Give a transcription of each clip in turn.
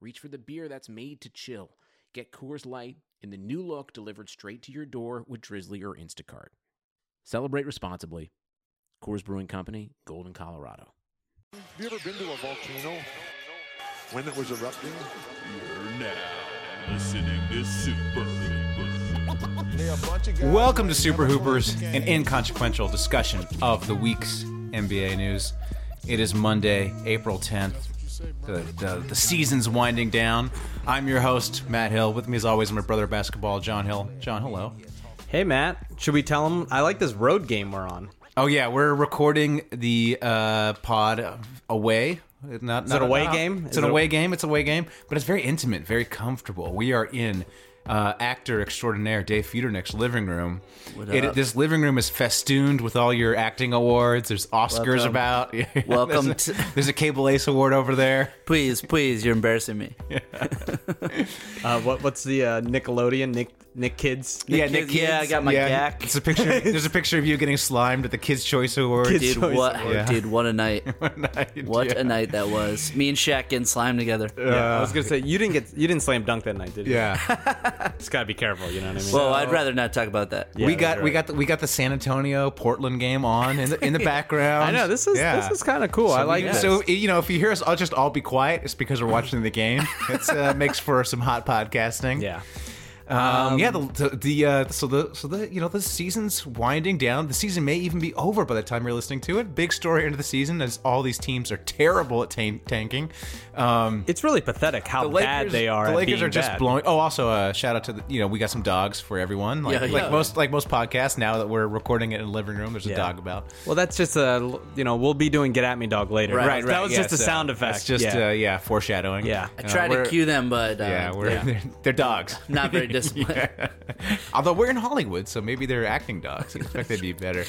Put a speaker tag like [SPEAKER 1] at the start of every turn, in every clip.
[SPEAKER 1] reach for the beer that's made to chill. Get Coors Light in the new look delivered straight to your door with Drizzly or Instacart. Celebrate responsibly. Coors Brewing Company, Golden, Colorado.
[SPEAKER 2] Have you ever been to a volcano when it was erupting?
[SPEAKER 3] You're now listening to Super Hoopers.
[SPEAKER 4] Welcome to Super Hoopers, an inconsequential discussion of the week's NBA news. It is Monday, April 10th. The, the, the season's winding down. I'm your host, Matt Hill. With me, as always, my brother of basketball, John Hill. John, hello.
[SPEAKER 5] Hey Matt, should we tell him? I like this road game we're on.
[SPEAKER 4] Oh, yeah, we're recording the uh, pod away. Not, not
[SPEAKER 5] it a away
[SPEAKER 4] not-
[SPEAKER 5] game?
[SPEAKER 4] It's
[SPEAKER 5] Is
[SPEAKER 4] an
[SPEAKER 5] it a-
[SPEAKER 4] away game. It's an away game, but it's very intimate, very comfortable. We are in uh, actor extraordinaire Dave Feudernick's living room. It, this living room is festooned with all your acting awards. There's Oscars
[SPEAKER 6] Welcome.
[SPEAKER 4] about. Yeah, there's
[SPEAKER 6] Welcome
[SPEAKER 4] a-
[SPEAKER 6] to-
[SPEAKER 4] there's a Cable Ace Award over there.
[SPEAKER 6] Please, please, you're embarrassing me.
[SPEAKER 5] Uh, what what's the uh, Nickelodeon Nick Nick Kids?
[SPEAKER 4] yeah,
[SPEAKER 6] Nick Kids- yeah, I got my gack.
[SPEAKER 4] It's a picture. There's a picture of you getting slimed at the Kids Choice Awards.
[SPEAKER 5] Kids'
[SPEAKER 6] Dude,
[SPEAKER 5] Choice
[SPEAKER 6] what,
[SPEAKER 4] Award.
[SPEAKER 6] dude, what a night. What
[SPEAKER 4] yeah.
[SPEAKER 6] a night that was. Me and Shaq getting slimed together.
[SPEAKER 5] Yeah, I was gonna say you didn't get you didn't slam dunk that night, did you?
[SPEAKER 4] uh, Yeah, uh,
[SPEAKER 5] just gotta be careful. You know what I mean?
[SPEAKER 6] Well, I'd rather not talk about that.
[SPEAKER 5] Yeah,
[SPEAKER 4] we
[SPEAKER 5] that's
[SPEAKER 4] got we
[SPEAKER 5] right.
[SPEAKER 4] got the, we got the San Antonio Portland game on in the in the background.
[SPEAKER 5] I know this is
[SPEAKER 4] Yeah.
[SPEAKER 5] this is kind of cool. I like
[SPEAKER 4] Yeah.
[SPEAKER 5] this.
[SPEAKER 4] So you know, if you hear us, I'll just all be quiet. It's because we're watching the game. It uh, makes for some hot podcasting.
[SPEAKER 5] yeah,
[SPEAKER 4] Um, yeah, the, the, the uh, so the so the you know the season's winding down. The season may even be over by the time you're listening to it. Big story into the season as all these teams are terrible at tan- tanking. Um,
[SPEAKER 5] it's really pathetic how bad they are.
[SPEAKER 4] The
[SPEAKER 5] at
[SPEAKER 4] Lakers
[SPEAKER 5] being
[SPEAKER 4] are just
[SPEAKER 5] bad.
[SPEAKER 4] blowing. Oh, also uh, shout out to the, you know we got some dogs for everyone. Like,
[SPEAKER 6] Yeah, yeah.
[SPEAKER 4] like most like most podcasts now that we're recording it in the living room. There's a dog about.
[SPEAKER 5] Well, that's just a you know we'll be doing "Get at Me, Dog" later.
[SPEAKER 6] Right,
[SPEAKER 5] That was
[SPEAKER 4] yeah,
[SPEAKER 5] just a
[SPEAKER 4] so
[SPEAKER 5] sound effect.
[SPEAKER 4] That's just
[SPEAKER 5] yeah.
[SPEAKER 4] uh, yeah foreshadowing.
[SPEAKER 5] Yeah.
[SPEAKER 6] I
[SPEAKER 4] Uh,
[SPEAKER 6] tried to
[SPEAKER 4] we're-
[SPEAKER 6] cue them, but uh,
[SPEAKER 4] Yeah, we're
[SPEAKER 6] they're
[SPEAKER 4] They're, they're dogs.
[SPEAKER 6] not very disciplined.
[SPEAKER 4] Although we're in Hollywood, so maybe they're acting dogs. You expect they'd be better.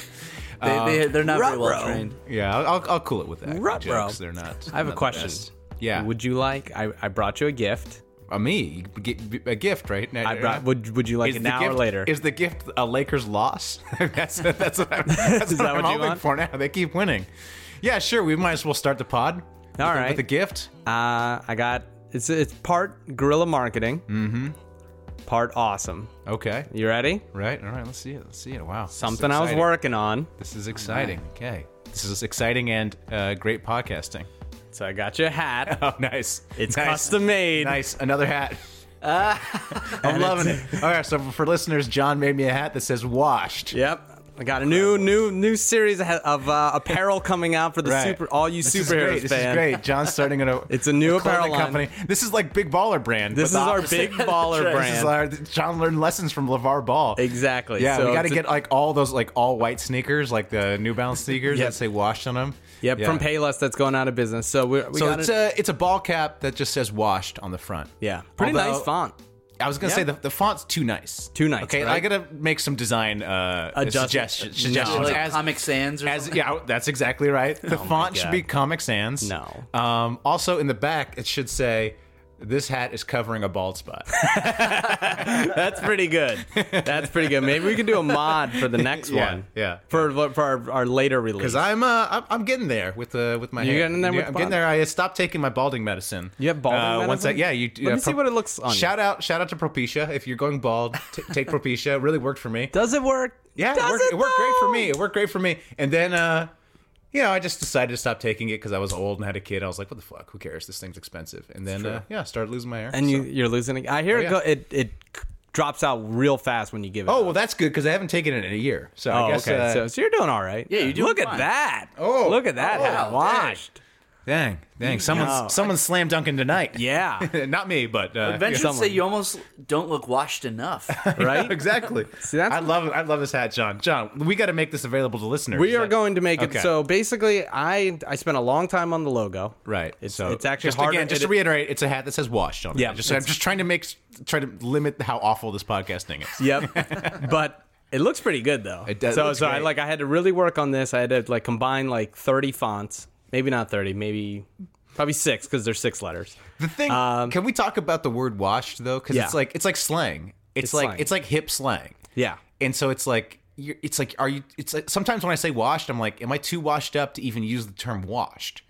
[SPEAKER 6] they, they, they're not very well
[SPEAKER 5] Um, ruh-roh.
[SPEAKER 6] trained.
[SPEAKER 4] Yeah, I'll, I'll, I'll cool it with that.
[SPEAKER 5] Ruh-roh.
[SPEAKER 4] jokes. They're not.
[SPEAKER 5] I have
[SPEAKER 4] not
[SPEAKER 5] a
[SPEAKER 4] the
[SPEAKER 5] question.
[SPEAKER 4] best. Yeah, would
[SPEAKER 5] Would you like? I, I brought you a gift.
[SPEAKER 4] uh, me you get a gift right?
[SPEAKER 5] I brought. Would Would you like
[SPEAKER 4] Is
[SPEAKER 5] it
[SPEAKER 4] the
[SPEAKER 5] now or
[SPEAKER 4] gift-
[SPEAKER 5] later?
[SPEAKER 4] Is the gift a Lakers loss? that's that's what I'm, that's
[SPEAKER 5] Is
[SPEAKER 4] what
[SPEAKER 5] that
[SPEAKER 4] I'm
[SPEAKER 5] what you
[SPEAKER 4] hoping
[SPEAKER 5] want?
[SPEAKER 4] for now. They keep winning. Yeah, sure. We might as well start the pod. with
[SPEAKER 5] All
[SPEAKER 4] the-
[SPEAKER 5] right.
[SPEAKER 4] with a gift.
[SPEAKER 5] Uh, I got it's it's part guerrilla marketing, mm-hmm. part awesome.
[SPEAKER 4] Okay.
[SPEAKER 5] You ready?
[SPEAKER 4] Right. All right. Let's see it. Let's see it. Wow. this is
[SPEAKER 5] Something I was
[SPEAKER 4] exciting.
[SPEAKER 5] working on,
[SPEAKER 4] This is exciting. Okay. This is exciting and uh, great podcasting.
[SPEAKER 5] so I got you a hat.
[SPEAKER 4] Oh, nice.
[SPEAKER 5] It's Ah.
[SPEAKER 4] Nice.
[SPEAKER 5] custom made.
[SPEAKER 4] Nice. Another hat. I'm loving it. All right. So for listeners, John made me a hat that says "washed."
[SPEAKER 5] Yep. I got a new new new series ahe- of uh, apparel coming out for the
[SPEAKER 4] Right.
[SPEAKER 5] super all you
[SPEAKER 4] This is
[SPEAKER 5] superheroes
[SPEAKER 4] great. This
[SPEAKER 5] fan.
[SPEAKER 4] is great. John's starting a.
[SPEAKER 5] It's a new
[SPEAKER 4] a clothing
[SPEAKER 5] apparel line.
[SPEAKER 4] company. This is like Big Baller Brand.
[SPEAKER 5] This
[SPEAKER 4] but
[SPEAKER 5] is
[SPEAKER 4] the
[SPEAKER 5] our
[SPEAKER 4] opposite.
[SPEAKER 5] big baller
[SPEAKER 4] This is
[SPEAKER 5] brand.
[SPEAKER 4] our- John learned lessons from LeVar Ball.
[SPEAKER 5] exactly.
[SPEAKER 4] Yeah,
[SPEAKER 5] so
[SPEAKER 4] we got to
[SPEAKER 5] it's a-
[SPEAKER 4] get like all those like all white sneakers, like the New Balance sneakers
[SPEAKER 5] Yep.
[SPEAKER 4] that say washed on them.
[SPEAKER 5] Yep,
[SPEAKER 4] Yeah.
[SPEAKER 5] from Payless that's going out of business. So we, we
[SPEAKER 4] So
[SPEAKER 5] got
[SPEAKER 4] it's
[SPEAKER 5] it.
[SPEAKER 4] a it's a ball cap that just says washed on the front.
[SPEAKER 5] yeah, pretty
[SPEAKER 4] Although-
[SPEAKER 5] nice font.
[SPEAKER 4] I was gonna
[SPEAKER 5] Yeah.
[SPEAKER 4] say the, the font's too nice.
[SPEAKER 5] Too nice,
[SPEAKER 4] Okay,
[SPEAKER 5] right?
[SPEAKER 4] I gotta make some design uh,
[SPEAKER 5] Adjust-
[SPEAKER 4] suggestions.
[SPEAKER 5] No.
[SPEAKER 4] suggestions.
[SPEAKER 6] Like
[SPEAKER 4] as-
[SPEAKER 6] Comic Sans or
[SPEAKER 4] As
[SPEAKER 6] something.
[SPEAKER 4] yeah, that's exactly right. The font should
[SPEAKER 5] Oh God.
[SPEAKER 4] be Comic Sans.
[SPEAKER 5] No.
[SPEAKER 4] Um, also in the back, it should say, "This hat is covering a bald spot."
[SPEAKER 5] That's pretty good. That's pretty good. Maybe we can do a mod for the next
[SPEAKER 4] Yeah,
[SPEAKER 5] one.
[SPEAKER 4] yeah.
[SPEAKER 5] For for our, our later release.
[SPEAKER 4] Because I'm uh, I'm- I'm getting there with uh, with my.
[SPEAKER 5] You're
[SPEAKER 4] hair.
[SPEAKER 5] getting there
[SPEAKER 4] Yeah,
[SPEAKER 5] with
[SPEAKER 4] I'm
[SPEAKER 5] bald-
[SPEAKER 4] getting there. I stopped taking my balding medicine.
[SPEAKER 5] You have balding
[SPEAKER 4] uh, Once I,
[SPEAKER 5] medicine?
[SPEAKER 4] yeah, you.
[SPEAKER 5] Let me see what it looks on you.
[SPEAKER 4] Shout out, shout out to Propecia. If you're going bald, t- take Propecia. It Really worked for me.
[SPEAKER 5] Does it work?
[SPEAKER 4] Yeah,
[SPEAKER 5] Does
[SPEAKER 4] it worked, it worked great for
[SPEAKER 5] though?
[SPEAKER 4] me. It worked great for me. And then, uh, you know, I just decided to stop taking it because I was old and had a kid. I was like, what the fuck? Who cares? This thing's expensive. And then, uh, yeah, I started losing my hair.
[SPEAKER 5] And you you're losing it. I hear
[SPEAKER 4] yeah.
[SPEAKER 5] it go it it drops out real fast when you give it.
[SPEAKER 4] Oh
[SPEAKER 5] up.
[SPEAKER 4] well, that's good because I haven't taken it in a year. So I
[SPEAKER 5] Oh,
[SPEAKER 4] guess.
[SPEAKER 5] okay.
[SPEAKER 4] uh,
[SPEAKER 5] so, so you're doing all right.
[SPEAKER 6] Yeah, you're doing
[SPEAKER 5] Look
[SPEAKER 6] fine.
[SPEAKER 5] at that.
[SPEAKER 4] Oh.
[SPEAKER 5] look at that.
[SPEAKER 4] Oh,
[SPEAKER 5] hat
[SPEAKER 4] dang.
[SPEAKER 5] washed.
[SPEAKER 4] Dang, dang! Someone's
[SPEAKER 5] No.
[SPEAKER 4] someone's slam dunking tonight.
[SPEAKER 5] Yeah.
[SPEAKER 4] not me, but uh,
[SPEAKER 6] Adventures
[SPEAKER 5] Someone.
[SPEAKER 6] say you almost don't look washed enough.
[SPEAKER 4] right? exactly.
[SPEAKER 5] See, that's-
[SPEAKER 4] I love I love this hat, John. John, we got to make this available to listeners.
[SPEAKER 5] We
[SPEAKER 4] Is
[SPEAKER 5] are
[SPEAKER 4] that-
[SPEAKER 5] going to make
[SPEAKER 4] Okay.
[SPEAKER 5] it. So basically, I I spent a long time on the logo.
[SPEAKER 4] Right.
[SPEAKER 5] It's,
[SPEAKER 4] so
[SPEAKER 5] it's actually
[SPEAKER 4] just
[SPEAKER 5] hard.
[SPEAKER 4] Again, just to reiterate, it's a hat that says "washed" on it.
[SPEAKER 5] Yeah,
[SPEAKER 4] Just, I'm
[SPEAKER 5] it's-
[SPEAKER 4] just trying to make try to limit how awful this podcast thing is.
[SPEAKER 5] Yep. but it looks pretty good though.
[SPEAKER 4] It does- it
[SPEAKER 5] So
[SPEAKER 4] looks
[SPEAKER 5] so I
[SPEAKER 4] great.
[SPEAKER 5] like I had to really work on this. I had to like combine like 30 fonts. Maybe not 30, maybe probably 6 cuz there's 6 letters.
[SPEAKER 4] The thing. can we talk about the word "washed" though? Because
[SPEAKER 5] Um, Yeah.
[SPEAKER 4] it's like it's like slang. It's,
[SPEAKER 5] It's
[SPEAKER 4] like
[SPEAKER 5] slang.
[SPEAKER 4] it's like hip slang.
[SPEAKER 5] Yeah.
[SPEAKER 4] And so it's like you're, it's like are you? It's like sometimes when I say washed, I'm like, am I too washed up to even use the term washed?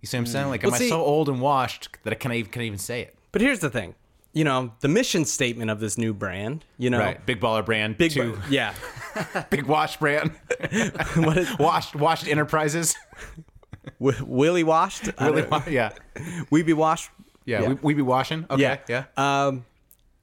[SPEAKER 4] You see what I'm saying? Like, am I
[SPEAKER 5] Hmm. see-
[SPEAKER 4] so old and washed that I can I even can I even say it?
[SPEAKER 5] But here's the thing. You know, the mission statement of this new brand, you know,
[SPEAKER 4] Big baller brand.
[SPEAKER 5] big
[SPEAKER 4] two,
[SPEAKER 5] bu- yeah.
[SPEAKER 4] big wash brand.
[SPEAKER 5] what is
[SPEAKER 4] washed washed enterprises.
[SPEAKER 5] w- Willy washed? I
[SPEAKER 4] Really?
[SPEAKER 5] don't-
[SPEAKER 4] wa- Yeah.
[SPEAKER 5] we be washed.
[SPEAKER 4] Yeah,
[SPEAKER 5] Yeah.
[SPEAKER 4] We, we be washing. Okay, yeah,
[SPEAKER 5] Yeah. Um,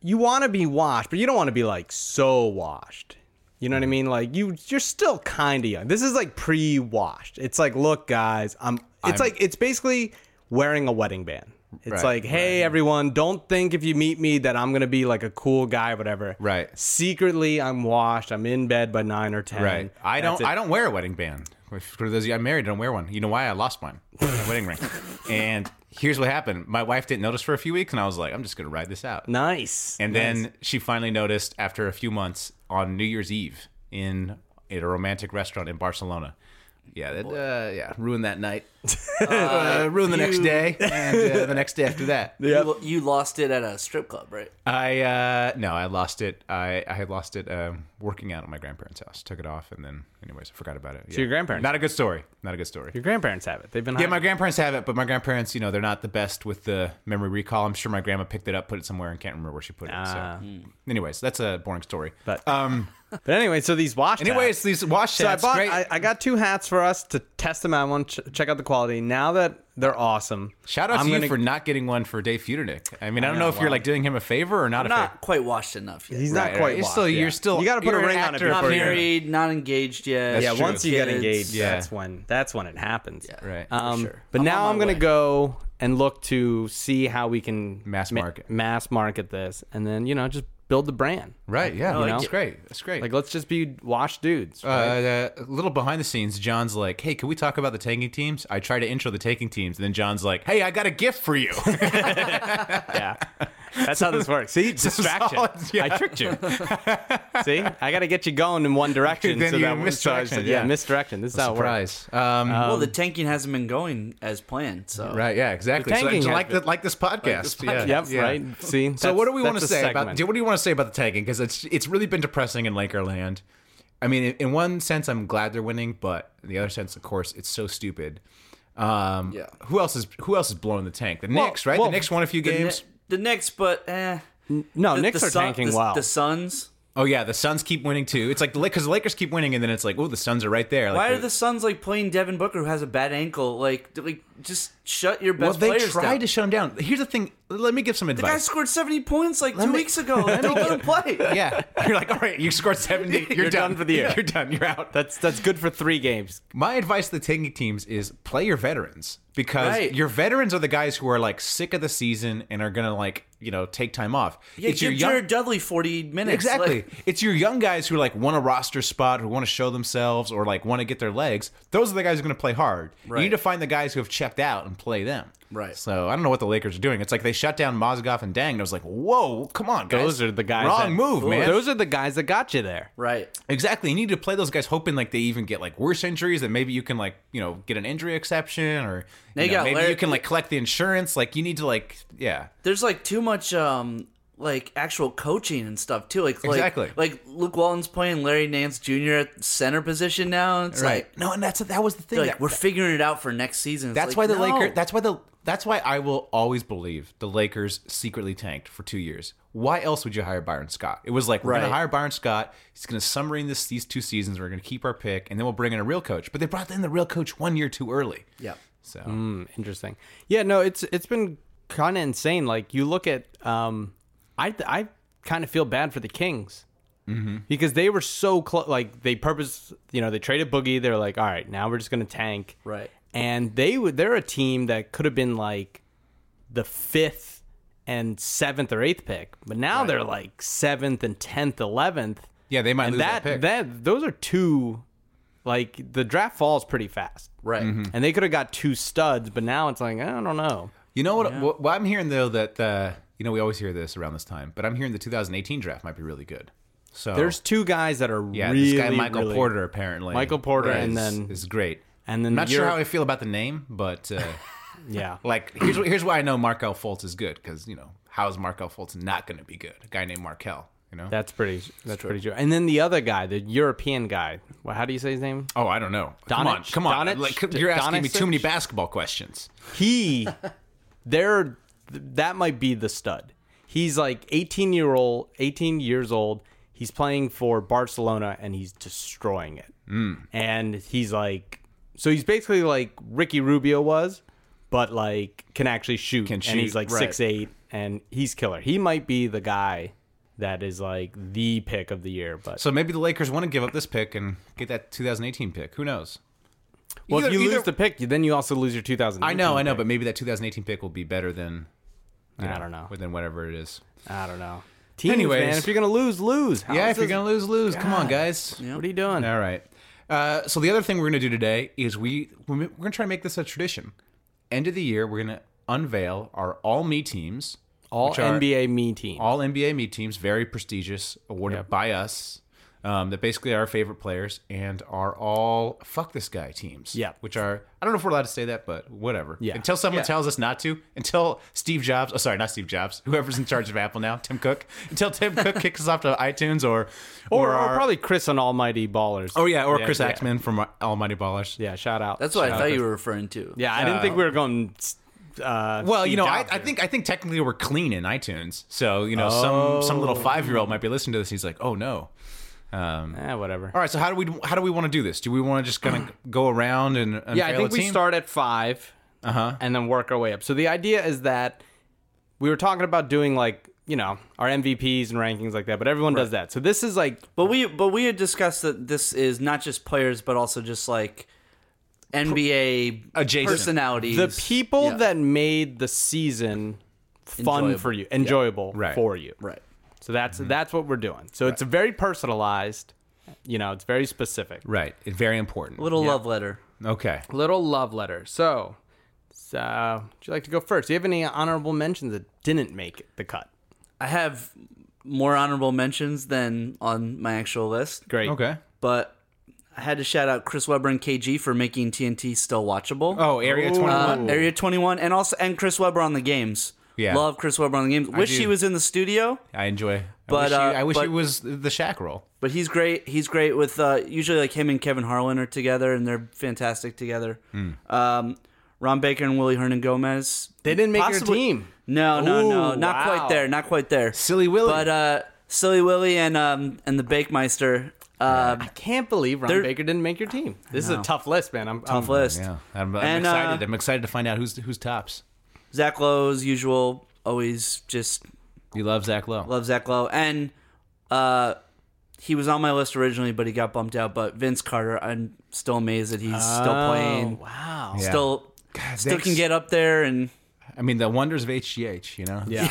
[SPEAKER 5] you want to be washed, but you don't want to be like so washed. You know what I mean? Like you, you're still kind of young. This is like pre-washed. It's like, look, guys, I'm.
[SPEAKER 4] I'm-
[SPEAKER 5] It's like it's basically wearing a wedding band. It's
[SPEAKER 4] Right,
[SPEAKER 5] like, hey, everyone, don't think if you meet me that I'm gonna be like a cool guy, or whatever.
[SPEAKER 4] Right.
[SPEAKER 5] Secretly, I'm washed. I'm in bed by nine or ten.
[SPEAKER 4] right. I
[SPEAKER 5] That's
[SPEAKER 4] don't.
[SPEAKER 5] it.
[SPEAKER 4] I don't wear a wedding band. For those of you, I'm married. I don't wear one. You know why? I lost mine, my wedding ring. And here's what happened. My wife didn't notice for a few weeks, and I was like, I'm just gonna ride this out.
[SPEAKER 5] Nice.
[SPEAKER 4] And then she finally noticed after a few months on New Year's Eve in at a romantic restaurant in Barcelona. Yeah, that, uh, yeah, ruined that night. uh, ruined the next day, and uh, the next day after that.
[SPEAKER 6] you, you lost it at a strip club, right?
[SPEAKER 4] I uh, no, I lost it. I I had lost it um, working out at my grandparents' house. Took it off, and then anyways, I forgot about it. Yeah.
[SPEAKER 5] your grandparents-
[SPEAKER 4] Not a good story. Not a good story.
[SPEAKER 5] your grandparents have it. They've been
[SPEAKER 4] yeah, my grandparents have it, but my grandparents, you know, they're not the best with the memory recall. I'm sure my grandma picked it up, put it somewhere, and can't remember where she put it.
[SPEAKER 5] Ah.
[SPEAKER 4] so, anyways, that's a boring story.
[SPEAKER 5] But-
[SPEAKER 4] um,
[SPEAKER 5] But anyway, so these washed.
[SPEAKER 4] anyways,
[SPEAKER 5] hats-
[SPEAKER 4] these wash
[SPEAKER 5] So I
[SPEAKER 4] hats.
[SPEAKER 5] bought.
[SPEAKER 4] great.
[SPEAKER 5] I, I got two hats for us to test them out. I want to ch- check out the quality. Now that they're awesome,
[SPEAKER 4] Shout out
[SPEAKER 5] I'm
[SPEAKER 4] to you
[SPEAKER 5] gonna-
[SPEAKER 4] for not getting one for Dave Feudernick. I mean, I, don't know,
[SPEAKER 6] know,
[SPEAKER 4] if you're
[SPEAKER 6] wow.
[SPEAKER 4] like doing him a favor or not.
[SPEAKER 6] I'm
[SPEAKER 4] a
[SPEAKER 6] not
[SPEAKER 4] favor.
[SPEAKER 6] quite washed enough yet.
[SPEAKER 5] He's
[SPEAKER 4] Right,
[SPEAKER 5] not
[SPEAKER 4] right.
[SPEAKER 5] quite.
[SPEAKER 4] You're
[SPEAKER 5] washed,
[SPEAKER 4] still-
[SPEAKER 5] yeah.
[SPEAKER 4] you're still-
[SPEAKER 5] You got to put
[SPEAKER 4] you're
[SPEAKER 5] a
[SPEAKER 4] an
[SPEAKER 5] ring on it.
[SPEAKER 4] actor
[SPEAKER 5] Before
[SPEAKER 6] not
[SPEAKER 4] for
[SPEAKER 5] you-
[SPEAKER 4] your-
[SPEAKER 6] married, not engaged yet.
[SPEAKER 4] That's
[SPEAKER 5] Yeah,
[SPEAKER 4] true.
[SPEAKER 5] once you get
[SPEAKER 6] Kids.
[SPEAKER 5] engaged,
[SPEAKER 4] Yeah.
[SPEAKER 5] that's when that's when it happens.
[SPEAKER 4] Right.
[SPEAKER 5] Um,
[SPEAKER 6] sure.
[SPEAKER 5] But
[SPEAKER 6] I'm
[SPEAKER 5] now
[SPEAKER 6] on
[SPEAKER 5] I'm
[SPEAKER 6] my
[SPEAKER 5] gonna
[SPEAKER 6] way.
[SPEAKER 5] go and look to see how we can
[SPEAKER 4] Mass
[SPEAKER 5] ma-
[SPEAKER 4] market.
[SPEAKER 5] mass market this, and then you know just build the brand.
[SPEAKER 4] right. Yeah.
[SPEAKER 5] You
[SPEAKER 4] that's
[SPEAKER 5] know?
[SPEAKER 4] great. That's great.
[SPEAKER 5] Like let's just be washed dudes.
[SPEAKER 4] Uh, uh, a little behind the scenes, John's like, "Hey, can we talk about the tanking teams?" I try to intro the tanking teams, and then John's like, "Hey, I got a gift for you."
[SPEAKER 5] yeah. That's how this works. See, distraction.
[SPEAKER 4] solid, yeah.
[SPEAKER 5] I tricked you. See, I got to get you going in one direction.
[SPEAKER 4] Then
[SPEAKER 5] so
[SPEAKER 4] you
[SPEAKER 5] that
[SPEAKER 4] misdirection,
[SPEAKER 5] So I said, yeah.
[SPEAKER 4] yeah.
[SPEAKER 5] misdirection. This is how it works.
[SPEAKER 4] Surprise! Um,
[SPEAKER 5] Uh,
[SPEAKER 6] well, the tanking hasn't been going as planned, so
[SPEAKER 4] right? Yeah, exactly.
[SPEAKER 5] The
[SPEAKER 4] So,
[SPEAKER 5] tanking
[SPEAKER 4] so
[SPEAKER 5] has
[SPEAKER 4] like, the,
[SPEAKER 5] been-
[SPEAKER 4] like this podcast.
[SPEAKER 6] podcast.
[SPEAKER 4] Yeah.
[SPEAKER 5] Yep.
[SPEAKER 4] yeah.
[SPEAKER 5] Right. See.
[SPEAKER 4] So what do we want
[SPEAKER 5] that's
[SPEAKER 4] to
[SPEAKER 5] a
[SPEAKER 4] say about?
[SPEAKER 5] segment.
[SPEAKER 4] do- What do you want to say about the tanking? Because it's it's really been depressing in Lakerland. I mean, in, in one sense, I'm glad they're winning, but in the other sense, of course, it's so stupid. Um,
[SPEAKER 6] Yeah.
[SPEAKER 4] Who else is Who else is blowing the tank? The Knicks, right?
[SPEAKER 5] well,
[SPEAKER 4] the Knicks won a few
[SPEAKER 6] The, ne-
[SPEAKER 4] games.
[SPEAKER 6] the Knicks, but eh.
[SPEAKER 5] No,
[SPEAKER 6] the,
[SPEAKER 5] Knicks
[SPEAKER 6] the
[SPEAKER 5] are
[SPEAKER 6] Sun-
[SPEAKER 5] tanking
[SPEAKER 6] the,
[SPEAKER 5] well.
[SPEAKER 6] The Suns.
[SPEAKER 4] Oh yeah, the Suns keep winning too. It's like because the Lakers keep winning, and then it's like, oh, the Suns are right there. Like,
[SPEAKER 6] Why are
[SPEAKER 4] they're-
[SPEAKER 6] the Suns like playing Devin Booker who has a bad ankle? Like, d- like just shut your
[SPEAKER 4] Well,
[SPEAKER 6] best
[SPEAKER 4] they
[SPEAKER 6] players
[SPEAKER 4] tried
[SPEAKER 6] down.
[SPEAKER 4] to shut him down. Here's the thing. Let me give some
[SPEAKER 6] the guy
[SPEAKER 4] advice.
[SPEAKER 6] scored seventy points like two
[SPEAKER 4] me-
[SPEAKER 6] weeks ago. Like, don't let him play.
[SPEAKER 4] yeah, you're like, all right, you scored seventy. You're,
[SPEAKER 5] You're done for the year.
[SPEAKER 4] You're done. You're out.
[SPEAKER 5] that's that's good for three games.
[SPEAKER 4] My advice to the tanking teams is play your veterans because
[SPEAKER 6] Right.
[SPEAKER 4] your veterans are the guys who are like sick of the season and are gonna like you know take time off.
[SPEAKER 6] Yeah,
[SPEAKER 4] it's
[SPEAKER 6] give
[SPEAKER 4] your young,
[SPEAKER 6] Jared Dudley forty minutes.
[SPEAKER 4] exactly.
[SPEAKER 6] Like,
[SPEAKER 4] it's your young guys who like want a roster spot, who want to show themselves, or like want to get their legs. Those are the guys who are gonna play hard. You need
[SPEAKER 6] Right.
[SPEAKER 4] to find the guys who have checked out and play them.
[SPEAKER 6] Right.
[SPEAKER 4] So I don't know what the Lakers are doing. It's like they shut down Mozgov and Dang, and I was like, whoa, come on, guys.
[SPEAKER 5] Those are the guys.
[SPEAKER 4] Wrong
[SPEAKER 5] that-
[SPEAKER 4] move, man.
[SPEAKER 5] Those are the guys that got you there.
[SPEAKER 6] right.
[SPEAKER 4] Exactly. You need to play those guys hoping like they even get like worse injuries that maybe you can like, you know, get an injury exception or you
[SPEAKER 6] They
[SPEAKER 4] know,
[SPEAKER 6] got
[SPEAKER 4] maybe
[SPEAKER 6] Larry-
[SPEAKER 4] you can like collect the insurance. Like you need to like yeah.
[SPEAKER 6] There's like too much um like actual coaching and stuff too. Like like-
[SPEAKER 4] Exactly.
[SPEAKER 6] Like Luke Walton's playing Larry Nance Jr. at center position now. and It's like
[SPEAKER 4] no, and that's that was the thing.
[SPEAKER 6] They're like
[SPEAKER 4] that-
[SPEAKER 6] we're figuring it out for next season. It's
[SPEAKER 4] that's why
[SPEAKER 6] like,
[SPEAKER 4] the
[SPEAKER 6] no.
[SPEAKER 4] Lakers that's why the that's why I will always believe the Lakers secretly tanked for two years. Why else would you hire Byron Scott? It was like we're gonna
[SPEAKER 6] Right.
[SPEAKER 4] hire Byron Scott, he's gonna submarine this these two seasons, we're gonna keep our pick, and then we'll bring in a real coach. But they brought in the real coach one year too early.
[SPEAKER 6] yeah.
[SPEAKER 4] So
[SPEAKER 5] Interesting. Yeah, no, it's it's been kind of insane. Like you look at, um, I I kind of feel bad for the Kings because they were so close. Like they purpose, you know, they traded Boogie. They're like, all right, now we're just gonna tank.
[SPEAKER 6] Right.
[SPEAKER 5] and they would they're a team that could have been like the fifth and seventh or eighth pick, but now they're like seventh and tenth, eleventh.
[SPEAKER 4] Yeah, they might
[SPEAKER 5] and
[SPEAKER 4] lose that,
[SPEAKER 5] that
[SPEAKER 4] pick.
[SPEAKER 5] that those are two like the draft falls pretty fast.
[SPEAKER 6] Right.
[SPEAKER 4] Mm-hmm. Hmm.
[SPEAKER 5] And they could have got two studs, but now it's like I don't know.
[SPEAKER 4] you know what, what? what I'm hearing though that uh, you know we always hear this around this time, but I'm hearing the 2018 draft might be really good. So
[SPEAKER 5] There's two guys that are
[SPEAKER 4] yeah,
[SPEAKER 5] really
[SPEAKER 4] this guy Michael
[SPEAKER 5] really-
[SPEAKER 4] Porter apparently.
[SPEAKER 5] Michael Porter
[SPEAKER 4] is,
[SPEAKER 5] and then-
[SPEAKER 4] is great.
[SPEAKER 5] and then
[SPEAKER 4] I'm not sure
[SPEAKER 5] you're-
[SPEAKER 4] how I feel about the name, but uh,
[SPEAKER 5] Yeah.
[SPEAKER 4] like here's what- here's why I know Markel Fultz is good because you know how is Markel Fultz not going to be good? A guy named Markel, you know.
[SPEAKER 5] That's pretty. That's pretty true. And then the other guy, the European guy. Well, how do you say his name?
[SPEAKER 4] Oh, I don't know.
[SPEAKER 5] Donich?
[SPEAKER 4] Come on, come on.
[SPEAKER 5] Donich?
[SPEAKER 4] Like, you're asking me
[SPEAKER 5] Donicic?
[SPEAKER 4] too many basketball questions.
[SPEAKER 5] He, there, that might be the stud. He's like 18 year old, 18 years old. He's playing for Barcelona and he's destroying it.
[SPEAKER 4] Hmm.
[SPEAKER 5] And he's like, so he's basically like Ricky Rubio was, but like can actually shoot.
[SPEAKER 4] Can
[SPEAKER 5] And he's
[SPEAKER 4] shoot,
[SPEAKER 5] like
[SPEAKER 4] right.
[SPEAKER 5] six eight, and he's killer. He might be the guy that is like the pick of the year. But
[SPEAKER 4] So maybe the Lakers want to give up this pick and get that 2018 pick. Who knows?
[SPEAKER 5] well, if
[SPEAKER 4] Either-
[SPEAKER 5] you lose
[SPEAKER 4] either-
[SPEAKER 5] the pick, then you also lose your 2000.
[SPEAKER 4] I know, I know, but maybe that 2018 pick will be better than
[SPEAKER 5] I don't know.
[SPEAKER 4] than whatever it is.
[SPEAKER 5] I don't know. Teams,
[SPEAKER 4] Anyways.
[SPEAKER 5] man, if you're gonna lose, lose. How
[SPEAKER 4] yeah,
[SPEAKER 5] is
[SPEAKER 4] if you're
[SPEAKER 5] this-
[SPEAKER 4] gonna lose, lose. Come on, guys.
[SPEAKER 5] what are you doing?
[SPEAKER 4] All right. Uh, so the other thing we're gonna do today is we we're gonna try to make this a tradition. End of the year, we're gonna unveil our all me teams,
[SPEAKER 5] All
[SPEAKER 4] which are-
[SPEAKER 5] NBA me team.
[SPEAKER 4] all NBA meet teams, very prestigious, awarded by us. Um, that basically are our favorite players and are all fuck this guy teams.
[SPEAKER 5] Yeah.
[SPEAKER 4] Which are I don't know if we're allowed to say that, but whatever.
[SPEAKER 5] Yeah.
[SPEAKER 4] Until someone tells us not to, until Steve Jobs oh sorry, not Steve Jobs, whoever's in charge of Apple now, Tim Cook. Until Tim Cook kicks us off to iTunes or
[SPEAKER 5] or, or
[SPEAKER 4] our-
[SPEAKER 5] probably Chris on Almighty Ballers.
[SPEAKER 4] Oh yeah, or Chris
[SPEAKER 5] yeah.
[SPEAKER 4] Axman from Almighty Ballers.
[SPEAKER 5] yeah, shout out.
[SPEAKER 6] That's what
[SPEAKER 5] Shout
[SPEAKER 6] I
[SPEAKER 5] out
[SPEAKER 6] thought
[SPEAKER 5] Chris.
[SPEAKER 6] you were referring to.
[SPEAKER 5] Yeah, I didn't think we were going. Uh,
[SPEAKER 4] Well, you
[SPEAKER 5] Steve
[SPEAKER 4] know, I,
[SPEAKER 5] Jobs
[SPEAKER 4] I
[SPEAKER 5] here.
[SPEAKER 4] think I think technically we're clean in iTunes. So, you know, some some little five year old might be listening to this and he's like, Oh no.
[SPEAKER 5] Eh, whatever.
[SPEAKER 4] All right, so how do we how do we want to do this? Do we want to just kind of go around and
[SPEAKER 5] yeah, I think we start at five, uh-huh. and then work our way up. So the idea is that we were talking about doing like you know our MVPs and rankings like that, but everyone does that. So this is like
[SPEAKER 6] But we but we had discussed that this is not just players, but also just like NBA
[SPEAKER 4] Adjacent.
[SPEAKER 6] personalities.
[SPEAKER 5] the people
[SPEAKER 6] Yeah.
[SPEAKER 5] that made the season fun
[SPEAKER 6] Enjoyable.
[SPEAKER 5] for you, enjoyable
[SPEAKER 4] Right.
[SPEAKER 5] for you.
[SPEAKER 6] right.
[SPEAKER 5] So that's that's what we're doing. So it's a very personalized, you know, it's very specific.
[SPEAKER 4] right. It's very important.
[SPEAKER 6] Little love letter.
[SPEAKER 4] Okay.
[SPEAKER 5] Little love letter. So, so would you like to go first? Do you have any honorable mentions that didn't make the cut?
[SPEAKER 6] I have more honorable mentions than on my actual list,
[SPEAKER 5] Great.
[SPEAKER 4] Okay.
[SPEAKER 6] but I had to shout out Chris Webber and KG for making TNT still watchable.
[SPEAKER 4] Oh, area twenty
[SPEAKER 6] Uh,
[SPEAKER 4] one.
[SPEAKER 6] Area 21 and also and Chris Webber on the games.
[SPEAKER 4] Yeah.
[SPEAKER 6] Love Chris Webber on the games. Wish
[SPEAKER 4] do.
[SPEAKER 6] he was in the studio,
[SPEAKER 4] I enjoy. I
[SPEAKER 6] But,
[SPEAKER 4] wish, he,
[SPEAKER 6] uh,
[SPEAKER 4] I wish he
[SPEAKER 6] but-
[SPEAKER 4] was the Shack roll.
[SPEAKER 6] but he's great. He's great with uh, usually like him and Kevin Harlan are together and they're fantastic together.
[SPEAKER 5] Hmm.
[SPEAKER 6] Um, Ron Baker and Willie Hernan Gomez.
[SPEAKER 5] They didn't make
[SPEAKER 6] Possibly-
[SPEAKER 5] your team.
[SPEAKER 6] No, no, no,
[SPEAKER 5] Ooh,
[SPEAKER 6] not
[SPEAKER 5] wow.
[SPEAKER 6] quite there, not quite there.
[SPEAKER 4] Silly Willie.
[SPEAKER 6] But uh, Silly Willie and um and the Bakemeister. Uh,
[SPEAKER 5] I can't believe Ron
[SPEAKER 6] They're-
[SPEAKER 5] Baker didn't make your team. This is a
[SPEAKER 6] No.
[SPEAKER 5] tough list, man. I'm
[SPEAKER 6] Tough
[SPEAKER 5] I'm,
[SPEAKER 6] list.
[SPEAKER 4] yeah, I'm, I'm
[SPEAKER 6] And,
[SPEAKER 4] excited.
[SPEAKER 6] uh,
[SPEAKER 4] I'm excited to find out who's who's tops.
[SPEAKER 6] Zach Lowe's usual, always just
[SPEAKER 4] You love Zach Lowe.
[SPEAKER 6] love Zach Lowe, and uh, he was on my list originally, but he got bumped out. But Vince Carter, I'm still amazed that he's still playing,
[SPEAKER 5] Oh, Wow.
[SPEAKER 4] Yeah.
[SPEAKER 6] still still
[SPEAKER 4] they-
[SPEAKER 6] can get up there, and
[SPEAKER 4] I mean, the wonders of HGH. You know. Yeah.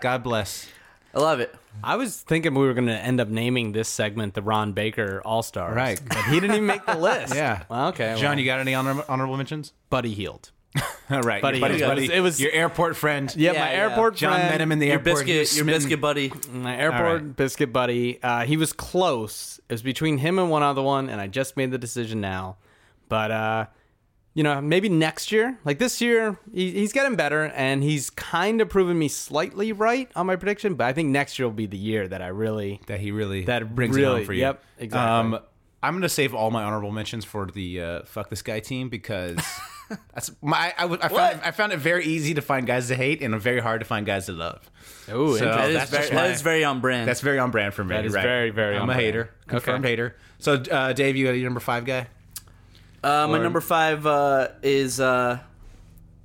[SPEAKER 4] God bless.
[SPEAKER 6] I love it.
[SPEAKER 5] I was thinking we were going to end up naming this segment the Ron Baker All Stars.
[SPEAKER 4] Right.
[SPEAKER 5] But he didn't even make the list.
[SPEAKER 4] Yeah.
[SPEAKER 5] Well, okay.
[SPEAKER 4] John,
[SPEAKER 5] well,
[SPEAKER 4] you got any honor- honorable mentions?
[SPEAKER 5] Buddy Healed.
[SPEAKER 4] All right,
[SPEAKER 5] Buddy,
[SPEAKER 4] your buddy,
[SPEAKER 5] yeah, it
[SPEAKER 4] buddy,
[SPEAKER 5] was- it was-
[SPEAKER 4] your airport friend.
[SPEAKER 5] Yeah,
[SPEAKER 6] Yeah,
[SPEAKER 5] my
[SPEAKER 6] yeah.
[SPEAKER 5] airport
[SPEAKER 4] John
[SPEAKER 5] friend,
[SPEAKER 4] met him in the
[SPEAKER 6] Your
[SPEAKER 4] airport. He
[SPEAKER 6] biscuit,
[SPEAKER 4] was
[SPEAKER 6] your
[SPEAKER 4] smitten. Oh,
[SPEAKER 6] biscuit buddy.
[SPEAKER 5] My airport
[SPEAKER 4] right.
[SPEAKER 5] biscuit buddy. Uh, he was close. It was between him and one other one, and I just made the decision now. But uh, you know, maybe next year. Like this year, he, he's getting better, and he's kind of proven me slightly right on my prediction. But I think next year will be the year that I really.
[SPEAKER 4] that he really
[SPEAKER 5] That
[SPEAKER 4] brings it
[SPEAKER 5] really-
[SPEAKER 4] home for you. Um,
[SPEAKER 5] yep, exactly.
[SPEAKER 4] I'm gonna save all my honorable mentions for the uh, fuck this guy team because that's my I, would- I found I found it very easy to find guys to hate and very hard to find guys to love.
[SPEAKER 5] Oh,
[SPEAKER 4] So-
[SPEAKER 6] That
[SPEAKER 4] Oh,
[SPEAKER 6] is
[SPEAKER 4] that's
[SPEAKER 6] very,
[SPEAKER 4] just my-
[SPEAKER 6] that is very on brand.
[SPEAKER 4] That's very on brand for me.
[SPEAKER 5] That is
[SPEAKER 4] right?
[SPEAKER 5] very, very
[SPEAKER 4] I'm
[SPEAKER 5] on
[SPEAKER 4] a
[SPEAKER 5] brand.
[SPEAKER 4] hater, confirmed
[SPEAKER 5] Okay.
[SPEAKER 4] hater. So uh, Dave, you got your number five guy.
[SPEAKER 6] uh, my number five uh, is. Uh,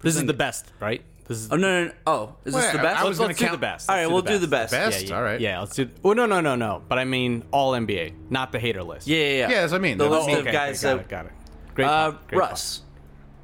[SPEAKER 5] this is the best, right? This is
[SPEAKER 6] oh no, no, no! Oh, is
[SPEAKER 4] Wait,
[SPEAKER 6] this the
[SPEAKER 4] I-
[SPEAKER 6] best?
[SPEAKER 4] I was gonna
[SPEAKER 5] let's do
[SPEAKER 4] count-
[SPEAKER 5] the best.
[SPEAKER 6] All
[SPEAKER 5] Let's
[SPEAKER 6] right, we'll do the best.
[SPEAKER 4] Best, all right.
[SPEAKER 5] Yeah, let's do. Oh no, no, no, no. But I mean, all NBA, not the hater list.
[SPEAKER 6] Yeah, yeah, yeah.
[SPEAKER 4] Yeah, that's what I mean.
[SPEAKER 6] The
[SPEAKER 4] That's
[SPEAKER 6] list
[SPEAKER 4] what I
[SPEAKER 6] of
[SPEAKER 4] mean.
[SPEAKER 5] okay,
[SPEAKER 6] guys
[SPEAKER 5] got
[SPEAKER 6] that
[SPEAKER 5] it, got it. Great,
[SPEAKER 6] Uh,
[SPEAKER 5] call, great call.
[SPEAKER 6] Russ.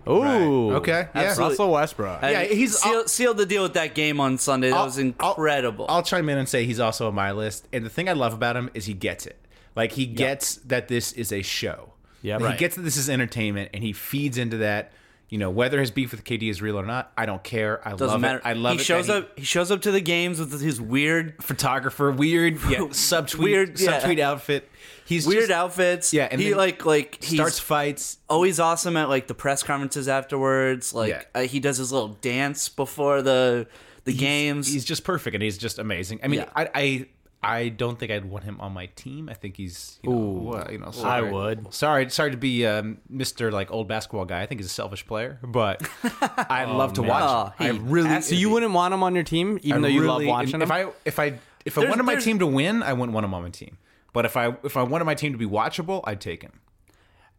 [SPEAKER 5] Ooh.
[SPEAKER 4] Okay, yeah.
[SPEAKER 6] Absolutely.
[SPEAKER 5] Russell Westbrook.
[SPEAKER 4] Yeah, he's-
[SPEAKER 6] sealed, sealed the deal with that game on Sunday. That
[SPEAKER 4] I'll-
[SPEAKER 6] was
[SPEAKER 4] I'll-
[SPEAKER 6] incredible.
[SPEAKER 4] I'll chime in and say he's also on my list. And the thing I love about him is he gets it. Like he gets that this is a show.
[SPEAKER 5] Yep.
[SPEAKER 4] Like,
[SPEAKER 5] Right.
[SPEAKER 4] He gets that this is entertainment, and he feeds into that. You know, whether his beef with KD is real or not, I don't care. I
[SPEAKER 6] Doesn't
[SPEAKER 4] love
[SPEAKER 6] matter.
[SPEAKER 4] it. I love
[SPEAKER 6] he
[SPEAKER 4] it.
[SPEAKER 6] shows
[SPEAKER 4] that he-
[SPEAKER 6] up. He shows up to the games with his weird,
[SPEAKER 4] photographer, weird, yeah, subtweet,
[SPEAKER 6] Weird, yeah.
[SPEAKER 4] subtweet outfit. He's
[SPEAKER 6] weird
[SPEAKER 4] just,
[SPEAKER 6] outfits.
[SPEAKER 4] Yeah, and
[SPEAKER 6] he
[SPEAKER 4] then
[SPEAKER 6] like like he's
[SPEAKER 4] starts fights.
[SPEAKER 6] always awesome at like the press conferences afterwards. Like
[SPEAKER 4] Yeah.
[SPEAKER 6] uh, he does his little dance before the the games.
[SPEAKER 4] He's just perfect, and he's just amazing. I mean,
[SPEAKER 6] Yeah.
[SPEAKER 4] I. I I don't think I'd want him on my team. I think he's, you know, well, you know sorry.
[SPEAKER 5] would.
[SPEAKER 4] Sorry, sorry to be um, Mr. like old basketball guy. I think he's a selfish player, but I love to watch. him.
[SPEAKER 6] Oh,
[SPEAKER 4] I
[SPEAKER 6] he
[SPEAKER 4] really,
[SPEAKER 6] has to
[SPEAKER 5] So you wouldn't want him on your team,
[SPEAKER 4] I
[SPEAKER 5] even though you love
[SPEAKER 4] really-
[SPEAKER 5] watching him.
[SPEAKER 4] If I if I if I
[SPEAKER 6] There's-
[SPEAKER 4] wanted my
[SPEAKER 6] there's-
[SPEAKER 4] team to win, I wouldn't want him on my team. But if I if I wanted my team to be watchable, I'd take him.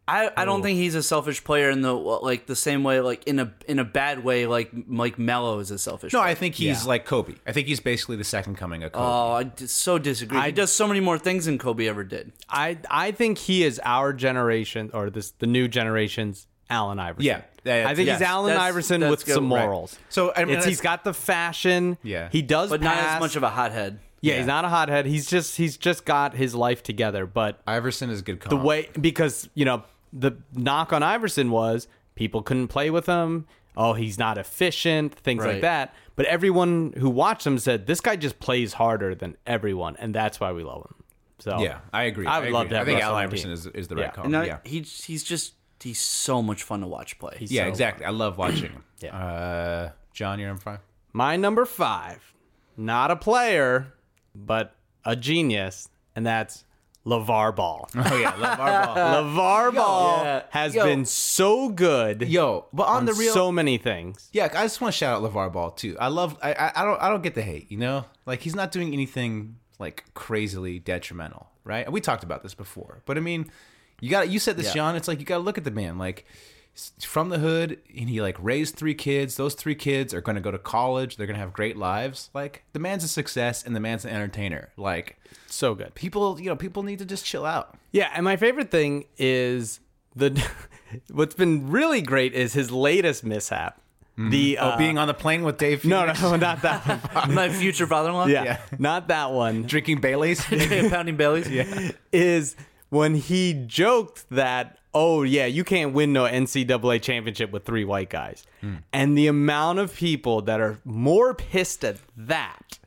[SPEAKER 6] I, I don't think he's a selfish player in the like the same way like in a in a bad way like like Mello is a selfish.
[SPEAKER 4] No,
[SPEAKER 6] player.
[SPEAKER 4] I think he's like Kobe. I think he's basically the second coming of Kobe.
[SPEAKER 6] Oh, I d- so disagree. he does so many more things than Kobe ever did.
[SPEAKER 5] I I think he is our generation or this the new generation's Allen Iverson.
[SPEAKER 4] Yeah. Yeah,
[SPEAKER 5] I think
[SPEAKER 4] yes.
[SPEAKER 5] he's Allen
[SPEAKER 6] That's-
[SPEAKER 5] Iverson
[SPEAKER 6] that's
[SPEAKER 5] with
[SPEAKER 6] good.
[SPEAKER 5] some
[SPEAKER 6] Right.
[SPEAKER 5] morals.
[SPEAKER 4] So, I mean,
[SPEAKER 5] It's- he's
[SPEAKER 4] that's-
[SPEAKER 5] got the fashion.
[SPEAKER 4] Yeah.
[SPEAKER 5] he does,
[SPEAKER 6] But not as
[SPEAKER 5] pass.
[SPEAKER 6] much of a hothead.
[SPEAKER 5] Yeah,
[SPEAKER 4] Yeah.
[SPEAKER 5] he's not a hothead. He's just he's just got his life together. But
[SPEAKER 4] Iverson is a good. Comp.
[SPEAKER 5] the way because you know the knock on Iverson was people couldn't play with him. Oh, he's not efficient, things
[SPEAKER 6] Right.
[SPEAKER 5] like that. But everyone who watched him said this guy just plays harder than everyone, and that's why we love him. So
[SPEAKER 4] yeah, I agree.
[SPEAKER 5] I would
[SPEAKER 4] agree.
[SPEAKER 5] love to
[SPEAKER 4] I
[SPEAKER 5] have
[SPEAKER 4] think
[SPEAKER 5] Russell
[SPEAKER 4] Al
[SPEAKER 5] on my team.
[SPEAKER 4] Iverson is, is the right
[SPEAKER 5] Yeah.
[SPEAKER 4] call.
[SPEAKER 6] And now
[SPEAKER 4] Oh, yeah,
[SPEAKER 6] he he's just he's so much fun to watch play. He's
[SPEAKER 4] yeah,
[SPEAKER 5] so
[SPEAKER 4] exactly. I love watching him.
[SPEAKER 5] Yeah.
[SPEAKER 4] uh, John, you're number five.
[SPEAKER 5] My number five, not a player, but a genius, and that's LeVar Ball.
[SPEAKER 4] Oh yeah, LeVar Ball.
[SPEAKER 5] LeVar Ball
[SPEAKER 6] Yeah.
[SPEAKER 5] has
[SPEAKER 4] Yo.
[SPEAKER 5] been so good
[SPEAKER 4] Yo, but on,
[SPEAKER 5] on
[SPEAKER 4] the real,
[SPEAKER 5] so many things.
[SPEAKER 4] yeah, I just want to shout out Levar Ball too. I love. I, I I don't I don't get the hate. You know, like he's not doing anything like crazily detrimental, right? And we talked about this before, but I mean, you got you said this, John. It's like you got to look at the man, like s- from the hood, and he like raised three kids. Those three kids are going to go to college. They're going to have great lives. Like the man's a success, and the man's an entertainer. Like
[SPEAKER 5] So good.
[SPEAKER 4] people, you know, people need to just chill out.
[SPEAKER 5] Yeah, and my favorite thing is the what's been really great is his latest mishap. The uh,
[SPEAKER 4] Mm-hmm. Oh, Being on the plane with Dave.
[SPEAKER 5] no,
[SPEAKER 4] Phoenix,
[SPEAKER 5] no, not that one.
[SPEAKER 6] my future father-in-law.
[SPEAKER 5] Yeah,
[SPEAKER 4] Yeah.
[SPEAKER 5] not that one.
[SPEAKER 4] drinking Bailey's.
[SPEAKER 6] pounding bellies. Yeah,
[SPEAKER 5] Is when he joked that, oh yeah, you can't win no NCAA championship with three white guys,
[SPEAKER 6] Hmm.
[SPEAKER 5] and the amount of people that are more pissed at that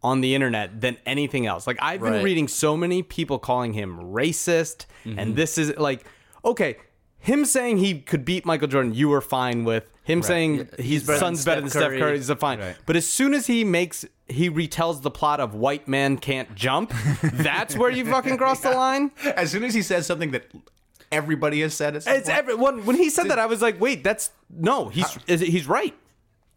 [SPEAKER 5] on the internet than anything else. Like I've been
[SPEAKER 6] Right.
[SPEAKER 5] reading so many people calling him racist,
[SPEAKER 6] Mm-hmm.
[SPEAKER 5] and this is like, okay, him saying he could beat Michael Jordan, you were fine with him saying his
[SPEAKER 6] better than
[SPEAKER 5] son's better than
[SPEAKER 6] Steph
[SPEAKER 5] Steph
[SPEAKER 6] Curry.
[SPEAKER 5] Curry is a fine.
[SPEAKER 4] Right.
[SPEAKER 5] But as soon as he makes he retells the plot of white man can't jump, that's where you fucking cross the line.
[SPEAKER 4] As soon as he says something that everybody has said, at some
[SPEAKER 5] It's
[SPEAKER 4] point-
[SPEAKER 5] everyone when he said that I was like, wait, that's no, he's is- he's right.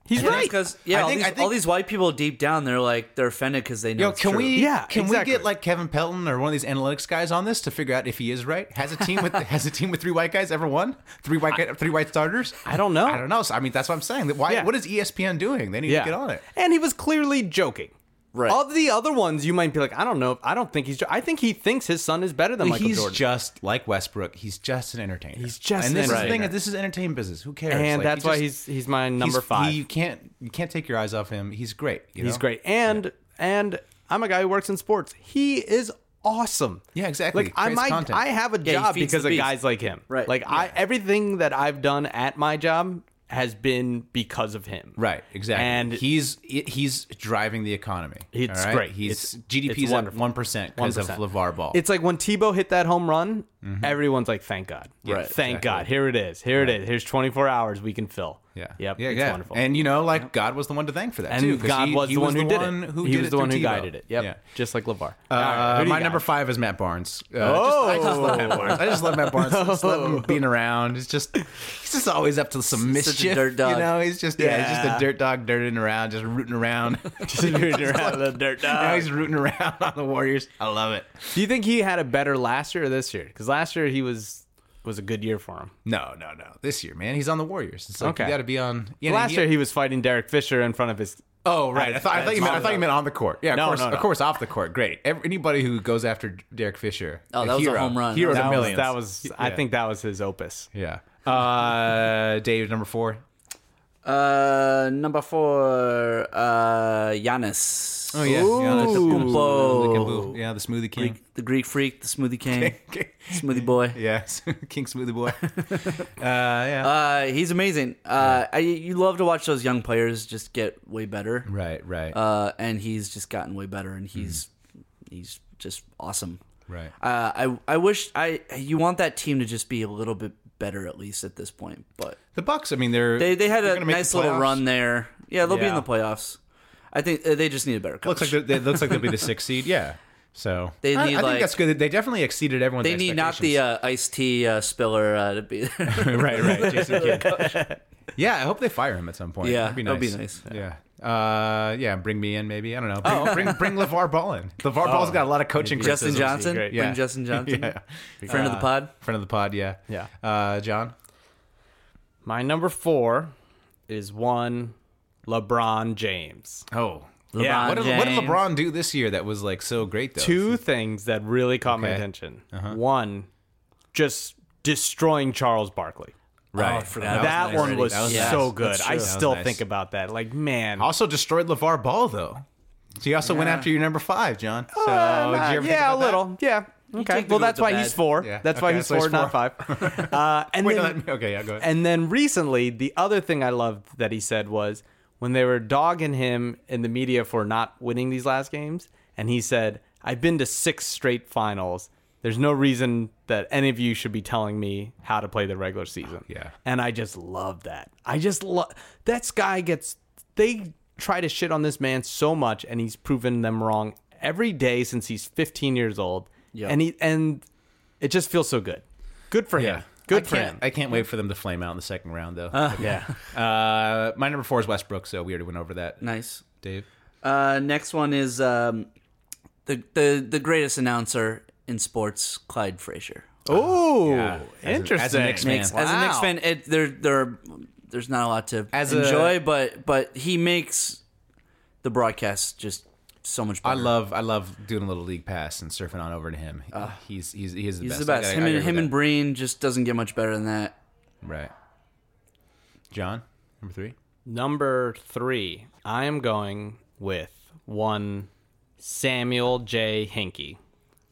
[SPEAKER 5] He's right.
[SPEAKER 6] because yeah,
[SPEAKER 4] I
[SPEAKER 6] all,
[SPEAKER 4] think-
[SPEAKER 6] these,
[SPEAKER 4] I think-
[SPEAKER 6] all these white people deep down, they're like they're offended because they know.
[SPEAKER 4] Yo,
[SPEAKER 6] it's
[SPEAKER 4] can
[SPEAKER 6] true.
[SPEAKER 4] we?
[SPEAKER 5] Yeah,
[SPEAKER 4] can
[SPEAKER 5] exactly.
[SPEAKER 4] we get like Kevin Pelton or one of these analytics guys on this to figure out if he is right? Has a team with has a team with three white guys ever won? Three white guy, three white starters?
[SPEAKER 5] I don't know.
[SPEAKER 4] I don't know. So, I mean, that's what I'm saying. That Why?
[SPEAKER 5] Yeah.
[SPEAKER 4] What is E ESPN doing? They need to get on it.
[SPEAKER 5] And he was clearly joking.
[SPEAKER 6] Right.
[SPEAKER 5] All the other ones, you might be like, I don't know. I don't think he's. Jo- I think he thinks his son is better than Michael
[SPEAKER 4] he's
[SPEAKER 5] Jordan.
[SPEAKER 4] just like Westbrook. He's just an entertainer.
[SPEAKER 5] He's just
[SPEAKER 4] and
[SPEAKER 5] an
[SPEAKER 4] this is the thing.
[SPEAKER 5] entertainer.
[SPEAKER 4] This is entertainment business. Who cares?
[SPEAKER 5] and
[SPEAKER 4] Like,
[SPEAKER 5] that's
[SPEAKER 4] he
[SPEAKER 5] why
[SPEAKER 4] just-
[SPEAKER 5] he's he's my number
[SPEAKER 4] he's-
[SPEAKER 5] five.
[SPEAKER 4] He, you can't you can't take your eyes off him. He's great. you
[SPEAKER 5] he's
[SPEAKER 4] know?
[SPEAKER 5] great. And and I'm a guy who works in sports. He is awesome.
[SPEAKER 4] Yeah, exactly.
[SPEAKER 5] Like I
[SPEAKER 4] Creates
[SPEAKER 5] might
[SPEAKER 4] content.
[SPEAKER 5] I have a
[SPEAKER 6] he
[SPEAKER 5] job
[SPEAKER 6] feeds
[SPEAKER 5] because
[SPEAKER 6] the
[SPEAKER 5] of
[SPEAKER 6] beast.
[SPEAKER 5] guys like him.
[SPEAKER 6] Right.
[SPEAKER 5] Like I everything that I've done at my job has been because of him.
[SPEAKER 4] Right, exactly.
[SPEAKER 5] And-
[SPEAKER 4] And he's he's driving the economy.
[SPEAKER 5] It's
[SPEAKER 4] all right?
[SPEAKER 5] great.
[SPEAKER 4] He's
[SPEAKER 5] It's- it's
[SPEAKER 4] GDP's at
[SPEAKER 5] wonderful.
[SPEAKER 4] one percent because of
[SPEAKER 5] 1%.
[SPEAKER 4] Levar Ball.
[SPEAKER 5] It's like when Tebow hit that home run, everyone's like, "Thank God,
[SPEAKER 4] Right,
[SPEAKER 5] Thank
[SPEAKER 4] exactly.
[SPEAKER 5] God, here it is, here it is, here's 24 hours we can fill."
[SPEAKER 4] yeah,
[SPEAKER 5] yep,
[SPEAKER 4] yeah,
[SPEAKER 5] it's
[SPEAKER 4] yeah.
[SPEAKER 5] wonderful.
[SPEAKER 4] And you know, like God was the one to thank for that
[SPEAKER 5] And
[SPEAKER 4] too. 'cause
[SPEAKER 5] God
[SPEAKER 4] he-
[SPEAKER 5] was
[SPEAKER 4] he
[SPEAKER 5] the one who did
[SPEAKER 4] one
[SPEAKER 5] it.
[SPEAKER 4] Who
[SPEAKER 5] he
[SPEAKER 4] did
[SPEAKER 5] was the one who
[SPEAKER 4] through Tebow.
[SPEAKER 5] guided it. Yep,
[SPEAKER 4] Yeah.
[SPEAKER 5] just like Levar.
[SPEAKER 4] Uh, my number five is Matt Barnes. Uh, oh, I just love Matt Barnes. I just love Matt Barnes. I just love him being around. He's just he's just always up to some
[SPEAKER 6] a
[SPEAKER 4] mischief.
[SPEAKER 6] dirt dog.
[SPEAKER 4] You know, he's just yeah, he's just
[SPEAKER 5] Yeah.
[SPEAKER 4] a dirt dog, dirting around, just rooting around. just
[SPEAKER 5] Rooting around the dirt
[SPEAKER 4] You know,
[SPEAKER 5] dog.
[SPEAKER 4] he's rooting around on the Warriors. I love it.
[SPEAKER 5] Do you think he had a better last year or this year? Because last year he was was a good year for him.
[SPEAKER 4] No, no, no. This year, man, he's on the Warriors. It's like
[SPEAKER 5] Okay.
[SPEAKER 4] you got to be on. You know,
[SPEAKER 5] last
[SPEAKER 4] you-
[SPEAKER 5] year he was fighting Derek Fisher in front of his.
[SPEAKER 4] Oh right, I thought, I thought you meant I thought you meant on the court. Yeah, of
[SPEAKER 5] No,
[SPEAKER 4] course,
[SPEAKER 5] no, no.
[SPEAKER 4] of course, off the court. Great. Every, anybody who goes after Derek Fisher,
[SPEAKER 6] Oh, that was a
[SPEAKER 4] hero,
[SPEAKER 6] home run.
[SPEAKER 4] hero
[SPEAKER 6] That
[SPEAKER 4] to
[SPEAKER 5] That was,
[SPEAKER 4] millions.
[SPEAKER 5] that was I
[SPEAKER 4] Yeah.
[SPEAKER 5] think that was his opus.
[SPEAKER 4] yeah. Uh, Dave, number four.
[SPEAKER 6] Uh, number four, uh, Giannis.
[SPEAKER 4] Oh yeah, yeah, that's-
[SPEAKER 6] Antetokounmpo.
[SPEAKER 4] yeah, the smoothie king.
[SPEAKER 6] The Greek freak, the smoothie king, smoothie boy.
[SPEAKER 4] yeah, King Smoothie Boy. Uh, yeah.
[SPEAKER 6] Uh, he's amazing. Uh, I, you love to watch those young players just get way better.
[SPEAKER 4] right, right,
[SPEAKER 6] Uh, and he's just gotten way better, and he's he's just awesome.
[SPEAKER 4] Mm-hmm. right.
[SPEAKER 6] Uh, I I wish I you want that team to just be a little bit better at least at this point, but
[SPEAKER 4] The Bucks. I mean, they're
[SPEAKER 6] they they had
[SPEAKER 4] they're
[SPEAKER 6] a
[SPEAKER 4] gonna make the
[SPEAKER 6] nice little
[SPEAKER 4] playoffs.
[SPEAKER 6] run there. Yeah, they'll be in
[SPEAKER 4] Yeah.
[SPEAKER 6] the playoffs. I think uh, they just need a better coach.
[SPEAKER 4] Looks like they're- they looks like they'll be the sixth seed. Yeah. So
[SPEAKER 6] They
[SPEAKER 4] I- I,
[SPEAKER 6] need,
[SPEAKER 4] think
[SPEAKER 6] like-
[SPEAKER 4] that's good. They definitely exceeded everyone's.
[SPEAKER 6] They need not the
[SPEAKER 4] expectations.
[SPEAKER 6] uh, iced tea uh, spiller uh, to be there.
[SPEAKER 4] right, right. Jason Kidd. yeah, I hope they fire him at some point.
[SPEAKER 6] Yeah,
[SPEAKER 4] that'd be nice.
[SPEAKER 6] that'd be nice. Oh,
[SPEAKER 4] Yeah. Uh, yeah, bring me in, maybe. I don't know. Bring, bring, bring LeVar Ball in. LeVar Ball's got a lot of coaching
[SPEAKER 6] Justin
[SPEAKER 4] criticisms.
[SPEAKER 6] Johnson.
[SPEAKER 5] great.
[SPEAKER 6] Bring
[SPEAKER 4] Yeah.
[SPEAKER 6] Justin Johnson.
[SPEAKER 4] Yeah.
[SPEAKER 6] Friend of the pod.
[SPEAKER 4] Friend of the pod, yeah.
[SPEAKER 5] Yeah.
[SPEAKER 4] Uh, John?
[SPEAKER 5] My number four is one LeBron James.
[SPEAKER 4] Oh.
[SPEAKER 5] Yeah.
[SPEAKER 4] What did, what did
[SPEAKER 6] James.
[SPEAKER 4] LeBron do this year that was like so great though?
[SPEAKER 5] Two things that really caught my
[SPEAKER 4] Okay.
[SPEAKER 5] attention. One, just destroying Charles Barkley.
[SPEAKER 4] right.
[SPEAKER 6] forgot
[SPEAKER 4] was
[SPEAKER 5] that
[SPEAKER 4] nice.
[SPEAKER 5] one was,
[SPEAKER 4] That
[SPEAKER 6] nice.
[SPEAKER 5] so
[SPEAKER 6] Yeah,
[SPEAKER 5] good.
[SPEAKER 6] that's
[SPEAKER 5] I
[SPEAKER 6] true. That was
[SPEAKER 5] still
[SPEAKER 4] nice.
[SPEAKER 5] think about that. Like, man.
[SPEAKER 4] Also destroyed LeVar Ball though. He also went after your number five, John.
[SPEAKER 6] Oh,
[SPEAKER 4] So did you ever think
[SPEAKER 5] Uh, yeah, a
[SPEAKER 4] about that?
[SPEAKER 5] little. Yeah. Okay.
[SPEAKER 6] take the
[SPEAKER 5] Well,
[SPEAKER 6] good
[SPEAKER 5] that's
[SPEAKER 6] with
[SPEAKER 5] why
[SPEAKER 6] the
[SPEAKER 5] he's
[SPEAKER 6] bad.
[SPEAKER 5] four.
[SPEAKER 4] Yeah.
[SPEAKER 5] That's why
[SPEAKER 4] Okay,
[SPEAKER 5] he's
[SPEAKER 4] that's why
[SPEAKER 5] four,
[SPEAKER 4] he's
[SPEAKER 5] not
[SPEAKER 4] four.
[SPEAKER 5] five. uh, and
[SPEAKER 4] Wait, no,
[SPEAKER 5] then,
[SPEAKER 4] let me- okay, yeah, go ahead.
[SPEAKER 5] And then recently, the other thing I loved that he said was when they were dogging him in the media for not winning these last games, and he said, "I've been to six straight finals. There's no reason that any of you should be telling me how to play the regular season."
[SPEAKER 4] Yeah.
[SPEAKER 5] and I just love that. I just love that guy gets. They try to shit on this man so much, and he's proven them wrong every day since he's 15 years old.
[SPEAKER 6] Yeah.
[SPEAKER 5] and he and it just feels so good. Good for him. Good
[SPEAKER 4] I
[SPEAKER 5] for
[SPEAKER 4] can't-
[SPEAKER 5] him.
[SPEAKER 4] I can't wait for them to flame out in the second round, though.
[SPEAKER 5] yeah.
[SPEAKER 4] Uh, my number four is Westbrook, so we already went over that.
[SPEAKER 6] Nice.
[SPEAKER 4] Dave.
[SPEAKER 6] Uh, next one is um, the the the greatest announcer in sports, Clyde Frazier.
[SPEAKER 5] Oh,
[SPEAKER 4] Yeah. Uh, As a-
[SPEAKER 5] interesting.
[SPEAKER 4] as a Knicks fan.
[SPEAKER 6] Makes, As a Knicks
[SPEAKER 5] Wow.
[SPEAKER 6] fan, it, there there there's not a lot to
[SPEAKER 4] As a-
[SPEAKER 6] enjoy, but but he makes the broadcast just so much
[SPEAKER 4] I
[SPEAKER 6] better.
[SPEAKER 4] love I love doing a little league pass and surfing on over to him. he's he's he is the
[SPEAKER 6] He's
[SPEAKER 4] best.
[SPEAKER 6] the best.
[SPEAKER 4] I gotta-
[SPEAKER 6] him
[SPEAKER 4] I
[SPEAKER 6] and
[SPEAKER 4] agree
[SPEAKER 6] him
[SPEAKER 4] with
[SPEAKER 6] and Breen just doesn't get much better than that.
[SPEAKER 4] that. right. John number three.
[SPEAKER 5] Number three, I am going with one Samuel J. Hinkie.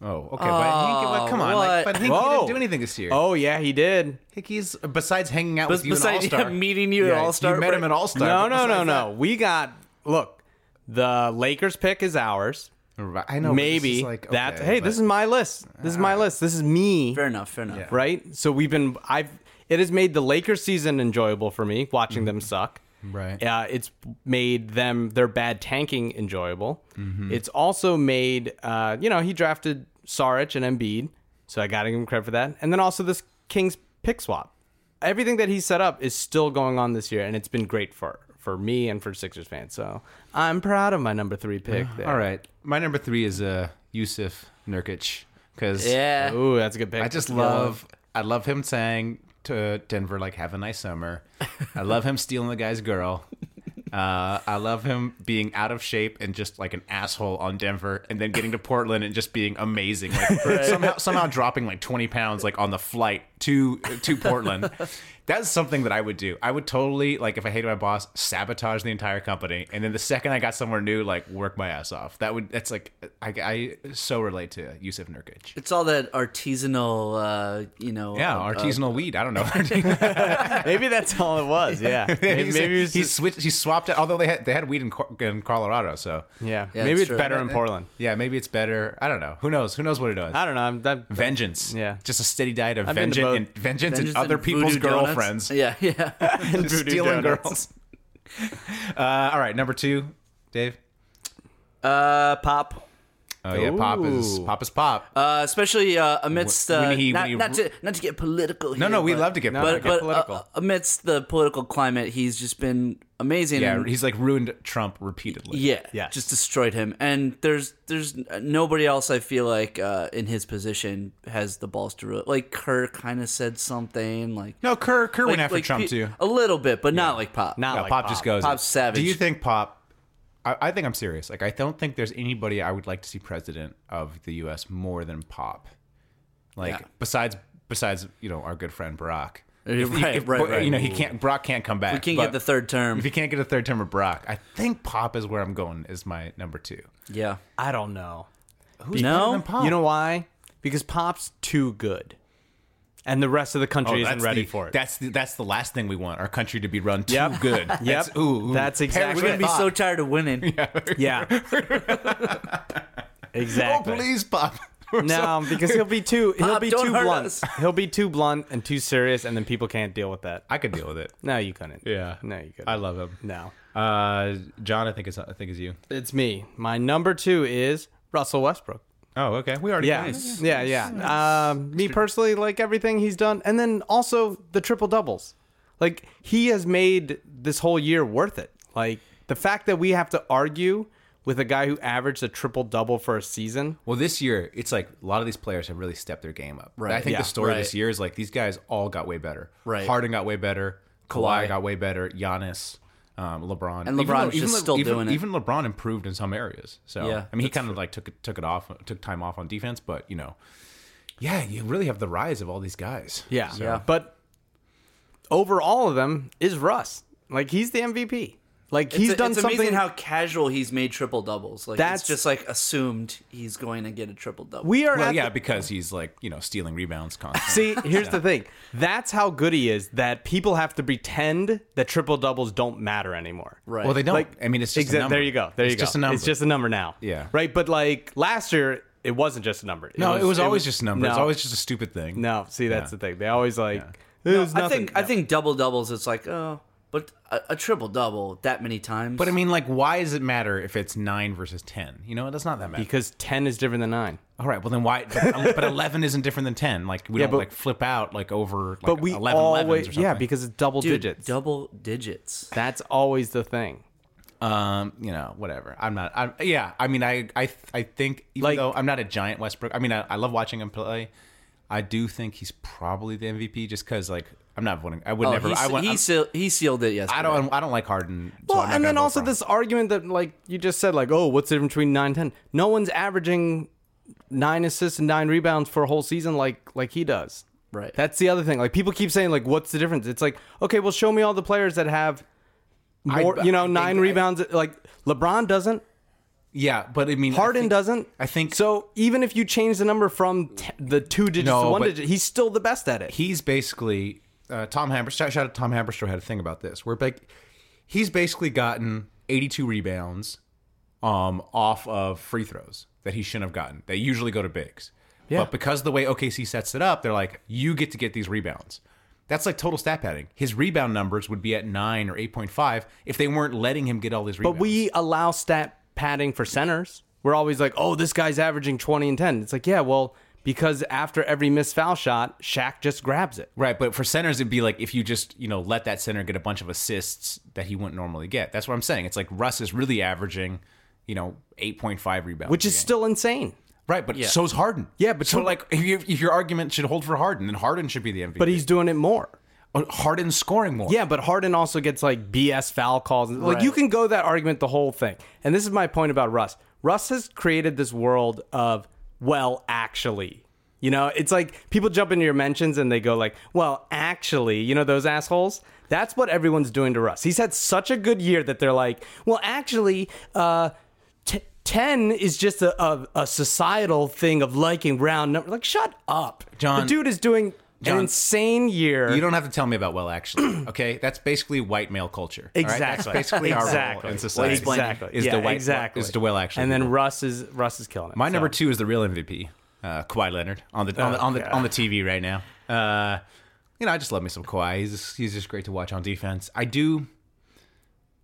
[SPEAKER 4] Oh, okay. but Hinkie, well, come on, like,
[SPEAKER 6] what?
[SPEAKER 4] but Hinkie
[SPEAKER 5] Whoa.
[SPEAKER 4] didn't do anything this year.
[SPEAKER 5] Oh yeah, he did.
[SPEAKER 4] Hickey's besides hanging out with you
[SPEAKER 6] besides
[SPEAKER 4] an All Star,
[SPEAKER 6] him meeting you at All-Star
[SPEAKER 4] You met him at
[SPEAKER 6] break.
[SPEAKER 4] All Star.
[SPEAKER 5] No, no, no, no. We got look. The Lakers pick is ours.
[SPEAKER 4] I know. Oh, but this
[SPEAKER 5] Maybe
[SPEAKER 4] is like,
[SPEAKER 5] that's
[SPEAKER 4] okay,
[SPEAKER 5] hey.
[SPEAKER 4] but-
[SPEAKER 5] This is my list. This is my list. This is me.
[SPEAKER 6] Fair enough. Fair enough.
[SPEAKER 5] Right. So we've been. I've. It has made the Lakers season enjoyable for me. Watching them suck.
[SPEAKER 4] Mm-hmm. right.
[SPEAKER 5] Uh, it's made them their bad tanking enjoyable.
[SPEAKER 4] Mm-hmm.
[SPEAKER 5] It's also made uh, you know he drafted Saric and Embiid, so I got to give him credit for that. And then also this Kings pick swap. Everything that he set up is still going on this year, and it's been great for for me and for Sixers fans. So I'm proud of my number three pick. There.
[SPEAKER 4] All right. My number three is uh, Yusuf Nurkic because
[SPEAKER 6] Yeah.
[SPEAKER 5] Ooh, that's a good pick.
[SPEAKER 4] I just love I love him saying to Denver like have a nice summer. I love him stealing the guy's girl. Uh, I love him being out of shape and just like an asshole on Denver, and then getting to Portland and just being amazing. Like, Somehow, somehow dropping like twenty pounds like on the flight to to Portland. That's something that I would do. I would totally like if I hated my boss, sabotage the entire company, and then the second I got somewhere new, like work my ass off. That would that's like I, I so relate to Yusuf Nurkic.
[SPEAKER 6] It's all that artisanal, uh, you know.
[SPEAKER 4] Yeah,
[SPEAKER 6] uh,
[SPEAKER 4] artisanal weed. I don't know.
[SPEAKER 5] Maybe that's all it was. Yeah. Maybe,
[SPEAKER 4] he's,
[SPEAKER 5] maybe it was
[SPEAKER 4] he
[SPEAKER 5] just-
[SPEAKER 4] switched. He swapped it. Although they had they had weed in, Cor- in Colorado, so
[SPEAKER 5] yeah.
[SPEAKER 6] Yeah,
[SPEAKER 5] Maybe
[SPEAKER 6] it's
[SPEAKER 5] it's
[SPEAKER 6] true.
[SPEAKER 5] better in Portland.
[SPEAKER 4] yeah, maybe it's better. I don't know. Who knows? Who knows what it is?
[SPEAKER 5] I don't know. I'm that
[SPEAKER 4] Vengeance.
[SPEAKER 5] Yeah.
[SPEAKER 4] just a steady diet of
[SPEAKER 5] I've been to
[SPEAKER 4] vengeance
[SPEAKER 5] both.
[SPEAKER 4] and vengeance
[SPEAKER 6] vengeance
[SPEAKER 4] and other
[SPEAKER 6] and
[SPEAKER 4] people's
[SPEAKER 6] voodoo donuts.
[SPEAKER 4] girlfriends.
[SPEAKER 6] Yeah, yeah.
[SPEAKER 4] Just
[SPEAKER 5] voodoo
[SPEAKER 4] stealing
[SPEAKER 5] donuts.
[SPEAKER 4] girls. Uh, all right, number two, Dave.
[SPEAKER 6] uh, pop.
[SPEAKER 4] Oh yeah, pop is
[SPEAKER 5] Ooh.
[SPEAKER 4] pop is pop.
[SPEAKER 6] Uh, especially uh, amidst uh,
[SPEAKER 4] When he- when
[SPEAKER 6] not,
[SPEAKER 4] he-
[SPEAKER 6] not to not to get political. Here,
[SPEAKER 4] no, no, we
[SPEAKER 6] but-
[SPEAKER 4] love to get.
[SPEAKER 5] No,
[SPEAKER 4] pop.
[SPEAKER 6] But,
[SPEAKER 5] get
[SPEAKER 6] but
[SPEAKER 5] political.
[SPEAKER 6] uh, amidst the political climate, he's just been amazing.
[SPEAKER 4] yeah,
[SPEAKER 6] and-
[SPEAKER 4] he's like ruined Trump repeatedly.
[SPEAKER 6] yeah,
[SPEAKER 5] Yes.
[SPEAKER 6] just destroyed him. And there's there's nobody else I feel like uh, in his position has the balls to really like. Kerr kind of said something like
[SPEAKER 4] No, Kerr Kerr
[SPEAKER 6] like,
[SPEAKER 4] went after
[SPEAKER 6] like
[SPEAKER 4] Trump
[SPEAKER 6] Pe-
[SPEAKER 4] too.
[SPEAKER 6] a little bit, but not like Pop.
[SPEAKER 5] Not
[SPEAKER 4] Yeah,
[SPEAKER 5] like
[SPEAKER 4] Pop, just goes.
[SPEAKER 6] Pop's
[SPEAKER 4] it.
[SPEAKER 6] savage.
[SPEAKER 4] Do you think Pop? I, I think I'm serious. Like I don't think there's anybody I would like to see president of the U.S. more than Pop. Like
[SPEAKER 6] Yeah. Uh,
[SPEAKER 4] besides besides you know our good friend Barack. If, he-
[SPEAKER 6] Right,
[SPEAKER 4] if-
[SPEAKER 6] right, right.
[SPEAKER 4] You know, he can't. Brock can't come back.
[SPEAKER 6] We can't
[SPEAKER 4] but
[SPEAKER 6] get the third term.
[SPEAKER 4] If he can't get a third term of Brock, I think Pop is where I'm going. Is my number two.
[SPEAKER 6] yeah.
[SPEAKER 5] I don't know.
[SPEAKER 4] Who's
[SPEAKER 6] No?
[SPEAKER 4] better than Pop?
[SPEAKER 5] You know why? Because pop's too good, and the rest of
[SPEAKER 4] Oh,
[SPEAKER 5] the country isn't
[SPEAKER 4] that's
[SPEAKER 5] ready
[SPEAKER 4] the,
[SPEAKER 5] for it.
[SPEAKER 4] That's the, that's the last thing we want. Our country to be run too
[SPEAKER 5] Yep.
[SPEAKER 4] good. Yep. That's, ooh, ooh.
[SPEAKER 5] That's exactly-
[SPEAKER 6] We're going to be so tired of winning.
[SPEAKER 5] yeah,
[SPEAKER 4] Oh,
[SPEAKER 5] exactly.
[SPEAKER 4] please, Pop. We're
[SPEAKER 5] No,
[SPEAKER 4] so-
[SPEAKER 5] because he'll be too he'll
[SPEAKER 6] Pop,
[SPEAKER 5] be
[SPEAKER 6] don't
[SPEAKER 5] too
[SPEAKER 6] hurt
[SPEAKER 5] blunt.
[SPEAKER 6] us.
[SPEAKER 5] He'll be too blunt and too serious, and then people can't deal with that.
[SPEAKER 4] I could deal with it.
[SPEAKER 5] No, you couldn't.
[SPEAKER 4] Yeah.
[SPEAKER 5] no, you couldn't.
[SPEAKER 4] I love him.
[SPEAKER 5] No,
[SPEAKER 4] Uh, John, I think is I think is you.
[SPEAKER 5] it's me. My number two is Russell Westbrook.
[SPEAKER 4] Oh, okay. We already.
[SPEAKER 5] Yeah,
[SPEAKER 4] got it.
[SPEAKER 5] yeah, yeah. Um, me personally, like everything he's done, and then also the triple doubles. Like he has made this whole year worth it. Like the fact that we have to argue with a guy who averaged a triple double for a season.
[SPEAKER 4] Well, this year it's like a lot of these players have really stepped their game up. Right. I think
[SPEAKER 5] Yeah.
[SPEAKER 4] the story
[SPEAKER 6] Right.
[SPEAKER 4] this year is like these guys all got way better.
[SPEAKER 6] Right.
[SPEAKER 4] Harden got way better. Kawhi
[SPEAKER 6] Kawhi.
[SPEAKER 4] got way better. Giannis, um, LeBron,
[SPEAKER 6] And
[SPEAKER 4] Even
[SPEAKER 6] LeBron's just still
[SPEAKER 4] even-
[SPEAKER 6] doing it.
[SPEAKER 4] Even LeBron improved in some areas. So
[SPEAKER 6] Yeah,
[SPEAKER 4] I mean, he
[SPEAKER 6] that's
[SPEAKER 4] kind of like took it- took it off, took time off on defense, but you know, yeah, you really have the rise of all these guys.
[SPEAKER 5] Yeah,
[SPEAKER 4] So-
[SPEAKER 6] Yeah.
[SPEAKER 5] But over all of them is Russ. Like he's the MVP. Like he's
[SPEAKER 6] it's,
[SPEAKER 5] done
[SPEAKER 6] it's
[SPEAKER 5] something.
[SPEAKER 6] amazing how casual he's made triple doubles. Like
[SPEAKER 5] That's-
[SPEAKER 6] it's just like assumed he's going to get a triple double.
[SPEAKER 5] we are.
[SPEAKER 4] Well,
[SPEAKER 5] at
[SPEAKER 4] yeah,
[SPEAKER 5] the-
[SPEAKER 4] because he's like you know stealing rebounds constantly.
[SPEAKER 5] See, here's the thing. That's how good he is. That people have to pretend that triple doubles don't matter anymore.
[SPEAKER 6] right.
[SPEAKER 4] Well, they don't.
[SPEAKER 5] Like,
[SPEAKER 4] I mean, it's just a
[SPEAKER 5] Exact-
[SPEAKER 4] number.
[SPEAKER 5] There you go. There
[SPEAKER 4] it's
[SPEAKER 5] you go.
[SPEAKER 4] just a number.
[SPEAKER 5] It's just a number now.
[SPEAKER 4] Yeah.
[SPEAKER 5] Right. But like last year, it wasn't just a number.
[SPEAKER 4] no. It was, always just a number.
[SPEAKER 5] No,
[SPEAKER 4] It's always just a stupid thing.
[SPEAKER 5] no. See, that's
[SPEAKER 4] Yeah.
[SPEAKER 5] the thing. They always like.
[SPEAKER 6] No,
[SPEAKER 5] "There's
[SPEAKER 6] I
[SPEAKER 5] nothing."
[SPEAKER 6] think I think double doubles. It's like oh, but a, a triple double that many times.
[SPEAKER 4] But I mean, like, why does it matter if it's nine versus ten? You know, that's not that matter.
[SPEAKER 5] because ten is different than nine.
[SPEAKER 4] All right, well then why? But, but eleven isn't different than ten. Like we
[SPEAKER 5] Yeah,
[SPEAKER 4] don't
[SPEAKER 5] but-
[SPEAKER 4] like flip out like over. Like,
[SPEAKER 5] But we
[SPEAKER 4] 11 11s or
[SPEAKER 5] always
[SPEAKER 4] something.
[SPEAKER 5] yeah because it's double
[SPEAKER 6] dude,
[SPEAKER 5] digits.
[SPEAKER 6] double digits.
[SPEAKER 5] that's always the thing.
[SPEAKER 4] um, you know, whatever. I'm not. I'm yeah. I mean, I I I think even
[SPEAKER 5] Like-
[SPEAKER 4] though I'm not a giant Westbrook, I mean, I, I love watching him play. I do think he's probably the MVP just because like I'm not voting. I would
[SPEAKER 6] Oh,
[SPEAKER 4] never.
[SPEAKER 6] he,
[SPEAKER 4] I would.
[SPEAKER 6] he,
[SPEAKER 4] I'm-
[SPEAKER 6] seal, he sealed it yesterday.
[SPEAKER 4] I don't. I don't like Harden. so
[SPEAKER 5] Well,
[SPEAKER 4] I'm not
[SPEAKER 5] and
[SPEAKER 4] gonna
[SPEAKER 5] then
[SPEAKER 4] vote
[SPEAKER 5] also
[SPEAKER 4] for him.
[SPEAKER 5] this argument that like you just said, like, oh, what's the difference between nine and ten? No one's averaging nine assists and nine rebounds for a whole season like like he does.
[SPEAKER 6] Right.
[SPEAKER 5] That's the other thing. Like people keep saying, like, what's the difference? It's like, okay, well, show me all the players that have more,
[SPEAKER 4] I
[SPEAKER 5] you know,
[SPEAKER 4] think
[SPEAKER 5] nine
[SPEAKER 4] I-
[SPEAKER 5] rebounds. like LeBron doesn't,
[SPEAKER 4] Yeah, but I mean, I
[SPEAKER 5] Harden
[SPEAKER 4] think-
[SPEAKER 5] doesn't.
[SPEAKER 4] I think-
[SPEAKER 5] so. Even if you change the number from t- the two digits
[SPEAKER 4] No,
[SPEAKER 5] to one
[SPEAKER 4] but-
[SPEAKER 5] digit, he's still the best at it.
[SPEAKER 4] he's basically uh, Tom Haberstroh. Shout out to Tom Haberstroh had a thing about this. Where like he's basically gotten 82 rebounds um, off of free throws that he shouldn't have gotten. They usually go to bigs. But because of the way OKC sets it up, they're like, you get to get these rebounds. That's like total stat padding. His rebound numbers would be at nine or eight point five if they weren't letting him get all these rebounds.
[SPEAKER 5] But we allow stat padding for centers. We're always like, oh, this guy's averaging 20 and 10. It's like, yeah, well, because after every missed foul shot, Shaq just grabs it.
[SPEAKER 4] Right, but for centers, it'd be like if you just you know let that center get a bunch of assists that he wouldn't normally get. That's what I'm saying. It's like Russ is really averaging, you know, 8.5 rebounds,
[SPEAKER 5] Which
[SPEAKER 4] a
[SPEAKER 5] is
[SPEAKER 4] game.
[SPEAKER 5] still insane.
[SPEAKER 4] right, but so's Harden.
[SPEAKER 5] Yeah, but
[SPEAKER 4] so
[SPEAKER 5] two-
[SPEAKER 4] like if, you, if your argument should hold for Harden, then Harden should be the MVP.
[SPEAKER 5] But he's doing it more.
[SPEAKER 4] Oh, Harden's scoring more.
[SPEAKER 5] Yeah, but Harden also gets like BS foul calls. Like you can go that argument the whole thing. And this is my point about Russ. Russ has created this world of well, actually. You know, it's like people jump into your mentions and they go like, "Well, actually, you know those assholes." That's what everyone's doing to Russ. He's had such a good year that they're like, "Well, actually, uh t- 10 is just a, a, a societal thing of liking round numbers. Like, shut up.
[SPEAKER 4] John-
[SPEAKER 5] The dude is doing
[SPEAKER 4] John,
[SPEAKER 5] an insane year.
[SPEAKER 4] You don't have to tell me about well actually. Okay, that's basically white male culture. all right? That's
[SPEAKER 5] Exactly.
[SPEAKER 4] basically our
[SPEAKER 5] Exactly.
[SPEAKER 4] role in society.
[SPEAKER 6] Explain.
[SPEAKER 5] Exactly.
[SPEAKER 4] Is
[SPEAKER 5] yeah,
[SPEAKER 4] the white
[SPEAKER 5] exactly.
[SPEAKER 4] is the well actually?
[SPEAKER 5] And then Russ is Russ is killing it.
[SPEAKER 4] My number
[SPEAKER 5] So,
[SPEAKER 4] two is the real MVP, uh, Kawhi Leonard on the on the, on the,
[SPEAKER 5] Oh,
[SPEAKER 4] on the TV right now. Uh, you know, I just love me some Kawhi. He's just, he's just great to watch on defense. I do,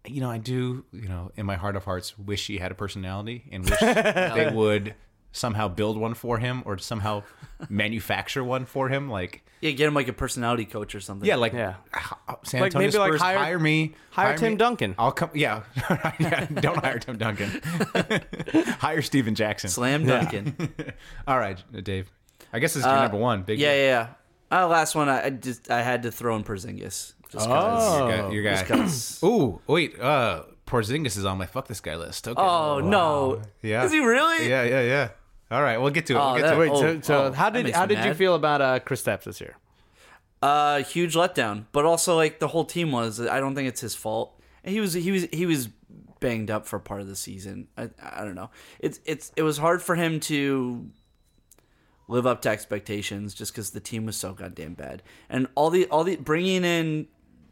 [SPEAKER 4] you know, I do, you know, in my heart of hearts, wish he had a personality and wish they would somehow build one for him or somehow manufacture one for him. Like,
[SPEAKER 6] yeah, get him like a personality coach or something.
[SPEAKER 4] yeah, like
[SPEAKER 5] Yeah.
[SPEAKER 4] uh, San
[SPEAKER 5] Like,
[SPEAKER 4] Antonio
[SPEAKER 5] maybe, like,
[SPEAKER 4] Spurs,
[SPEAKER 5] hire-
[SPEAKER 4] hire, me,
[SPEAKER 5] hire Tim
[SPEAKER 4] me.
[SPEAKER 5] Duncan.
[SPEAKER 4] I'll come. Yeah, yeah, don't hire Tim Duncan. hire Steven Jackson.
[SPEAKER 6] slam dunking.
[SPEAKER 4] All right, Dave. I guess this is your number one. Big
[SPEAKER 6] Uh, Yeah, yeah, yeah. Uh, last one, I I just I had to throw in Porzingis. Just
[SPEAKER 4] Your
[SPEAKER 6] oh,
[SPEAKER 4] guy. Your guy.
[SPEAKER 6] cause.
[SPEAKER 4] Ooh, wait. Uh, Porzingis is on my fuck this guy list. Okay.
[SPEAKER 6] oh no,
[SPEAKER 4] yeah.
[SPEAKER 6] is he really?
[SPEAKER 4] Yeah, yeah, yeah. All right, we'll get to it. We'll
[SPEAKER 6] Oh,
[SPEAKER 4] get
[SPEAKER 6] that-
[SPEAKER 4] to it.
[SPEAKER 5] Wait, so,
[SPEAKER 6] Oh,
[SPEAKER 5] so
[SPEAKER 6] oh,
[SPEAKER 5] how
[SPEAKER 6] that
[SPEAKER 5] did
[SPEAKER 6] makes
[SPEAKER 5] how
[SPEAKER 6] me
[SPEAKER 5] did you
[SPEAKER 6] mad.
[SPEAKER 5] feel about uh Kristaps this year?
[SPEAKER 6] Uh, huge letdown. But also, like the whole team was. I don't think it's his fault. And he was he was he was banged up for part of the season. I I don't know. It's it's it was hard for him to live up to expectations just because the team was so goddamn bad. And all the all the bringing in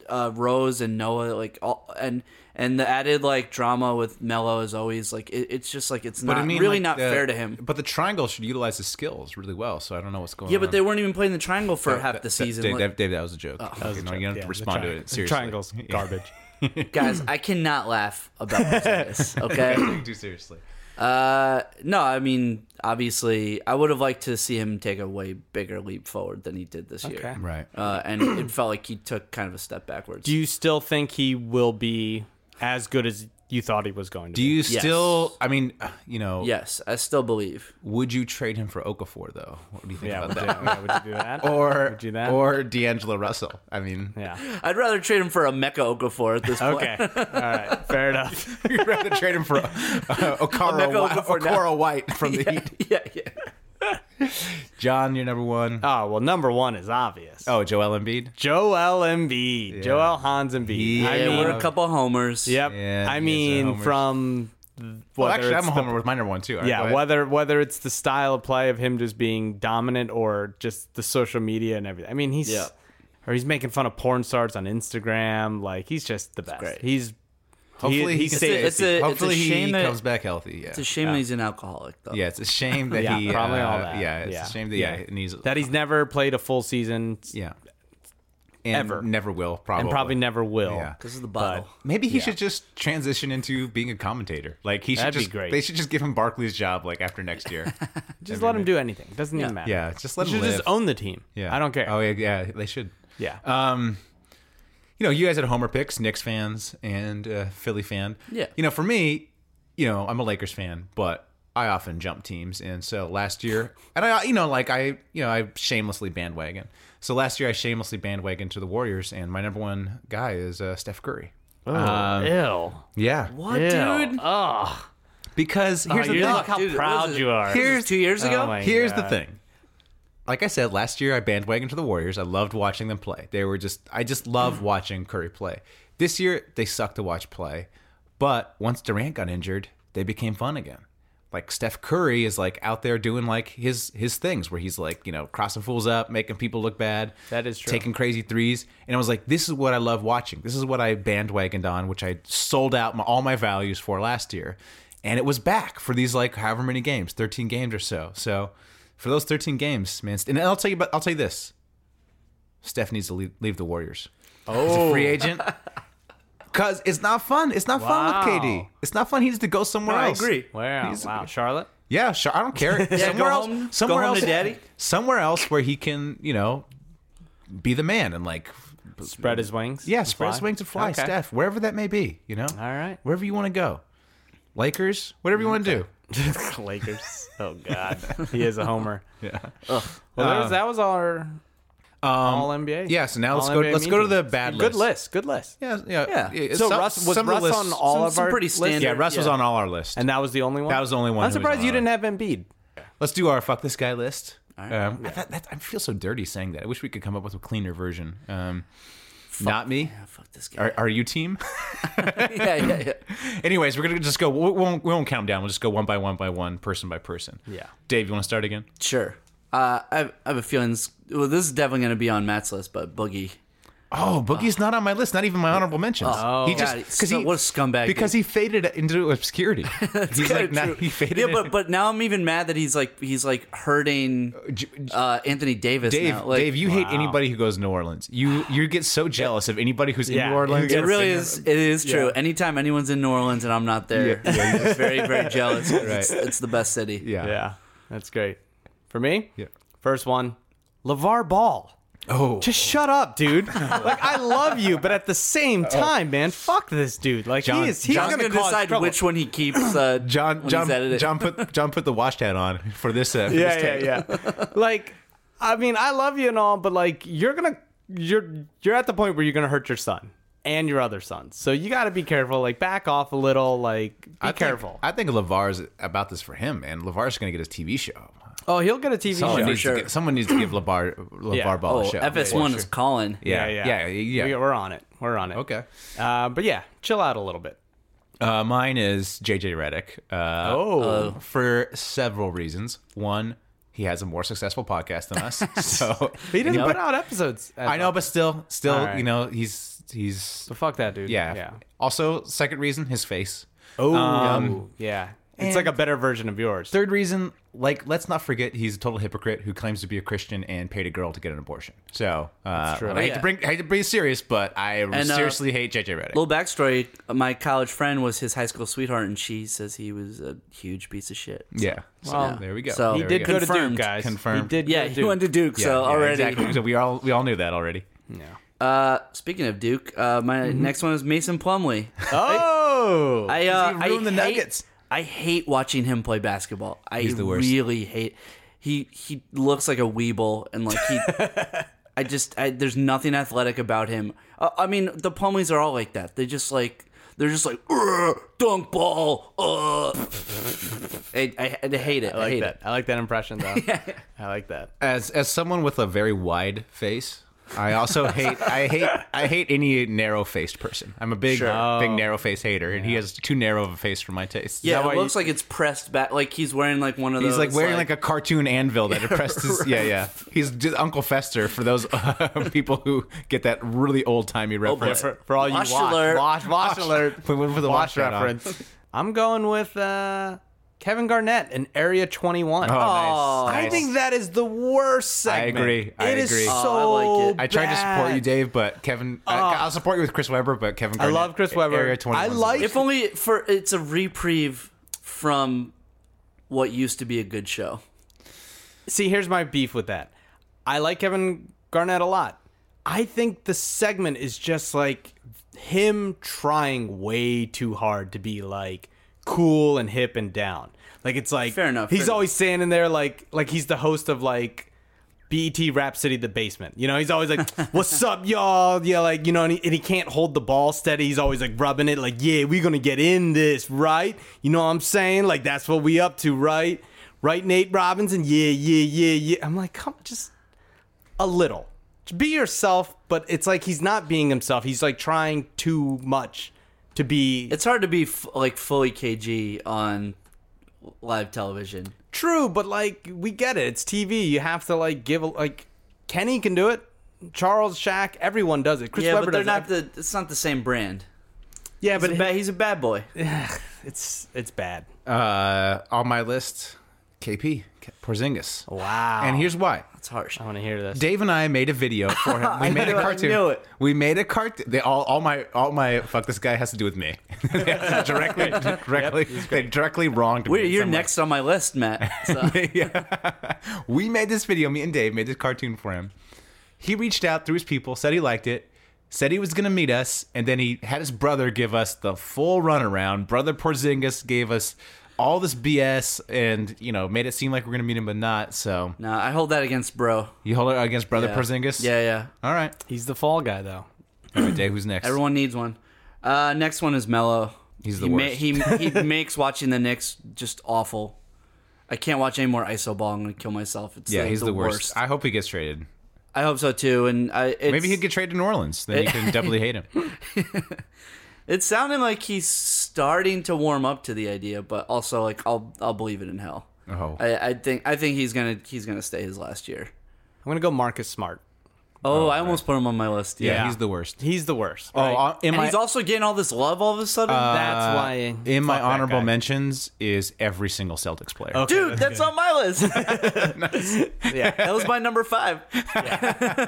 [SPEAKER 6] uh, Rose and Noah like all and and the added like drama with Mello is always like it, it's just like it's not really
[SPEAKER 4] like,
[SPEAKER 6] not
[SPEAKER 4] the-
[SPEAKER 6] fair to him.
[SPEAKER 4] But the triangle should utilize his skills really well. So I don't know what's going on.
[SPEAKER 6] Yeah, but they weren't even playing the triangle for
[SPEAKER 4] That-
[SPEAKER 6] half
[SPEAKER 4] that-
[SPEAKER 6] the
[SPEAKER 4] that-
[SPEAKER 6] season.
[SPEAKER 4] Dave,
[SPEAKER 6] Like- Oh.
[SPEAKER 4] that, Dave, that was a joke. You, know, you don't have to respond to it. Seriously.
[SPEAKER 5] Triangles,
[SPEAKER 4] Yeah.
[SPEAKER 5] garbage.
[SPEAKER 6] guys, I cannot laugh about this. Okay.
[SPEAKER 4] Too seriously.
[SPEAKER 6] Uh, no, I mean, obviously, I would have liked to see him take a way bigger leap forward than he did this year.
[SPEAKER 4] Right.
[SPEAKER 6] Uh, and it felt like he took kind of a step backwards.
[SPEAKER 5] Do you still think he will be as good as you thought he was going to
[SPEAKER 4] Do
[SPEAKER 5] be?
[SPEAKER 4] you still? I mean, uh, you know,
[SPEAKER 6] yes, I still believe.
[SPEAKER 4] would you trade him for Okafor though? What do you think
[SPEAKER 5] Yeah, would
[SPEAKER 4] about Oh. that?
[SPEAKER 5] you, yeah, would you do that?
[SPEAKER 4] Or
[SPEAKER 5] would you do that?
[SPEAKER 4] or D'Angelo Russell? I mean,
[SPEAKER 5] yeah.
[SPEAKER 6] I'd rather trade him for a Mecca Okafor at this point.
[SPEAKER 5] Okay. All right. Fair enough.
[SPEAKER 4] you'd rather trade him for uh, Okara,
[SPEAKER 6] Emeka
[SPEAKER 4] White,
[SPEAKER 6] Okafor now.
[SPEAKER 4] Okora White from the Heat.
[SPEAKER 6] Yeah, yeah.
[SPEAKER 4] John, you're number one.
[SPEAKER 5] Oh well, number one is obvious.
[SPEAKER 4] Oh, Joel Embiid.
[SPEAKER 5] Joel Embiid, Joel Hans Embiid.
[SPEAKER 4] Yeah.
[SPEAKER 5] I
[SPEAKER 6] Yeah,
[SPEAKER 5] mean,
[SPEAKER 6] we're a couple homers.
[SPEAKER 5] yep.
[SPEAKER 4] Yeah,
[SPEAKER 5] I
[SPEAKER 4] these are
[SPEAKER 5] mean,
[SPEAKER 4] homers.
[SPEAKER 5] from th-
[SPEAKER 4] Well,
[SPEAKER 5] whether
[SPEAKER 4] actually,
[SPEAKER 5] it's
[SPEAKER 4] I'm a
[SPEAKER 5] the-
[SPEAKER 4] homer with my number one too. All right, go
[SPEAKER 5] yeah,
[SPEAKER 4] ahead.
[SPEAKER 5] whether whether it's the style of play of him just being dominant or just the social media and everything. I mean, he's
[SPEAKER 6] Yeah.
[SPEAKER 5] or he's making fun of porn stars on Instagram. Like he's just the best.
[SPEAKER 6] great.
[SPEAKER 5] He's
[SPEAKER 4] Hopefully
[SPEAKER 5] he
[SPEAKER 4] he
[SPEAKER 5] can
[SPEAKER 4] stays-
[SPEAKER 5] stay-
[SPEAKER 6] it's a- it's a
[SPEAKER 4] Hopefully
[SPEAKER 6] shame
[SPEAKER 4] he
[SPEAKER 6] that-
[SPEAKER 4] comes back healthy. Yeah.
[SPEAKER 6] It's a shame that he's an alcoholic, though.
[SPEAKER 4] Yeah, it's a shame that
[SPEAKER 5] yeah,
[SPEAKER 4] he
[SPEAKER 5] probably
[SPEAKER 4] uh,
[SPEAKER 5] all that.
[SPEAKER 4] Yeah, it's a shame that yeah, it needs
[SPEAKER 5] that he's never played a full season
[SPEAKER 4] yeah. And
[SPEAKER 5] Ever.
[SPEAKER 4] never will probably
[SPEAKER 5] and probably never will.
[SPEAKER 4] Yeah.
[SPEAKER 6] Because of the bottle.
[SPEAKER 4] Maybe he should just transition into being a commentator. Like he should
[SPEAKER 5] That'd be
[SPEAKER 4] just
[SPEAKER 5] great.
[SPEAKER 4] they should just give him Barkley's job like after next year.
[SPEAKER 5] Just let him do anything. Doesn't even matter.
[SPEAKER 4] yeah, just let
[SPEAKER 5] You
[SPEAKER 4] him
[SPEAKER 5] should
[SPEAKER 4] live.
[SPEAKER 5] just own the team.
[SPEAKER 4] yeah.
[SPEAKER 5] I don't care.
[SPEAKER 4] Oh yeah, yeah, they should.
[SPEAKER 5] yeah.
[SPEAKER 4] Um, you know, you guys had Homer picks, Knicks fans and uh, Philly fan.
[SPEAKER 6] Yeah.
[SPEAKER 4] You know, for me, you know, I'm a Lakers fan, but I often jump teams, and so last year, and I, you know, like I, you know, I shamelessly bandwagon. So last year, I shamelessly bandwagon to the Warriors, and my number one guy is uh, Steph Curry.
[SPEAKER 5] Ew.
[SPEAKER 4] Yeah.
[SPEAKER 6] What, dude?
[SPEAKER 5] Oh,
[SPEAKER 4] Because here's the
[SPEAKER 5] you
[SPEAKER 4] thing.
[SPEAKER 5] look how
[SPEAKER 6] Dude, what
[SPEAKER 5] proud
[SPEAKER 6] was it?
[SPEAKER 5] you are. Oh
[SPEAKER 6] This is two years ago?
[SPEAKER 5] my
[SPEAKER 4] Here's
[SPEAKER 5] God.
[SPEAKER 4] the thing. Like I said, last year I bandwagoned to the Warriors. I loved watching them play. They were just I just love watching Curry play. This year they suck to watch play, but once Durant got injured, they became fun again. Like Steph Curry is like out there doing like his his things where he's like, you know, crossing fools up, making people look bad.
[SPEAKER 5] That is true.
[SPEAKER 4] Taking crazy threes. And I was like, this is what I love watching. This is what I bandwagoned on, which I sold out my, all my values for last year. And it was back for these like however many games, 13 games or so. So for those 13 games, man, and I'll tell you about, I'll tell you this. Steph needs to leave, leave the Warriors. Oh, He's a free agent. Cause it's not fun. It's not fun with KD.
[SPEAKER 5] Wow.
[SPEAKER 4] It's not fun. He needs to go somewhere
[SPEAKER 6] I
[SPEAKER 4] else.
[SPEAKER 6] agree.
[SPEAKER 5] Wow,
[SPEAKER 4] He's-
[SPEAKER 5] wow, Charlotte.
[SPEAKER 4] Yeah, sure. I don't care. somewhere
[SPEAKER 6] go
[SPEAKER 4] else,
[SPEAKER 6] home- go
[SPEAKER 4] somewhere
[SPEAKER 6] home
[SPEAKER 4] else,
[SPEAKER 6] to daddy.
[SPEAKER 4] Somewhere else where he can, you know, be the man and like
[SPEAKER 5] Spread his wings.
[SPEAKER 4] yeah,
[SPEAKER 5] and
[SPEAKER 4] spread his
[SPEAKER 5] fly.
[SPEAKER 4] wings and fly,
[SPEAKER 5] Okay.
[SPEAKER 4] Steph, wherever that may be, you know? All
[SPEAKER 5] right.
[SPEAKER 4] Wherever you want to go. Lakers, whatever you want to do.
[SPEAKER 5] Lakers. Oh God, he is a homer. Yeah. Well, that was, that was our all NBA.
[SPEAKER 4] Uh, um, yeah, so now let's go-
[SPEAKER 5] All NBA
[SPEAKER 4] let's go to the
[SPEAKER 5] meetings.
[SPEAKER 4] bad
[SPEAKER 5] Good
[SPEAKER 4] list.
[SPEAKER 5] list. Good list.
[SPEAKER 4] Yeah, yeah.
[SPEAKER 6] Yeah.
[SPEAKER 4] It-
[SPEAKER 5] So
[SPEAKER 4] some-
[SPEAKER 5] Russ was
[SPEAKER 4] some of
[SPEAKER 5] Russ
[SPEAKER 4] the lists-
[SPEAKER 5] on all
[SPEAKER 6] some-
[SPEAKER 5] of
[SPEAKER 6] some
[SPEAKER 5] our
[SPEAKER 6] pretty
[SPEAKER 5] lists?
[SPEAKER 6] standard-
[SPEAKER 4] Yeah, Russ was
[SPEAKER 6] Yeah.
[SPEAKER 4] on all our list.
[SPEAKER 5] and that was the only one.
[SPEAKER 4] That was the only one
[SPEAKER 5] I'm
[SPEAKER 4] who was
[SPEAKER 5] surprised
[SPEAKER 4] on
[SPEAKER 5] you
[SPEAKER 4] our
[SPEAKER 5] didn't have Embiid.
[SPEAKER 4] Let's do our fuck this guy list. Um, I, thought that, I feel so dirty saying that. I wish we could come up with a cleaner version. Um, not me.
[SPEAKER 6] Yeah, fuck this guy.
[SPEAKER 4] Are, are you team?
[SPEAKER 6] yeah, yeah, yeah.
[SPEAKER 4] Anyways, we're gonna just go. We won't, we won't count down. We'll just go one by one by one, person by person.
[SPEAKER 5] Yeah.
[SPEAKER 4] Dave, you want to start again?
[SPEAKER 6] Sure. Uh, I, have, I have a feeling. This, well, this is definitely going to be on Matt's list, but Boogie.
[SPEAKER 4] Oh, Boogie's not on my list. Not even my honorable mentions. he just
[SPEAKER 6] Oh, God,
[SPEAKER 4] because
[SPEAKER 6] so-
[SPEAKER 4] he
[SPEAKER 6] what a scumbag,
[SPEAKER 4] Because he faded into obscurity. He's
[SPEAKER 6] Kinda
[SPEAKER 4] like now
[SPEAKER 6] true.
[SPEAKER 4] he faded.
[SPEAKER 6] Yeah, but but now I'm even mad that he's like he's like hurting uh, Anthony Davis.
[SPEAKER 4] Dave,
[SPEAKER 6] now. Like,
[SPEAKER 4] Dave, you hate anybody who goes to New Orleans. You you get so jealous of anybody who's
[SPEAKER 5] Yeah,
[SPEAKER 4] in New Orleans.
[SPEAKER 5] you
[SPEAKER 6] It really is. It is true. Anytime anyone's in New Orleans and I'm not there, I'm very very jealous. 'cause It's,
[SPEAKER 4] Right.
[SPEAKER 6] it's the best city.
[SPEAKER 4] Yeah.
[SPEAKER 5] Yeah, that's great. For me,
[SPEAKER 4] Yeah.
[SPEAKER 5] first one, LeVar Ball.
[SPEAKER 4] Oh.
[SPEAKER 5] Just shut up, dude. like I love you, but at the same time, man, fuck this dude. Like
[SPEAKER 4] Oh. John-
[SPEAKER 5] he is he's
[SPEAKER 4] John's
[SPEAKER 6] John's
[SPEAKER 5] gonna,
[SPEAKER 6] gonna,
[SPEAKER 5] cause
[SPEAKER 6] decide
[SPEAKER 5] trouble.
[SPEAKER 6] which one he keeps. Uh, when
[SPEAKER 4] John,
[SPEAKER 6] he's
[SPEAKER 4] John,
[SPEAKER 6] edited.
[SPEAKER 4] John put John put the wash hat on for this. Uh, for this
[SPEAKER 5] yeah,
[SPEAKER 4] tape.
[SPEAKER 5] yeah, yeah. like, I mean, I love you and all, but like, you're gonna, you're, you're at the point where you're gonna hurt your son and your other sons. So you got to be careful. Like, back off a little. Like, be
[SPEAKER 4] I think-
[SPEAKER 5] careful.
[SPEAKER 4] I think Lavar's about this for him, man. Lavar's going to get his TV show.
[SPEAKER 5] Oh, he'll get a TV
[SPEAKER 4] Someone,
[SPEAKER 5] show.
[SPEAKER 4] needs,
[SPEAKER 6] sure.
[SPEAKER 4] to give, someone needs to give Lavar, Lavar
[SPEAKER 5] Yeah.
[SPEAKER 4] Ball
[SPEAKER 6] Oh,
[SPEAKER 4] a show.
[SPEAKER 6] FS1
[SPEAKER 4] Yeah.
[SPEAKER 6] is calling.
[SPEAKER 4] Yeah, yeah, yeah.
[SPEAKER 5] We, we're on it. We're on it.
[SPEAKER 4] Okay.
[SPEAKER 5] Uh, but yeah, chill out a little bit.
[SPEAKER 4] Uh, mine is JJ Redick. Uh,
[SPEAKER 5] Oh.
[SPEAKER 4] for several reasons. One, he has a more successful podcast than us, so
[SPEAKER 5] He didn't put out episodes.
[SPEAKER 4] I know, but still, still,
[SPEAKER 5] All right.
[SPEAKER 4] you know, he's he's
[SPEAKER 5] So fuck that dude.
[SPEAKER 4] yeah.
[SPEAKER 5] Yeah.
[SPEAKER 4] Also, second reason, his face.
[SPEAKER 5] Oh.
[SPEAKER 4] Um,
[SPEAKER 5] yeah. It's like a better version of yours.
[SPEAKER 4] Third reason, like, let's not forget he's a total hypocrite who claims to be a Christian and paid a girl to get an abortion. So, uh,
[SPEAKER 5] true.
[SPEAKER 4] I hate
[SPEAKER 6] Yeah.
[SPEAKER 4] to bring, I hate to be serious, but I
[SPEAKER 6] uh,
[SPEAKER 4] seriously hate JJ Redick.
[SPEAKER 6] Little backstory: My college friend was his high school sweetheart, and she says he was a huge piece of shit.
[SPEAKER 4] yeah. So,
[SPEAKER 6] Well,
[SPEAKER 4] there we go.
[SPEAKER 6] so-
[SPEAKER 5] He
[SPEAKER 4] There
[SPEAKER 5] did
[SPEAKER 4] we
[SPEAKER 5] go
[SPEAKER 4] go.
[SPEAKER 5] to Duke,
[SPEAKER 6] Confirmed.
[SPEAKER 5] guys.
[SPEAKER 4] Confirmed.
[SPEAKER 5] He did.
[SPEAKER 6] Yeah,
[SPEAKER 5] go to
[SPEAKER 6] he
[SPEAKER 5] Duke.
[SPEAKER 6] went to Duke, so already.
[SPEAKER 4] exactly. So we all we all knew that already.
[SPEAKER 6] Uh, speaking of Duke, uh, my next one is Mason Plumley.
[SPEAKER 4] Oh,
[SPEAKER 6] I uh,
[SPEAKER 4] he ruined
[SPEAKER 6] I
[SPEAKER 4] the
[SPEAKER 6] hate,
[SPEAKER 4] Nuggets.
[SPEAKER 6] I hate watching him play basketball. I
[SPEAKER 4] He's the worst.
[SPEAKER 6] really hate. He he looks like a weeble, and like he, I just I, there's nothing athletic about him. Uh, I mean, the Plumleys are all like that. They just like they're just like "Ugh, dunk ball. Uh. I, I, I hate it. I,
[SPEAKER 5] I like
[SPEAKER 6] hate
[SPEAKER 5] that.
[SPEAKER 6] it.
[SPEAKER 5] I like that impression though. I like that.
[SPEAKER 4] as as someone with a very wide face, I also hate I hate I hate any narrow faced person. I'm a big big narrow face hater, and he has too narrow of a face for my taste.
[SPEAKER 5] that
[SPEAKER 6] Yeah,
[SPEAKER 5] why
[SPEAKER 6] it
[SPEAKER 5] you-
[SPEAKER 6] looks like it's pressed back. Like he's wearing like one of those.
[SPEAKER 4] He's like wearing like, a cartoon anvil that oppressed his. Yeah, yeah. He's just Uncle Fester for those uh, people who get that really old timey reference.
[SPEAKER 6] boy.
[SPEAKER 5] For, for all you
[SPEAKER 6] Wash
[SPEAKER 5] wash,
[SPEAKER 6] alert.
[SPEAKER 5] wash, wash alert.
[SPEAKER 4] We went with the wash
[SPEAKER 5] Wash
[SPEAKER 4] hat on.
[SPEAKER 5] reference. I'm going with uh, Kevin Garnett and Area 21.
[SPEAKER 4] Oh,
[SPEAKER 6] Oh,
[SPEAKER 4] nice.
[SPEAKER 5] I
[SPEAKER 4] nice.
[SPEAKER 5] think that is the worst segment.
[SPEAKER 4] I agree. I
[SPEAKER 5] It is
[SPEAKER 4] agree.
[SPEAKER 5] so
[SPEAKER 6] Oh, I like it.
[SPEAKER 5] bad.
[SPEAKER 4] I tried to support you, Dave, but Kevin.
[SPEAKER 6] Oh.
[SPEAKER 4] I, I'll support you with Chris Webber, but Kevin. Garnett,
[SPEAKER 5] love Chris Webber.
[SPEAKER 4] Area 21 's
[SPEAKER 5] I
[SPEAKER 4] the
[SPEAKER 5] like-
[SPEAKER 4] worst.
[SPEAKER 6] If only for it's a reprieve from what used to be a good show.
[SPEAKER 5] See, here's my beef with that. I like Kevin Garnett a lot. I think the segment is just like him trying way too hard to be like cool and hip and down. Like it's like
[SPEAKER 6] Fair enough,
[SPEAKER 5] He's
[SPEAKER 6] fair
[SPEAKER 5] always standing there like like he's the host of like BET Rap City the basement. You know, he's always like, "What's up, y'all?" Yeah, like you know, and he, and he can't hold the ball steady. He's always like rubbing it, like, "Yeah, we gonna get in this, right?" You know what I'm saying? Like that's what we up to, right? Right, Nate Robinson? Yeah, yeah, yeah, yeah. I'm like, come just a little, Just be yourself. But it's like he's not being himself. He's like trying too much to be.
[SPEAKER 6] It's hard to be f- like fully KG on live television.
[SPEAKER 5] True, but like we get it. It's TV. You have to like give a, like Kenny can do it. Charles, Shaq, everyone does it. Chris
[SPEAKER 6] yeah,
[SPEAKER 5] Webber
[SPEAKER 6] but they're
[SPEAKER 5] does it.
[SPEAKER 6] not the. It's not the same brand.
[SPEAKER 5] Yeah,
[SPEAKER 6] But
[SPEAKER 5] but
[SPEAKER 6] he's a bad boy.
[SPEAKER 5] it's it's bad.
[SPEAKER 4] uh, on my list, KP Porzingis.
[SPEAKER 5] Wow.
[SPEAKER 4] And here's why.
[SPEAKER 6] It's harsh.
[SPEAKER 5] I want to hear this.
[SPEAKER 4] Dave and I made a video for him. We made a
[SPEAKER 6] knew it, I
[SPEAKER 4] cartoon.
[SPEAKER 6] knew it.
[SPEAKER 4] We made a cartoon. They all, all my, all my. Fuck, this guy has to do with me. directly, directly, they directly wronged
[SPEAKER 6] Wait,
[SPEAKER 4] me. in
[SPEAKER 6] you're
[SPEAKER 4] some way.
[SPEAKER 6] next on my list, Matt. So,
[SPEAKER 4] yeah. we made this video. Me and Dave made this cartoon for him. He reached out through his people, said he liked it, said he was going to meet us, and then he had his brother give us the full runaround. Brother Porzingis gave us all this BS, and you know, made it seem like we are going to meet him, but not. So
[SPEAKER 6] no, I hold that against bro.
[SPEAKER 4] you hold it against Brother
[SPEAKER 6] Yeah.
[SPEAKER 4] Porzingis.
[SPEAKER 6] Yeah, yeah.
[SPEAKER 4] All right.
[SPEAKER 5] He's the fall guy though.
[SPEAKER 4] All right, Dave. Who's next?
[SPEAKER 6] Everyone needs one. Uh, next one is Mello.
[SPEAKER 4] He's the
[SPEAKER 6] he
[SPEAKER 4] worst.
[SPEAKER 6] he he makes watching the Knicks just awful. I can't watch any more ISO ball. I'm gonna kill myself. It's
[SPEAKER 4] yeah,
[SPEAKER 6] the,
[SPEAKER 4] he's the,
[SPEAKER 6] the
[SPEAKER 4] worst. I hope he gets traded.
[SPEAKER 6] I hope so too. And I it's,
[SPEAKER 4] Maybe he'd get traded to New Orleans. Then you can doubly hate him.
[SPEAKER 6] It sounded like he's starting to warm up to the idea, but also like I'll I'll believe it in hell.
[SPEAKER 4] Oh.
[SPEAKER 6] I, I think I think he's gonna he's gonna stay his last year.
[SPEAKER 5] I'm gonna go Marcus Smart.
[SPEAKER 6] Oh, I almost put him on my list.
[SPEAKER 4] Yeah,
[SPEAKER 6] Yeah,
[SPEAKER 4] he's the worst.
[SPEAKER 5] He's the worst.
[SPEAKER 4] Oh, uh, in
[SPEAKER 6] and
[SPEAKER 4] my-
[SPEAKER 6] he's also getting all this love all of a sudden.
[SPEAKER 5] That's
[SPEAKER 4] Uh,
[SPEAKER 5] why.
[SPEAKER 4] in my
[SPEAKER 5] fuck that
[SPEAKER 4] honorable
[SPEAKER 5] guy.
[SPEAKER 4] mentions is every single Celtics player.
[SPEAKER 6] Dude, that's on my list. Yeah, that was my number five.
[SPEAKER 4] So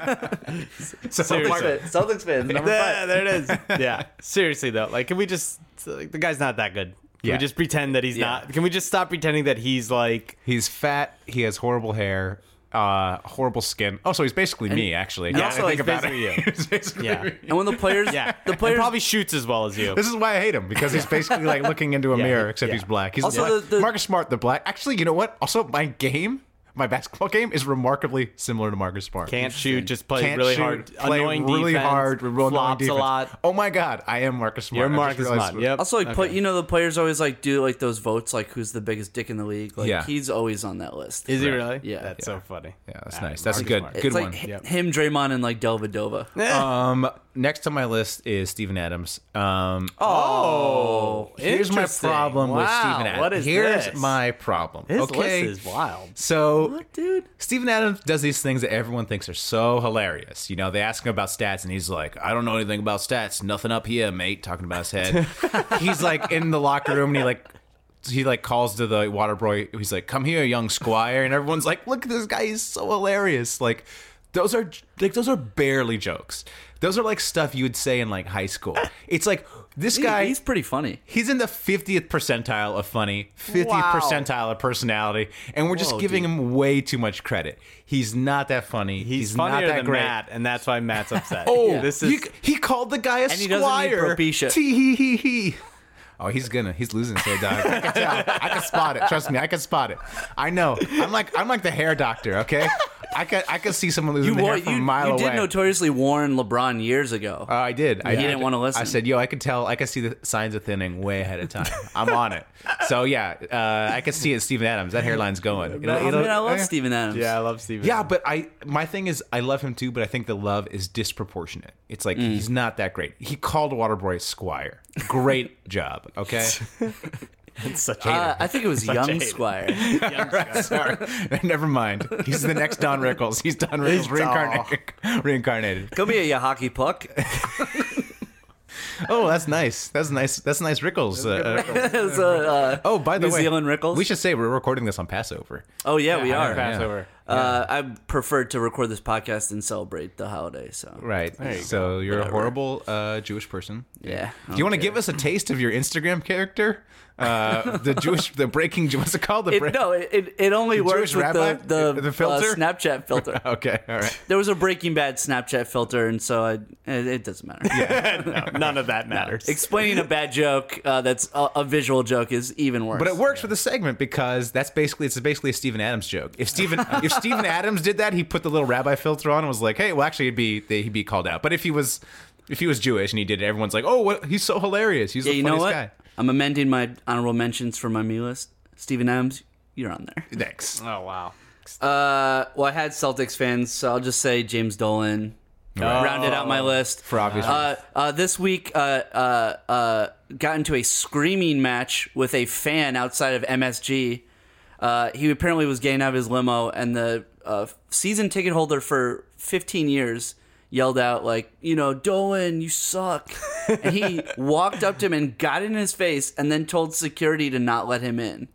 [SPEAKER 6] Celtics fan- Celtics fans, number
[SPEAKER 5] Yeah,
[SPEAKER 6] five.
[SPEAKER 5] there it is. yeah. Seriously though, like, can we just? Like, the guy's not that good. Can
[SPEAKER 4] Yeah.
[SPEAKER 5] we just pretend that he's not? Can we just stop pretending that he's like?
[SPEAKER 4] He's fat. He has horrible hair. Uh, horrible skin. Oh, so he's basically me, actually. Yeah,
[SPEAKER 6] also,
[SPEAKER 4] I think
[SPEAKER 6] he's
[SPEAKER 4] about
[SPEAKER 5] basically
[SPEAKER 4] it.
[SPEAKER 5] you.
[SPEAKER 4] He's basically
[SPEAKER 5] Yeah.
[SPEAKER 4] me.
[SPEAKER 6] And when the players,
[SPEAKER 5] Yeah,
[SPEAKER 6] the
[SPEAKER 5] and
[SPEAKER 6] players
[SPEAKER 5] probably shoots as well as you.
[SPEAKER 4] This is why I hate him because he's basically like looking into a mirror, except
[SPEAKER 5] yeah.
[SPEAKER 4] he's black. He's
[SPEAKER 6] Also,
[SPEAKER 4] black.
[SPEAKER 6] the- the-
[SPEAKER 4] Marcus Smart, the black. Actually, you know what? Also, my game, my basketball game is remarkably similar to Marcus Smart.
[SPEAKER 5] Can't shoot, just play
[SPEAKER 4] Can't
[SPEAKER 5] really
[SPEAKER 4] shoot,
[SPEAKER 5] hard,
[SPEAKER 4] play
[SPEAKER 5] annoying
[SPEAKER 4] really
[SPEAKER 5] defense,
[SPEAKER 4] hard, real annoying
[SPEAKER 5] flops a
[SPEAKER 4] defense.
[SPEAKER 5] lot.
[SPEAKER 4] Oh my god, I am Marcus Smart.
[SPEAKER 5] You're
[SPEAKER 4] I just
[SPEAKER 5] Marcus
[SPEAKER 4] realized
[SPEAKER 5] Smart.
[SPEAKER 4] that-
[SPEAKER 5] Yep.
[SPEAKER 6] Also, like, put, you know, the players always like do like those votes, like who's the biggest dick in the league. Like,
[SPEAKER 4] Yeah.
[SPEAKER 6] he's always on that list.
[SPEAKER 5] Is he really?
[SPEAKER 6] Yeah.
[SPEAKER 5] That's so funny.
[SPEAKER 4] Yeah, that's nice. That's
[SPEAKER 5] Marcus
[SPEAKER 4] good.
[SPEAKER 5] Smart.
[SPEAKER 6] it's
[SPEAKER 4] Good
[SPEAKER 6] like
[SPEAKER 4] one.
[SPEAKER 6] hi- him, Draymond, and like Delvedova.
[SPEAKER 4] Um, next on my list is Steven Adams. Um,
[SPEAKER 5] Oh,
[SPEAKER 4] here's my
[SPEAKER 5] interesting.
[SPEAKER 4] problem with
[SPEAKER 5] Wow,
[SPEAKER 4] Steven Adams.
[SPEAKER 5] What is
[SPEAKER 4] here's
[SPEAKER 5] this?
[SPEAKER 4] my problem.
[SPEAKER 5] This
[SPEAKER 4] okay,
[SPEAKER 5] list is wild.
[SPEAKER 4] so
[SPEAKER 6] What, dude?
[SPEAKER 4] Steven Adams does these things that everyone thinks are so hilarious. You know, they ask him about stats, and he's like, I don't know anything about stats. Nothing up here, mate, talking about his head. he's like in the locker room, and he like. He like calls to the water boy. He's like, "Come here, young squire," and everyone's like, "Look at this guy. He's so hilarious." Like, those are like those are barely jokes. Those are like stuff you would say in like high school. It's like this
[SPEAKER 6] He-
[SPEAKER 4] guy.
[SPEAKER 6] he's pretty funny.
[SPEAKER 4] He's in the 50th percentile of funny, 50th
[SPEAKER 5] Wow.
[SPEAKER 4] percentile of personality, and we're just
[SPEAKER 6] Whoa,
[SPEAKER 4] giving
[SPEAKER 6] dude.
[SPEAKER 4] him way too much credit. He's not that funny.
[SPEAKER 5] He's,
[SPEAKER 4] He's, not
[SPEAKER 5] funnier
[SPEAKER 4] that
[SPEAKER 5] than
[SPEAKER 4] great.
[SPEAKER 5] Matt, and that's why Matt's upset.
[SPEAKER 4] Oh,
[SPEAKER 5] this
[SPEAKER 4] he,
[SPEAKER 5] is
[SPEAKER 4] he called the guy a
[SPEAKER 6] he doesn't need
[SPEAKER 4] squire.
[SPEAKER 6] Propecia.
[SPEAKER 4] Tee hee hee hee. Oh, he's gonna. He's losing his hair dye. I can tell. I can spot it. Trust me, I can spot it. I know. I'm like I'm like the hair doctor. Okay, I could I could see someone losing
[SPEAKER 6] You,
[SPEAKER 4] the
[SPEAKER 6] wore,
[SPEAKER 4] hair from
[SPEAKER 6] you,
[SPEAKER 4] a mile
[SPEAKER 6] you
[SPEAKER 4] away.
[SPEAKER 6] did notoriously warn LeBron years ago.
[SPEAKER 4] Oh, I did. I
[SPEAKER 6] He didn't wanna listen.
[SPEAKER 4] I said, "Yo, I could tell. I could see the signs of thinning way ahead of time. I'm on it." So yeah, uh, I could see it. Steven Adams. That hairline's going. It'll-
[SPEAKER 6] I mean,
[SPEAKER 4] it'll-
[SPEAKER 6] I love
[SPEAKER 4] eh.
[SPEAKER 6] Steven Adams.
[SPEAKER 5] yeah, I love Steven.
[SPEAKER 4] Yeah, but I my thing is I love him too, but I think the love is disproportionate. It's like
[SPEAKER 6] Mm.
[SPEAKER 4] he's not that great. He called Waterboy Squire. Great job. Okay.
[SPEAKER 5] it's such
[SPEAKER 6] Uh, I think it was Young
[SPEAKER 5] hater.
[SPEAKER 6] Squire.
[SPEAKER 4] Sorry. Never mind. He's the next Don Rickles. He's Don Rickles reincarnated. reincarnated.
[SPEAKER 6] Go be a ya hockey puck.
[SPEAKER 4] Oh, that's nice. That's nice. That's nice Rickles. Uh, uh,
[SPEAKER 6] It's a, uh,
[SPEAKER 4] oh, by the
[SPEAKER 6] New
[SPEAKER 4] way,
[SPEAKER 6] Zealand Rickles.
[SPEAKER 4] We should say we're recording this on Passover.
[SPEAKER 6] oh yeah, we are.
[SPEAKER 5] Passover.
[SPEAKER 6] Uh, I prefer to record this podcast and celebrate the holiday. So
[SPEAKER 4] Right. so you're a horrible uh, Jewish person.
[SPEAKER 6] yeah,
[SPEAKER 4] Do you want to give us a taste of your Instagram character? Uh, the Jewish, the breaking, Jew- what's it called? The
[SPEAKER 6] It, no, it- it, it only works
[SPEAKER 4] Jewish
[SPEAKER 6] with
[SPEAKER 4] rabbi?
[SPEAKER 6] the the,
[SPEAKER 4] The
[SPEAKER 6] uh,
[SPEAKER 4] filter?
[SPEAKER 6] Snapchat filter.
[SPEAKER 4] Okay, all right.
[SPEAKER 6] There was a Breaking Bad Snapchat filter, and so I, it, it doesn't matter.
[SPEAKER 5] None of that matters.
[SPEAKER 6] Explaining a bad joke uh, that's a, a visual joke is even worse.
[SPEAKER 4] But it works for the segment because that's basically it's basically a Steven Adams joke. If Steven if Steven Adams did that, he put the little rabbi filter on and was like, "Hey, well, actually, it'd be he'd be called out." But if he was if he was Jewish and he did it, everyone's like, "Oh, what? he's so hilarious. He's
[SPEAKER 6] Yeah,
[SPEAKER 4] the
[SPEAKER 6] you know
[SPEAKER 4] funniest
[SPEAKER 6] what?
[SPEAKER 4] guy."
[SPEAKER 6] I'm amending my honorable mentions for my me list. Steven Adams, you're on there.
[SPEAKER 4] Thanks.
[SPEAKER 5] oh wow.
[SPEAKER 6] Uh, well, I had Celtics fans, so I'll just say James Dolan. Rounded out my list
[SPEAKER 4] Oh. For obvious
[SPEAKER 6] Uh, uh, this week, uh, uh, uh, got into a screaming match with a fan outside of MSG. Uh, he apparently was getting out of his limo, and the uh, season ticket holder for 15 years yelled out like, "You know, Dolan, you suck!" and he walked up to him and got in his face, and then told security to not let him in.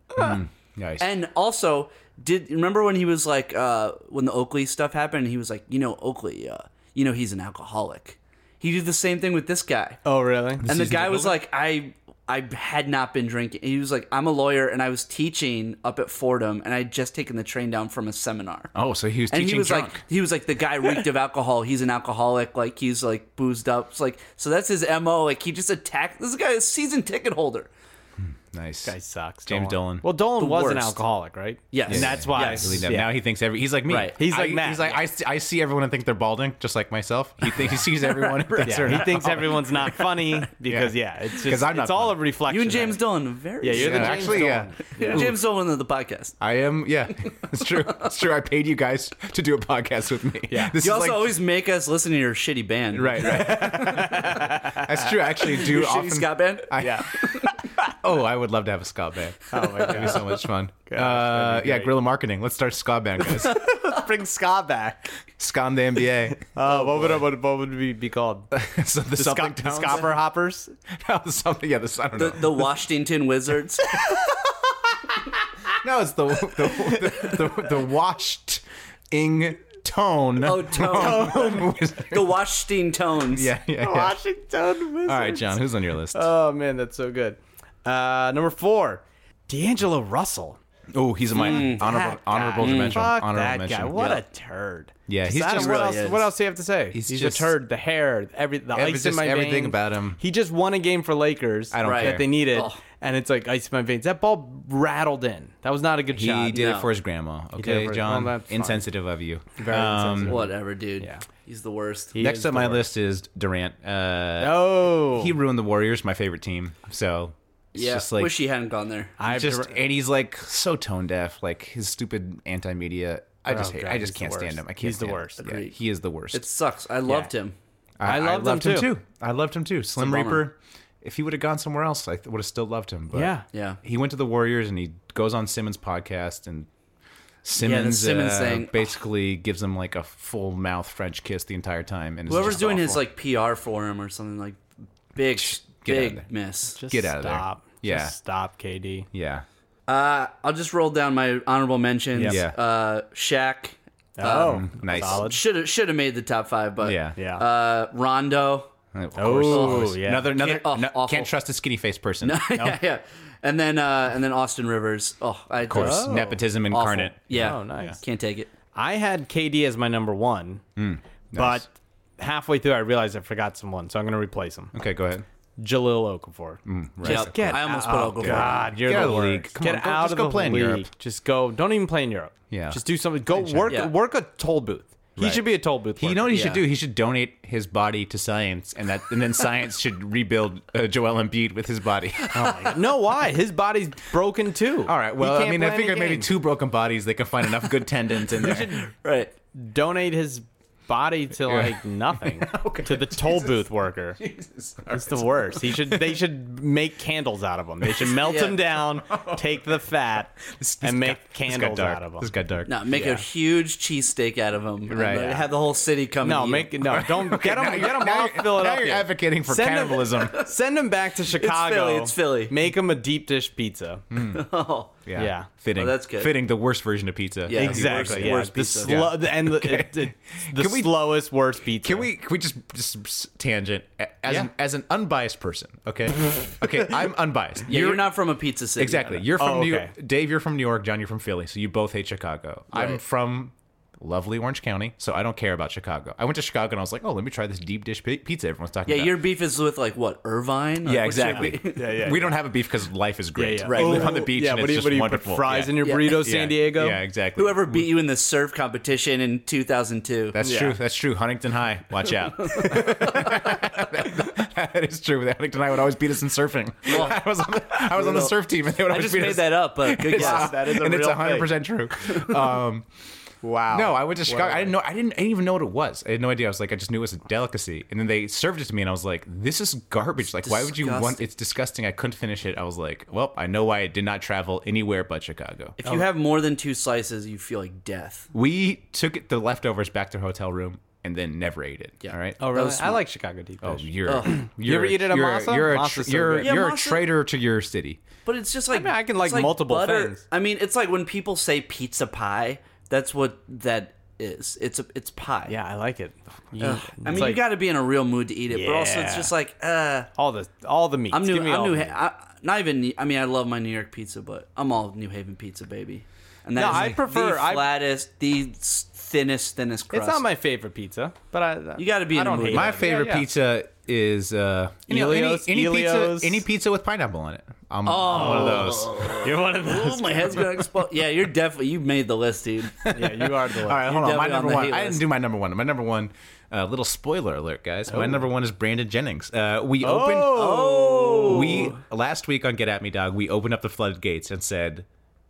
[SPEAKER 4] Nice.
[SPEAKER 6] And also, did remember when he was like uh, when the Oakley stuff happened? He was like, you know, Oakley, uh, you know, he's an alcoholic. He did the same thing with this guy,
[SPEAKER 5] Oh really?
[SPEAKER 6] and the
[SPEAKER 4] season
[SPEAKER 6] guy was
[SPEAKER 4] over?
[SPEAKER 6] like, I. I had not been drinking. He was like, "I'm a lawyer, and I was teaching up at Fordham, and I had just taken the train down from a seminar."
[SPEAKER 4] oh, so he was
[SPEAKER 6] and
[SPEAKER 4] teaching
[SPEAKER 6] he was
[SPEAKER 4] drunk.
[SPEAKER 6] like, he was like, the guy reeked of alcohol. He's an alcoholic. Like he's like boozed up. It's like so that's his mo. Like he just attacked this guy, is a season ticket holder.
[SPEAKER 4] nice.
[SPEAKER 5] Guy sucks.
[SPEAKER 4] James Dolan.
[SPEAKER 5] Well, Dolan was an
[SPEAKER 6] worst.
[SPEAKER 5] alcoholic, right?
[SPEAKER 6] Yes.
[SPEAKER 5] and that's why.
[SPEAKER 6] Yes.
[SPEAKER 4] Believe that. Now he thinks every. He's like me.
[SPEAKER 6] Right.
[SPEAKER 5] He's
[SPEAKER 4] I-
[SPEAKER 5] like Matt.
[SPEAKER 4] He's like I, see- I. see everyone and think they're balding, just like myself. He thinks he sees everyone. and thinks
[SPEAKER 5] Yeah, he thinks everyone's not funny because yeah, it's just
[SPEAKER 4] 'Cause I'm not
[SPEAKER 5] it's all
[SPEAKER 4] funny.
[SPEAKER 5] a reflection.
[SPEAKER 6] You and James
[SPEAKER 5] of it.
[SPEAKER 6] Dolan, are very
[SPEAKER 5] Yeah, you're the
[SPEAKER 4] Yeah,
[SPEAKER 5] James
[SPEAKER 4] actually,
[SPEAKER 5] Dolan.
[SPEAKER 4] yeah.
[SPEAKER 6] You're James Dolan of the podcast.
[SPEAKER 4] I am. Yeah, it's true. It's true. I paid you guys to do a podcast with me.
[SPEAKER 5] Yeah.
[SPEAKER 4] This
[SPEAKER 6] You
[SPEAKER 4] is
[SPEAKER 6] also
[SPEAKER 4] like,
[SPEAKER 6] always make us listen to your shitty band.
[SPEAKER 4] right. Right. That's true. I actually do
[SPEAKER 6] Your
[SPEAKER 4] often.
[SPEAKER 6] shitty ska band?
[SPEAKER 4] I- Oh, I would love to have a ska band. Oh my god, it'd be so much fun. uh, yeah, guerrilla marketing. Let's start a ska band, guys.
[SPEAKER 5] Bring Ska back.
[SPEAKER 4] Scam the NBA.
[SPEAKER 5] Uh, what would what, what would we be called?
[SPEAKER 4] so the,
[SPEAKER 5] The,
[SPEAKER 4] something
[SPEAKER 5] Ska, the Scopper Hoppers.
[SPEAKER 4] Towns? something. Yeah, the I don't know.
[SPEAKER 6] The, the Washington Wizards.
[SPEAKER 4] No, it's the the the, the, the washed ing tone.
[SPEAKER 6] Oh, tone. the Washington Tones.
[SPEAKER 4] yeah, yeah, yeah. All
[SPEAKER 5] Washington Wizards.
[SPEAKER 4] right, John, who's on your list?
[SPEAKER 6] Uh,
[SPEAKER 5] Oh man, that's so good. Uh, number four, D'Angelo Russell.
[SPEAKER 4] oh, he's in my
[SPEAKER 6] hmm.
[SPEAKER 4] honorable
[SPEAKER 5] That
[SPEAKER 4] honorable
[SPEAKER 5] guy.
[SPEAKER 4] mention.
[SPEAKER 5] Fuck
[SPEAKER 4] honorable
[SPEAKER 5] that
[SPEAKER 4] mention.
[SPEAKER 5] guy. What
[SPEAKER 4] Yeah.
[SPEAKER 5] a turd.
[SPEAKER 4] Yeah, he's
[SPEAKER 5] I don't-
[SPEAKER 4] just
[SPEAKER 5] what
[SPEAKER 4] really
[SPEAKER 5] else,
[SPEAKER 6] is.
[SPEAKER 5] What else do you have to say?
[SPEAKER 4] He's
[SPEAKER 5] He's,
[SPEAKER 4] just-
[SPEAKER 5] a turd. The hair, every the
[SPEAKER 4] Every-
[SPEAKER 5] ice in
[SPEAKER 4] just
[SPEAKER 5] my
[SPEAKER 4] everything
[SPEAKER 5] veins.
[SPEAKER 4] about him.
[SPEAKER 5] He just won a game for Lakers.
[SPEAKER 4] I don't
[SPEAKER 6] Right. Oh,
[SPEAKER 4] care.
[SPEAKER 5] that they needed,
[SPEAKER 6] Ugh.
[SPEAKER 5] and it's like ice in my veins. That ball rattled in. That was not a good
[SPEAKER 4] He
[SPEAKER 5] shot.
[SPEAKER 4] did
[SPEAKER 6] no.
[SPEAKER 4] it for his grandma.
[SPEAKER 5] did it
[SPEAKER 4] Okay,
[SPEAKER 5] for his-
[SPEAKER 4] John.
[SPEAKER 5] well, that's fine.
[SPEAKER 4] insensitive of you. Uh,
[SPEAKER 5] Very
[SPEAKER 4] Um,
[SPEAKER 5] insensitive.
[SPEAKER 6] Whatever, dude.
[SPEAKER 5] Yeah.
[SPEAKER 6] He's the worst.
[SPEAKER 4] Next
[SPEAKER 5] is
[SPEAKER 4] on my
[SPEAKER 5] the
[SPEAKER 4] list is Durant. Uh,
[SPEAKER 5] Oh,
[SPEAKER 4] He ruined the Warriors, my favorite team. So it's
[SPEAKER 6] yeah.
[SPEAKER 4] just like
[SPEAKER 6] Wish he hadn't gone there.
[SPEAKER 5] I've
[SPEAKER 4] just
[SPEAKER 5] Durant-
[SPEAKER 4] and he's like so tone deaf. Like his stupid anti-media. I just
[SPEAKER 5] Oh,
[SPEAKER 4] hate.
[SPEAKER 5] God,
[SPEAKER 4] I just
[SPEAKER 5] he's the
[SPEAKER 4] can't stand
[SPEAKER 5] worst.
[SPEAKER 4] him. I can't.
[SPEAKER 5] He's the
[SPEAKER 4] stand him.
[SPEAKER 5] worst.
[SPEAKER 4] Yeah,
[SPEAKER 6] Agreed.
[SPEAKER 4] he is the worst.
[SPEAKER 6] It sucks. I loved him.
[SPEAKER 5] I loved him too.
[SPEAKER 4] I loved him too. Slim
[SPEAKER 6] bummer.
[SPEAKER 4] Reaper. If he would have gone somewhere else, I th- would have still loved him. But
[SPEAKER 5] Yeah.
[SPEAKER 6] Yeah.
[SPEAKER 4] he went to the Warriors and he goes on Simmons' podcast and Simmons,
[SPEAKER 6] Simmons
[SPEAKER 4] uh,
[SPEAKER 6] thing.
[SPEAKER 4] basically gives him like a full mouth French kiss the entire time. And it's
[SPEAKER 6] Whoever's
[SPEAKER 4] just
[SPEAKER 6] doing his
[SPEAKER 4] awful.
[SPEAKER 6] like PR for him or something like big,
[SPEAKER 4] get out of
[SPEAKER 6] big
[SPEAKER 4] there.
[SPEAKER 6] miss.
[SPEAKER 5] Just
[SPEAKER 4] Get out of there.
[SPEAKER 5] stop.
[SPEAKER 4] Yeah.
[SPEAKER 5] Just stop, KD.
[SPEAKER 4] yeah,
[SPEAKER 6] Uh, I'll just roll down my honorable mentions.
[SPEAKER 4] Yeah. Yeah.
[SPEAKER 6] Uh, Shaq
[SPEAKER 5] Oh,
[SPEAKER 4] nice.
[SPEAKER 5] solid.
[SPEAKER 6] should have should have made the top five, but
[SPEAKER 4] yeah,
[SPEAKER 5] Yeah.
[SPEAKER 6] Uh, Rondo.
[SPEAKER 4] Of course.
[SPEAKER 5] oh, yeah.
[SPEAKER 4] Another, another,
[SPEAKER 6] Can't- oh,
[SPEAKER 4] no-
[SPEAKER 6] awful.
[SPEAKER 4] can't trust a skinny faced person. of
[SPEAKER 6] yeah, yeah. And then uh, and then Austin Rivers. Oh, I of
[SPEAKER 4] course, nepotism incarnate.
[SPEAKER 6] Yeah.
[SPEAKER 5] Oh, nice.
[SPEAKER 6] Can't take it.
[SPEAKER 5] I had KD as my number one,
[SPEAKER 4] Hmm. nice.
[SPEAKER 5] but halfway through I realized I forgot someone, so I'm going to replace him.
[SPEAKER 4] Okay, go ahead.
[SPEAKER 5] Jalil Okafor.
[SPEAKER 6] Yep. I almost
[SPEAKER 5] out-
[SPEAKER 6] put Okafor.
[SPEAKER 5] God, you're
[SPEAKER 4] Hmm. Get out
[SPEAKER 5] the,
[SPEAKER 4] of the
[SPEAKER 5] worst.
[SPEAKER 4] league. Come
[SPEAKER 5] Get
[SPEAKER 4] on, go-
[SPEAKER 5] out
[SPEAKER 4] just
[SPEAKER 5] of
[SPEAKER 4] go
[SPEAKER 5] the
[SPEAKER 4] play in
[SPEAKER 5] league.
[SPEAKER 4] Europe.
[SPEAKER 5] Just go. Don't even play in Europe.
[SPEAKER 4] Yeah.
[SPEAKER 5] Just do something. Go work.
[SPEAKER 6] Yeah.
[SPEAKER 5] Work a toll booth. He
[SPEAKER 4] Right.
[SPEAKER 5] should be a toll booth.
[SPEAKER 4] He, you know what he
[SPEAKER 6] Yeah.
[SPEAKER 4] should do? He should donate his body to science, and that, and then science should rebuild uh, Joel Embiid with his body.
[SPEAKER 5] worker. no, why? His body's broken too.
[SPEAKER 4] All right. Well, I
[SPEAKER 5] He can't
[SPEAKER 4] mean, I
[SPEAKER 5] play any
[SPEAKER 4] figured maybe
[SPEAKER 5] game.
[SPEAKER 4] two broken bodies, they can find enough good tendons in there.
[SPEAKER 6] Right.
[SPEAKER 5] donate his body to like nothing to the toll booth worker. It's the worst. He should. They should make candles out of him. They should melt
[SPEAKER 6] Yeah.
[SPEAKER 5] him down, take the fat, and make candles out of him.
[SPEAKER 4] This got dark.
[SPEAKER 6] No, make a huge cheesesteak out of him. and
[SPEAKER 4] Right.
[SPEAKER 6] then Have the whole city come.
[SPEAKER 5] No,
[SPEAKER 6] and eat
[SPEAKER 5] make
[SPEAKER 6] him.
[SPEAKER 5] no. Don't get him. get him off
[SPEAKER 4] Now
[SPEAKER 5] Philadelphia.
[SPEAKER 4] you're advocating for
[SPEAKER 5] Send him-
[SPEAKER 4] cannibalism.
[SPEAKER 5] Send him back to Chicago.
[SPEAKER 6] it's Philly.
[SPEAKER 5] Make him a deep dish pizza.
[SPEAKER 4] Mm-hmm.
[SPEAKER 6] Oh,
[SPEAKER 5] Yeah.
[SPEAKER 4] Fitting.
[SPEAKER 6] Oh, that's good.
[SPEAKER 4] Fitting the worst version of pizza.
[SPEAKER 6] Yeah.
[SPEAKER 5] Exactly.
[SPEAKER 6] Worst-
[SPEAKER 5] yeah.
[SPEAKER 6] worst
[SPEAKER 5] the
[SPEAKER 6] pizza.
[SPEAKER 5] slow and the, it, it- the
[SPEAKER 4] Can we-
[SPEAKER 5] slowest worst pizza.
[SPEAKER 4] Can we can we just just tangent A- as
[SPEAKER 5] Yeah.
[SPEAKER 4] an, as an unbiased person? Okay, okay, I'm unbiased.
[SPEAKER 6] Yeah, you're, not from a pizza city.
[SPEAKER 4] exactly. You're from
[SPEAKER 5] Oh,
[SPEAKER 4] New
[SPEAKER 5] okay.
[SPEAKER 4] Dave. You're from New York. John, you're from Philly. So you both hate Chicago. I'm
[SPEAKER 6] Right.
[SPEAKER 4] from lovely Orange County, so I don't care about Chicago. I went to Chicago and I was like, oh, let me try this deep dish pi- pizza everyone's talking
[SPEAKER 6] Yeah,
[SPEAKER 4] about.
[SPEAKER 6] your beef is with like what Irvine. Like,
[SPEAKER 4] yeah,
[SPEAKER 6] what's your
[SPEAKER 4] exactly.
[SPEAKER 6] beef?
[SPEAKER 5] Yeah, yeah,
[SPEAKER 4] We don't have a beef because life is great.
[SPEAKER 5] yeah.
[SPEAKER 4] Right.
[SPEAKER 5] Oh,
[SPEAKER 4] we live on the beach
[SPEAKER 5] yeah,
[SPEAKER 4] and
[SPEAKER 5] what
[SPEAKER 4] it's just
[SPEAKER 5] do you, what do you put
[SPEAKER 4] wonderful.
[SPEAKER 5] fries
[SPEAKER 4] yeah.
[SPEAKER 5] in your
[SPEAKER 6] Yeah.
[SPEAKER 5] burrito,
[SPEAKER 4] Yeah.
[SPEAKER 5] San Diego?
[SPEAKER 4] Yeah, exactly.
[SPEAKER 6] Whoever beat you in the surf competition in 2002.
[SPEAKER 4] That's
[SPEAKER 5] Yeah.
[SPEAKER 4] true. That's true. Huntington High. Watch out. that is true. Huntington High would always beat us in surfing. I was on the, I was on the surf team, and they would
[SPEAKER 6] I
[SPEAKER 4] always
[SPEAKER 6] just
[SPEAKER 4] beat
[SPEAKER 6] made
[SPEAKER 4] us.
[SPEAKER 6] that up, but good guess.
[SPEAKER 5] That is a
[SPEAKER 4] and it's
[SPEAKER 5] real
[SPEAKER 4] hundred percent true. Um,
[SPEAKER 5] Wow.
[SPEAKER 4] no, I went to Chicago. I didn't know. I didn't, I didn't even know what it was. I had no idea. I was like, I just knew it was a delicacy. And then they served it to me, and I was like, this is garbage. Like, why would you want?
[SPEAKER 6] disgusting.
[SPEAKER 4] It's disgusting. I couldn't finish it. I was like, well, I know why I did not travel anywhere but Chicago.
[SPEAKER 6] If you have more than two slices, you feel like death.
[SPEAKER 4] We took it, the leftovers back to the hotel room and then never ate it.
[SPEAKER 6] Yeah.
[SPEAKER 4] All right.
[SPEAKER 5] Oh, really?
[SPEAKER 6] was
[SPEAKER 5] I like Chicago deep
[SPEAKER 4] Oh,
[SPEAKER 5] dish.
[SPEAKER 4] you're,
[SPEAKER 5] You ever eat it at
[SPEAKER 4] you're,
[SPEAKER 5] Masa?
[SPEAKER 4] You're a,
[SPEAKER 5] Masa's
[SPEAKER 4] tra-
[SPEAKER 5] so
[SPEAKER 4] you're,
[SPEAKER 5] good.
[SPEAKER 6] Yeah,
[SPEAKER 4] you're a
[SPEAKER 6] Masa-
[SPEAKER 4] traitor to your city.
[SPEAKER 6] But it's just like
[SPEAKER 5] mean, I can like
[SPEAKER 6] it's
[SPEAKER 5] multiple
[SPEAKER 6] butter.
[SPEAKER 5] things.
[SPEAKER 6] I mean, it's like when people say pizza pie. That's what that is. It's a it's pie.
[SPEAKER 5] Yeah, I like it. You-
[SPEAKER 6] I
[SPEAKER 5] it's
[SPEAKER 6] mean,
[SPEAKER 5] like
[SPEAKER 6] you got to be in a real mood to eat it, but also it's
[SPEAKER 5] Yeah.
[SPEAKER 6] just like uh,
[SPEAKER 5] all the all the meats.
[SPEAKER 6] I'm new.
[SPEAKER 5] Give me
[SPEAKER 6] I'm
[SPEAKER 5] all
[SPEAKER 6] new.
[SPEAKER 5] the
[SPEAKER 6] Ha- I, not even. I mean, I love my New York pizza, but I'm all New Haven pizza, baby. And
[SPEAKER 5] No,
[SPEAKER 6] that's
[SPEAKER 5] I
[SPEAKER 6] like
[SPEAKER 5] prefer-
[SPEAKER 6] the
[SPEAKER 5] I-
[SPEAKER 6] flattest, the s- thinnest, thinnest crust.
[SPEAKER 5] It's not my favorite pizza, but I. uh,
[SPEAKER 6] You gotta be
[SPEAKER 5] I
[SPEAKER 6] in the
[SPEAKER 5] don't
[SPEAKER 6] mood.
[SPEAKER 5] hate
[SPEAKER 4] My
[SPEAKER 5] it.
[SPEAKER 4] favorite
[SPEAKER 5] Yeah, yeah.
[SPEAKER 4] pizza is uh, you know,
[SPEAKER 5] Elio's,
[SPEAKER 4] any, any
[SPEAKER 5] Elio's. Oh.
[SPEAKER 4] pizza, any pizza with pineapple on it. I'm, I'm one of those.
[SPEAKER 5] You're one of
[SPEAKER 6] Ooh,
[SPEAKER 5] those.
[SPEAKER 6] Oh, my head's gonna explode. Yeah, you're definitely. You made the list, dude.
[SPEAKER 5] yeah, you are the.
[SPEAKER 4] All right, hold on. My
[SPEAKER 6] definitely
[SPEAKER 4] number
[SPEAKER 6] on the
[SPEAKER 4] one.
[SPEAKER 6] hate
[SPEAKER 4] I didn't
[SPEAKER 6] list.
[SPEAKER 4] do my number one. My number one. Uh, little spoiler alert, guys.
[SPEAKER 6] Oh.
[SPEAKER 4] My number one is Brandon Jennings. Uh, we opened.
[SPEAKER 5] Oh.
[SPEAKER 4] We last week on Get at Me Dog, we opened up the floodgates and said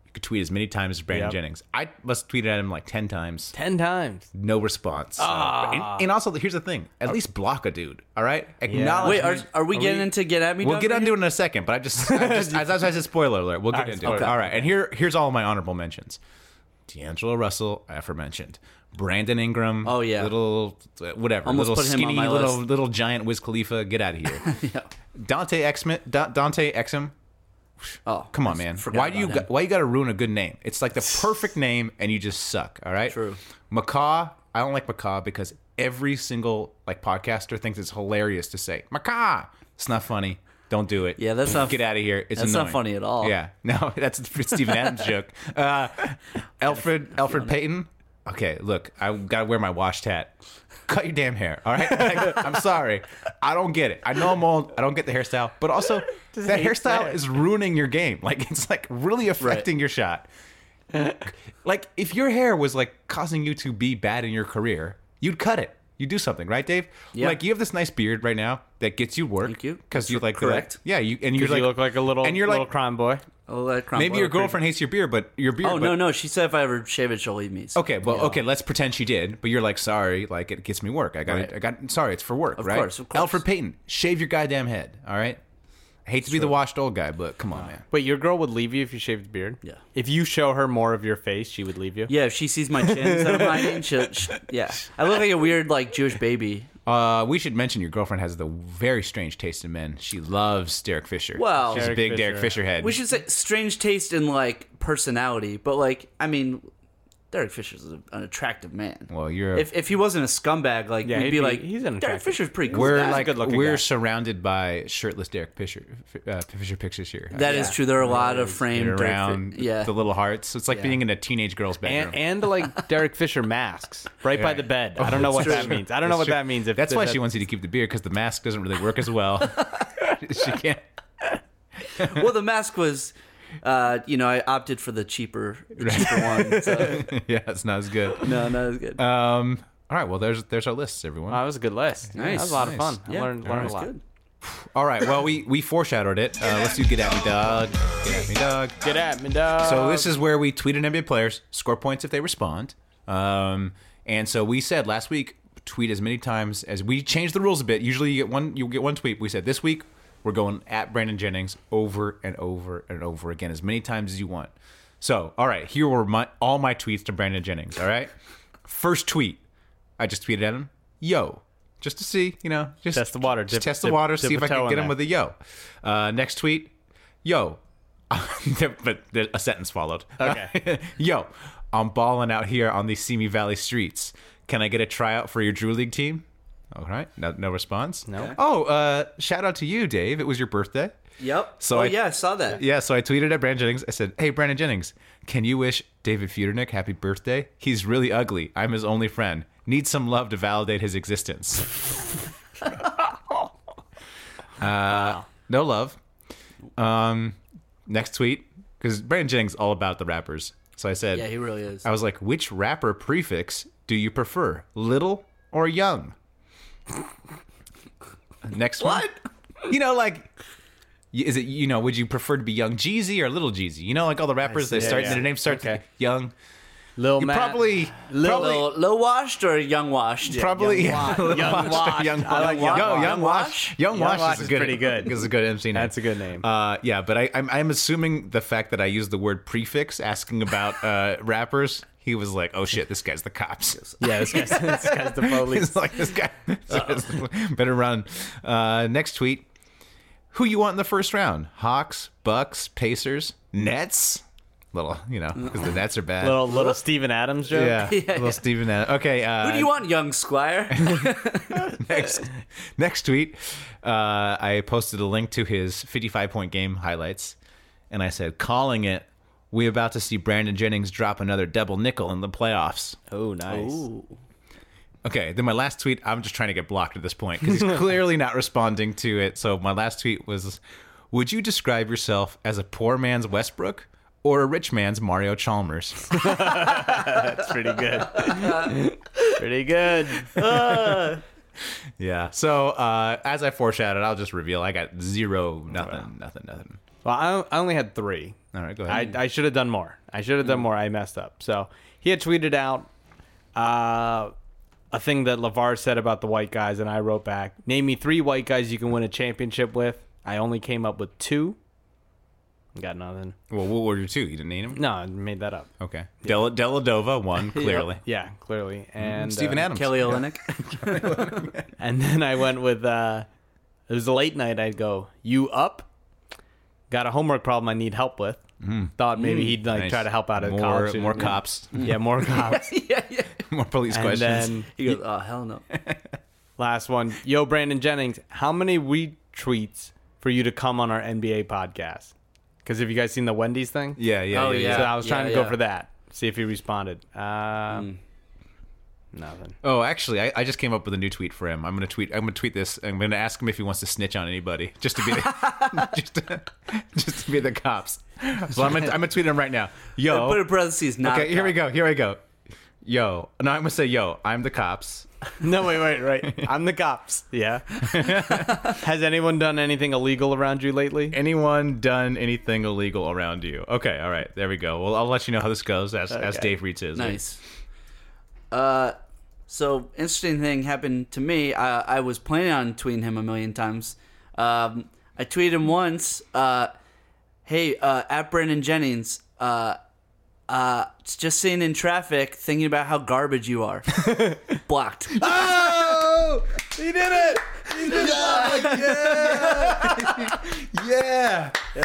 [SPEAKER 4] you could tweet as many times as Brandon
[SPEAKER 5] Yep.
[SPEAKER 4] Jennings. I must tweeted at him like ten times.
[SPEAKER 5] Ten times.
[SPEAKER 4] No response.
[SPEAKER 6] Ah.
[SPEAKER 4] Uh, and, and also, here's the thing:
[SPEAKER 6] Oh.
[SPEAKER 4] at least block a dude. All right, acknowledge.
[SPEAKER 6] Wait,
[SPEAKER 4] me.
[SPEAKER 6] are, are we getting into get at me?
[SPEAKER 4] We'll
[SPEAKER 6] Dog
[SPEAKER 4] get
[SPEAKER 6] right
[SPEAKER 4] into it in a second, but I just, I just as I said, spoiler alert. We'll get
[SPEAKER 5] right,
[SPEAKER 4] into
[SPEAKER 5] spoiler
[SPEAKER 4] it. All right, and here, here's all my honorable mentions: D'Angelo Russell, aforementioned, Brandon Ingram.
[SPEAKER 6] Oh, yeah.
[SPEAKER 4] little uh, whatever,
[SPEAKER 6] Almost
[SPEAKER 4] little
[SPEAKER 6] put him on
[SPEAKER 4] skinny,
[SPEAKER 6] my
[SPEAKER 4] little
[SPEAKER 6] list.
[SPEAKER 4] little giant Wiz Khalifa. Get out of here,
[SPEAKER 6] here? Yeah.
[SPEAKER 4] Dante Exum. Da- Dante Exum.
[SPEAKER 6] Oh,
[SPEAKER 4] Come on,
[SPEAKER 6] I
[SPEAKER 4] man.
[SPEAKER 6] forgot
[SPEAKER 4] Why do you
[SPEAKER 6] about
[SPEAKER 4] got,
[SPEAKER 6] him.
[SPEAKER 4] why you got to ruin a good name? It's like the perfect name, and you just suck. All right.
[SPEAKER 6] True.
[SPEAKER 4] Macaw. I don't like macaw because every single like podcaster thinks it's hilarious to say macaw. It's not funny. Don't do it.
[SPEAKER 6] Yeah, that's not-
[SPEAKER 4] get out of here. It's
[SPEAKER 6] that's not
[SPEAKER 4] annoying.
[SPEAKER 6] funny at all.
[SPEAKER 4] Yeah. No, that's a Stephen Adams joke. Uh, Alfred Alfred Payton. okay, look, I gotta wear my washed hat. Cut your damn hair, all right? Like, I'm sorry, I don't get it. I know I'm old. I don't get the hairstyle, but also that
[SPEAKER 5] hate
[SPEAKER 4] hairstyle
[SPEAKER 5] that.
[SPEAKER 4] is ruining your game. Like it's like really affecting your shot. like if your hair was like causing you to be bad in your career, you'd cut it. You do something, right, Dave?
[SPEAKER 6] Yeah.
[SPEAKER 4] Like you have this nice beard right now that gets you work
[SPEAKER 6] Thank you.
[SPEAKER 4] because you like
[SPEAKER 6] Correct.
[SPEAKER 4] Yeah, you and you're
[SPEAKER 5] You
[SPEAKER 4] like
[SPEAKER 5] look like a little
[SPEAKER 4] and you're
[SPEAKER 5] little
[SPEAKER 4] like
[SPEAKER 5] crime boy.
[SPEAKER 6] I'll let Cromwell
[SPEAKER 4] maybe your
[SPEAKER 6] approve.
[SPEAKER 4] girlfriend hates your beard, but your beard.
[SPEAKER 6] Oh
[SPEAKER 4] but-
[SPEAKER 6] no, no. She said if I ever shave it, she'll leave me. So,
[SPEAKER 4] Okay, well,
[SPEAKER 6] you know.
[SPEAKER 4] okay, let's pretend she did, but you're like, sorry, like it gets me work. I got,
[SPEAKER 6] Right.
[SPEAKER 4] I got, sorry, it's for work,
[SPEAKER 6] Of
[SPEAKER 4] right?
[SPEAKER 6] course, of course.
[SPEAKER 4] Alfred Payton, shave your goddamn head, all right? I hate to be the washed old guy, but come on, man.
[SPEAKER 5] Wait, your girl would leave you if you shaved the beard?
[SPEAKER 6] Yeah.
[SPEAKER 5] If you show her more of your face, she would leave you?
[SPEAKER 6] Yeah, if she sees my chin instead of mine, she'll, she, yeah. I look like a weird like Jewish baby.
[SPEAKER 4] Uh, we should mention your girlfriend has the very strange taste in men. She loves Derek Fisher.
[SPEAKER 6] Well-
[SPEAKER 4] she's a
[SPEAKER 5] Derek
[SPEAKER 4] big
[SPEAKER 5] Fisher.
[SPEAKER 4] Derek Fisher head.
[SPEAKER 6] We should say strange taste in like personality, but like I mean, Derek Fisher's an attractive man.
[SPEAKER 4] Well, you're-
[SPEAKER 6] if if he wasn't a scumbag, like
[SPEAKER 5] Yeah,
[SPEAKER 6] we'd
[SPEAKER 5] he'd
[SPEAKER 6] be
[SPEAKER 5] be-
[SPEAKER 6] like,
[SPEAKER 5] he's an
[SPEAKER 6] Derek
[SPEAKER 5] attractive-
[SPEAKER 6] Fisher's pretty cool.
[SPEAKER 4] we're
[SPEAKER 6] guy.
[SPEAKER 4] like
[SPEAKER 5] good-looking
[SPEAKER 4] we're
[SPEAKER 5] guy.
[SPEAKER 4] surrounded by shirtless Derek Fisher uh, Fisher pictures here.
[SPEAKER 6] That is true. There are a lot of framed Derek Fi-
[SPEAKER 4] around
[SPEAKER 6] yeah.
[SPEAKER 4] the little hearts. It's like being in a teenage girl's bedroom.
[SPEAKER 5] And, and like Oh, Derek Fisher masks right by
[SPEAKER 4] Yeah.
[SPEAKER 5] the bed. I don't know what that means. I don't know what that means. If
[SPEAKER 4] That's
[SPEAKER 5] if
[SPEAKER 4] why
[SPEAKER 5] that-
[SPEAKER 4] she wants you to keep the beard because the mask doesn't really work as well. she can't.
[SPEAKER 6] well, the mask was, uh, you know, I opted for the cheaper, the cheaper one. So,
[SPEAKER 4] Yeah, it's not as good.
[SPEAKER 6] no, no, it's good.
[SPEAKER 4] Um. All right. Well, there's there's our lists, everyone.
[SPEAKER 5] Oh, that was a good list. That was a lot of
[SPEAKER 4] Nice.
[SPEAKER 5] fun. I learned, learned a lot.
[SPEAKER 4] All right. Well, we we foreshadowed it. Uh, let's do get at me, Doug. Get at me, Doug.
[SPEAKER 5] Get at me, dog.
[SPEAKER 4] So this is where we tweet at NBA players, score points if they respond. Um, and so we said last week, tweet as many times as we changed the rules a bit. Usually you get one, you get one tweet. We said this week we're going at Brandon Jennings over and over and over again as many times as you want. So all right, here were my all my tweets to Brandon Jennings. All right, first tweet, I just tweeted at him, yo. Just to see, you know, just
[SPEAKER 5] Test the water.
[SPEAKER 4] just
[SPEAKER 5] Dip-
[SPEAKER 4] test the
[SPEAKER 5] dip-
[SPEAKER 4] water,
[SPEAKER 5] dip
[SPEAKER 4] see if
[SPEAKER 5] a
[SPEAKER 4] I
[SPEAKER 5] toe
[SPEAKER 4] can
[SPEAKER 5] in
[SPEAKER 4] get him
[SPEAKER 5] there.
[SPEAKER 4] with a yo. Uh, next tweet, yo. but there- a sentence followed.
[SPEAKER 5] Okay.
[SPEAKER 4] yo, I'm balling out here on these Simi Valley streets. Can I get a tryout for your Drew League team? All right. No, no response. No. Oh, uh, shout out to you, Dave. It was your birthday.
[SPEAKER 6] Yep.
[SPEAKER 4] So
[SPEAKER 6] oh,
[SPEAKER 4] I-
[SPEAKER 6] yeah, I saw that.
[SPEAKER 4] Yeah, so I tweeted at Brandon Jennings. I said, "Hey, Brandon Jennings, can you wish David Feudernick happy birthday? He's really ugly. I'm his only friend. Needs some love to validate his existence." uh, No love. Um, next tweet because Brandon Jennings all about the rappers. So I said,
[SPEAKER 6] Yeah, he really is.
[SPEAKER 4] I was like, which rapper prefix do you prefer, little or young? Next one. What? You know, like, y- is it, you know, would you prefer to be Young Jeezy or Little Jeezy? You know, like all the rappers, they
[SPEAKER 5] see.
[SPEAKER 4] start,
[SPEAKER 5] Yeah, yeah.
[SPEAKER 4] their name starts
[SPEAKER 5] Okay.
[SPEAKER 4] with Young.
[SPEAKER 5] Lil
[SPEAKER 4] You
[SPEAKER 5] Matt.
[SPEAKER 4] probably, probably,
[SPEAKER 6] Low, low washed or young washed?
[SPEAKER 4] probably, Lil
[SPEAKER 5] Young
[SPEAKER 4] Wash or
[SPEAKER 5] Wash.
[SPEAKER 4] Young
[SPEAKER 5] I like
[SPEAKER 4] Wash.
[SPEAKER 5] Young
[SPEAKER 4] Yo,
[SPEAKER 5] Wash.
[SPEAKER 4] Young Wash. Young Wash is a good,
[SPEAKER 5] pretty good.
[SPEAKER 4] Is a good MC name.
[SPEAKER 5] That's a good name.
[SPEAKER 4] Uh, yeah, but I, I'm, I'm assuming the fact that I used the word prefix asking about uh, rappers, he was like, oh shit, this guy's the cops.
[SPEAKER 5] yeah, this guy's, this guy's the police.
[SPEAKER 4] He's like, this guy better run. Uh, next tweet. Who you want in the first round? Hawks, Bucks, Pacers, Nets? Little, you know, because the Nets are bad.
[SPEAKER 5] little little Steven Adams joke.
[SPEAKER 4] yeah, little Steven. Adams. Okay. Uh,
[SPEAKER 6] Who do you want, young squire?
[SPEAKER 4] next, next tweet, uh, I posted a link to his 55 point game highlights, and I said, "Calling it, we about to see Brandon Jennings drop another double nickel in the playoffs."
[SPEAKER 5] Oh, nice.
[SPEAKER 4] Okay, then my last tweet, I'm just trying to get blocked at this point because he's clearly not responding to it. So my last tweet was, "Would you describe yourself as a poor man's Westbrook?" Or a rich man's Mario Chalmers.
[SPEAKER 5] That's pretty good. pretty good.
[SPEAKER 4] yeah. So uh, as I foreshadowed, I'll just reveal I got zero, nothing, nothing, nothing.
[SPEAKER 5] Well, I, I only had three.
[SPEAKER 4] All right, go
[SPEAKER 5] I,
[SPEAKER 4] ahead.
[SPEAKER 5] I should have done more. I should
[SPEAKER 4] Hmm.
[SPEAKER 5] have done more. I messed up. So he had tweeted out uh, a thing that LeVar said about the white guys, and I wrote back, Name me three white guys you can win a championship with. I only came up with two. Got nothing.
[SPEAKER 4] well, what were your two? You didn't name him.
[SPEAKER 5] No, I made that up.
[SPEAKER 4] Okay. Del Deladova won clearly.
[SPEAKER 5] Yeah, clearly.
[SPEAKER 4] Mm-hmm.
[SPEAKER 5] And
[SPEAKER 4] Stephen
[SPEAKER 5] uh,
[SPEAKER 4] Adams.
[SPEAKER 6] Kelly Olynyk.
[SPEAKER 5] And then I went with uh it was a late night, I'd go, You up? Got a homework problem I need help with. Thought maybe he'd like
[SPEAKER 4] Mm. Nice.
[SPEAKER 5] try to help out a
[SPEAKER 4] more,
[SPEAKER 5] college.
[SPEAKER 4] More
[SPEAKER 5] student.
[SPEAKER 4] cops.
[SPEAKER 5] Mm. Yeah, more cops.
[SPEAKER 6] yeah, yeah.
[SPEAKER 4] more police
[SPEAKER 5] and
[SPEAKER 4] questions.
[SPEAKER 5] then
[SPEAKER 6] He goes, oh hell no.
[SPEAKER 5] last one. Yo, Brandon Jennings, how many retweets for you to come on our NBA podcast? Because have you guys seen the Wendy's thing?
[SPEAKER 4] yeah, yeah,
[SPEAKER 6] Oh,
[SPEAKER 4] yeah,
[SPEAKER 6] yeah.
[SPEAKER 5] So I was trying
[SPEAKER 6] yeah,
[SPEAKER 5] to go
[SPEAKER 6] yeah.
[SPEAKER 5] for that. See if he responded. Um, Nothing.
[SPEAKER 4] Oh, actually, I, I just came up with a new tweet for him. I'm gonna tweet. I'm gonna tweet this. I'm gonna ask him if he wants to snitch on anybody, just to be, the, just, to, just to be the cops. So I'm gonna, I'm gonna tweet him right now. Yo,
[SPEAKER 6] Put in parentheses. Not
[SPEAKER 4] okay, here we go. Here we go. Yo, no, I'm gonna say yo. I'm the cops.
[SPEAKER 5] No, wait, wait, right. I'm the cops. Yeah. Has anyone done anything illegal around you lately?
[SPEAKER 4] Anyone done anything illegal around you? Okay, all right, there we go. Well, I'll let you know how this goes as as
[SPEAKER 5] Okay.
[SPEAKER 4] Dave reads his.
[SPEAKER 6] Nice. Uh, so interesting thing happened to me. I, I was planning on tweeting him a million times. Um, I tweeted him once. Uh, hey, uh, at Brandon Jennings. Uh, uh, just sitting in traffic, thinking about how garbage you are. Blocked.
[SPEAKER 4] Oh, he did it! He did it! Yeah,
[SPEAKER 5] It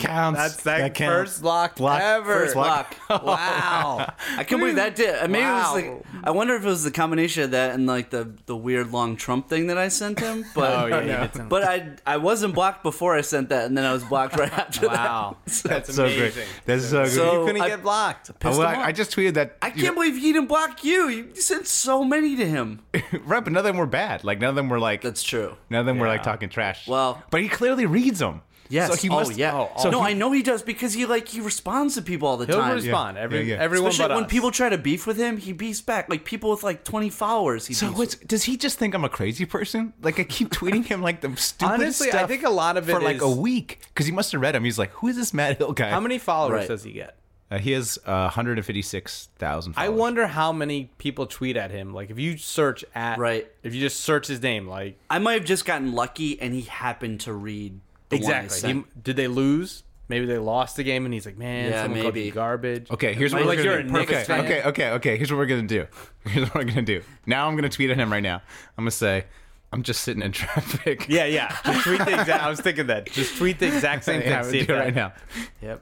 [SPEAKER 4] That counts.
[SPEAKER 5] That's that,
[SPEAKER 4] That counts.
[SPEAKER 5] first lock
[SPEAKER 4] Block-
[SPEAKER 5] ever.
[SPEAKER 4] first
[SPEAKER 6] Block. wow. I can't believe that did. Maybe
[SPEAKER 5] Wow.
[SPEAKER 6] it was like I wonder if it was the combination of that and like the the weird long Trump thing that I sent him. But
[SPEAKER 5] Oh, yeah, you did send him.
[SPEAKER 6] but I I wasn't blocked before I sent that, and then I was blocked right after
[SPEAKER 5] Wow.
[SPEAKER 6] that.
[SPEAKER 4] that's so great. That's so good.
[SPEAKER 6] So
[SPEAKER 5] you couldn't
[SPEAKER 6] I-
[SPEAKER 5] get blocked.
[SPEAKER 4] well,
[SPEAKER 6] him
[SPEAKER 4] I, I
[SPEAKER 6] off.
[SPEAKER 4] just tweeted that.
[SPEAKER 6] I
[SPEAKER 4] you
[SPEAKER 6] can't
[SPEAKER 4] know-
[SPEAKER 6] believe he didn't block you. You sent so many to him.
[SPEAKER 4] Right, but none of them were bad. Like none of them were like
[SPEAKER 6] That's true.
[SPEAKER 4] none of them were like talking trash.
[SPEAKER 6] Well-
[SPEAKER 4] but he clearly reads them.
[SPEAKER 6] Yes.
[SPEAKER 4] So he
[SPEAKER 6] oh
[SPEAKER 4] must,
[SPEAKER 6] yeah.
[SPEAKER 4] so
[SPEAKER 6] no,
[SPEAKER 4] he-
[SPEAKER 6] I know he does because he like he responds to people all the
[SPEAKER 5] He'll
[SPEAKER 6] time.
[SPEAKER 5] respond. Every,
[SPEAKER 4] Yeah, yeah.
[SPEAKER 5] Everyone
[SPEAKER 6] Especially
[SPEAKER 5] but
[SPEAKER 6] when
[SPEAKER 5] us.
[SPEAKER 6] people try to beef with him, he beefs back. Like people with like twenty followers, he
[SPEAKER 4] So
[SPEAKER 6] beefs
[SPEAKER 4] what's, does he just think I'm a crazy person? Like I keep tweeting him like the stupid
[SPEAKER 5] Honestly, I
[SPEAKER 4] stuff
[SPEAKER 5] think a lot of it
[SPEAKER 4] for like
[SPEAKER 5] is-
[SPEAKER 4] a week because he must have read him. He's like, who is this Matt Hill guy?
[SPEAKER 5] How many followers
[SPEAKER 6] Right.
[SPEAKER 5] does he get?
[SPEAKER 4] Uh, he has uh, 156,000.
[SPEAKER 5] I
[SPEAKER 4] followers.
[SPEAKER 5] wonder how many people tweet at him. Like if you search at
[SPEAKER 6] Right.
[SPEAKER 5] if you just search his name, like
[SPEAKER 6] I might have just gotten lucky and he happened to read the one I
[SPEAKER 5] exactly.
[SPEAKER 6] sent.
[SPEAKER 5] He, did they lose? Maybe they lost the game, and he's like, man,
[SPEAKER 6] Yeah,
[SPEAKER 5] someone called you
[SPEAKER 6] maybe.
[SPEAKER 5] garbage.
[SPEAKER 4] Okay, here's what
[SPEAKER 6] might
[SPEAKER 4] we're
[SPEAKER 6] be
[SPEAKER 4] gonna
[SPEAKER 5] you're a
[SPEAKER 4] do.
[SPEAKER 5] Knicks
[SPEAKER 4] okay,
[SPEAKER 5] fan.
[SPEAKER 4] okay, okay, okay. Here's what we're gonna do. Here's what we're gonna do. Now I'm gonna tweet at him right now. I'm gonna say, I'm just sitting in traffic.
[SPEAKER 5] Yeah, yeah. Just tweet the exact. I was thinking that. Just tweet the exact same thing.
[SPEAKER 4] yeah, I'm
[SPEAKER 5] See
[SPEAKER 4] gonna
[SPEAKER 5] if
[SPEAKER 4] do it
[SPEAKER 5] that-
[SPEAKER 4] right now.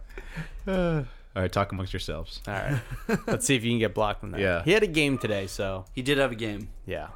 [SPEAKER 5] Yep.
[SPEAKER 4] All right, talk amongst yourselves.
[SPEAKER 5] All right. Let's see if you can get blocked from that.
[SPEAKER 4] Yeah.
[SPEAKER 5] He had a game today, so
[SPEAKER 6] He did have a game.
[SPEAKER 5] yeah.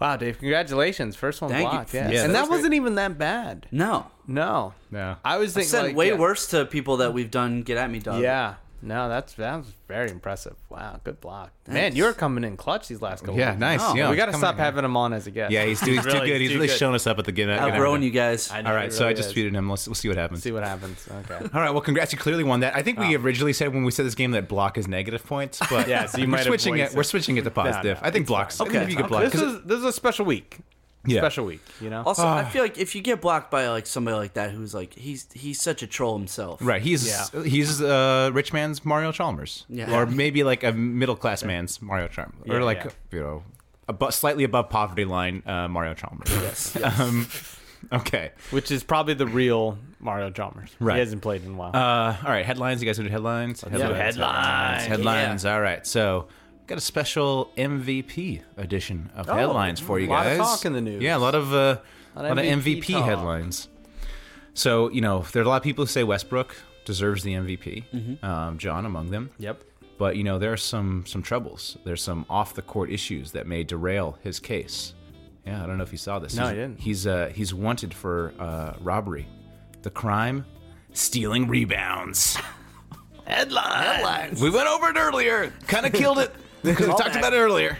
[SPEAKER 5] Wow, Dave! Congratulations, first one
[SPEAKER 6] Thank you.
[SPEAKER 5] blocked.
[SPEAKER 6] Yeah,
[SPEAKER 5] Yeah,
[SPEAKER 4] that
[SPEAKER 5] and that
[SPEAKER 4] was
[SPEAKER 5] wasn't even that bad.
[SPEAKER 6] No.
[SPEAKER 5] No,
[SPEAKER 4] No.
[SPEAKER 5] I was thinking
[SPEAKER 6] Sent
[SPEAKER 5] like,
[SPEAKER 6] way
[SPEAKER 5] yeah.
[SPEAKER 6] worse to people that we've done get at me dog.
[SPEAKER 5] Yeah. No, that's that was very impressive. Wow, good block. Man, you're coming in clutch these last couple.
[SPEAKER 4] Yeah,
[SPEAKER 5] weeks.
[SPEAKER 4] nice.
[SPEAKER 6] No,
[SPEAKER 4] yeah,
[SPEAKER 5] Oh, we got to
[SPEAKER 4] come
[SPEAKER 5] stop
[SPEAKER 4] on.
[SPEAKER 5] having him on as a guest.
[SPEAKER 4] Yeah, he's, he's too
[SPEAKER 5] really-
[SPEAKER 4] good. He's
[SPEAKER 5] too
[SPEAKER 4] really
[SPEAKER 5] good.
[SPEAKER 4] shown us up at the game.
[SPEAKER 6] Outgrowing you guys. I
[SPEAKER 5] know.
[SPEAKER 4] All right, so
[SPEAKER 5] Really
[SPEAKER 4] I just
[SPEAKER 5] is.
[SPEAKER 4] tweeted him. Let's, we'll see what happens.
[SPEAKER 5] See what happens. Okay.
[SPEAKER 4] All right, well, congrats. You clearly won that. I think we originally said when we said this game that block is negative points, but
[SPEAKER 5] Yeah, so you
[SPEAKER 4] we're
[SPEAKER 5] might have
[SPEAKER 4] switching it.
[SPEAKER 5] voiced
[SPEAKER 4] We're
[SPEAKER 5] it.
[SPEAKER 4] switching it to positive. I think blocks. I
[SPEAKER 6] Okay,
[SPEAKER 4] think if you get
[SPEAKER 6] okay.
[SPEAKER 4] blocked,
[SPEAKER 5] this
[SPEAKER 4] 'cause
[SPEAKER 5] is this is a special week.
[SPEAKER 4] Yeah. Oh.
[SPEAKER 5] Special week. You know.
[SPEAKER 6] Also, I feel like if you get blocked by like somebody like that who's like he's he's such a troll himself.
[SPEAKER 4] Right, he's
[SPEAKER 5] Yeah.
[SPEAKER 4] he's uh, rich man's Mario Chalmers,
[SPEAKER 6] Yeah.
[SPEAKER 4] or maybe like a middle class man's Mario Chalmers, or
[SPEAKER 5] Yeah,
[SPEAKER 4] like
[SPEAKER 5] yeah.
[SPEAKER 4] you know, above, slightly above poverty line uh, Mario Chalmers. Yes. um, okay.
[SPEAKER 5] Which is probably the real Mario Chalmers.
[SPEAKER 4] Right.
[SPEAKER 5] He hasn't played in a while.
[SPEAKER 4] Uh, all right, headlines. You guys want to do headlines?
[SPEAKER 5] do
[SPEAKER 4] headlines.
[SPEAKER 5] headlines.
[SPEAKER 4] Headlines. headlines. All right. So, got a special MVP edition of headlines for you
[SPEAKER 5] Oh, lot
[SPEAKER 4] guys.
[SPEAKER 5] of talk in the news.
[SPEAKER 4] Yeah, a lot of uh, a
[SPEAKER 5] Lot
[SPEAKER 4] lot,
[SPEAKER 5] of
[SPEAKER 4] of
[SPEAKER 5] MVP
[SPEAKER 4] MVP,
[SPEAKER 5] talk.
[SPEAKER 4] headlines. So you know, there are a lot of people who say Westbrook deserves the MVP.
[SPEAKER 5] Mm-hmm.
[SPEAKER 4] Um, John among them.
[SPEAKER 5] yep.
[SPEAKER 4] But you know, there are some some troubles. There's some off the court issues that may derail his case. Yeah, I don't know if you saw this.
[SPEAKER 5] No,
[SPEAKER 4] he's,
[SPEAKER 5] I didn't.
[SPEAKER 4] He's uh, he's wanted for uh, robbery, the crime, stealing rebounds. Headline. Headlines. We went over it earlier. Kind of killed it because we talked about it earlier.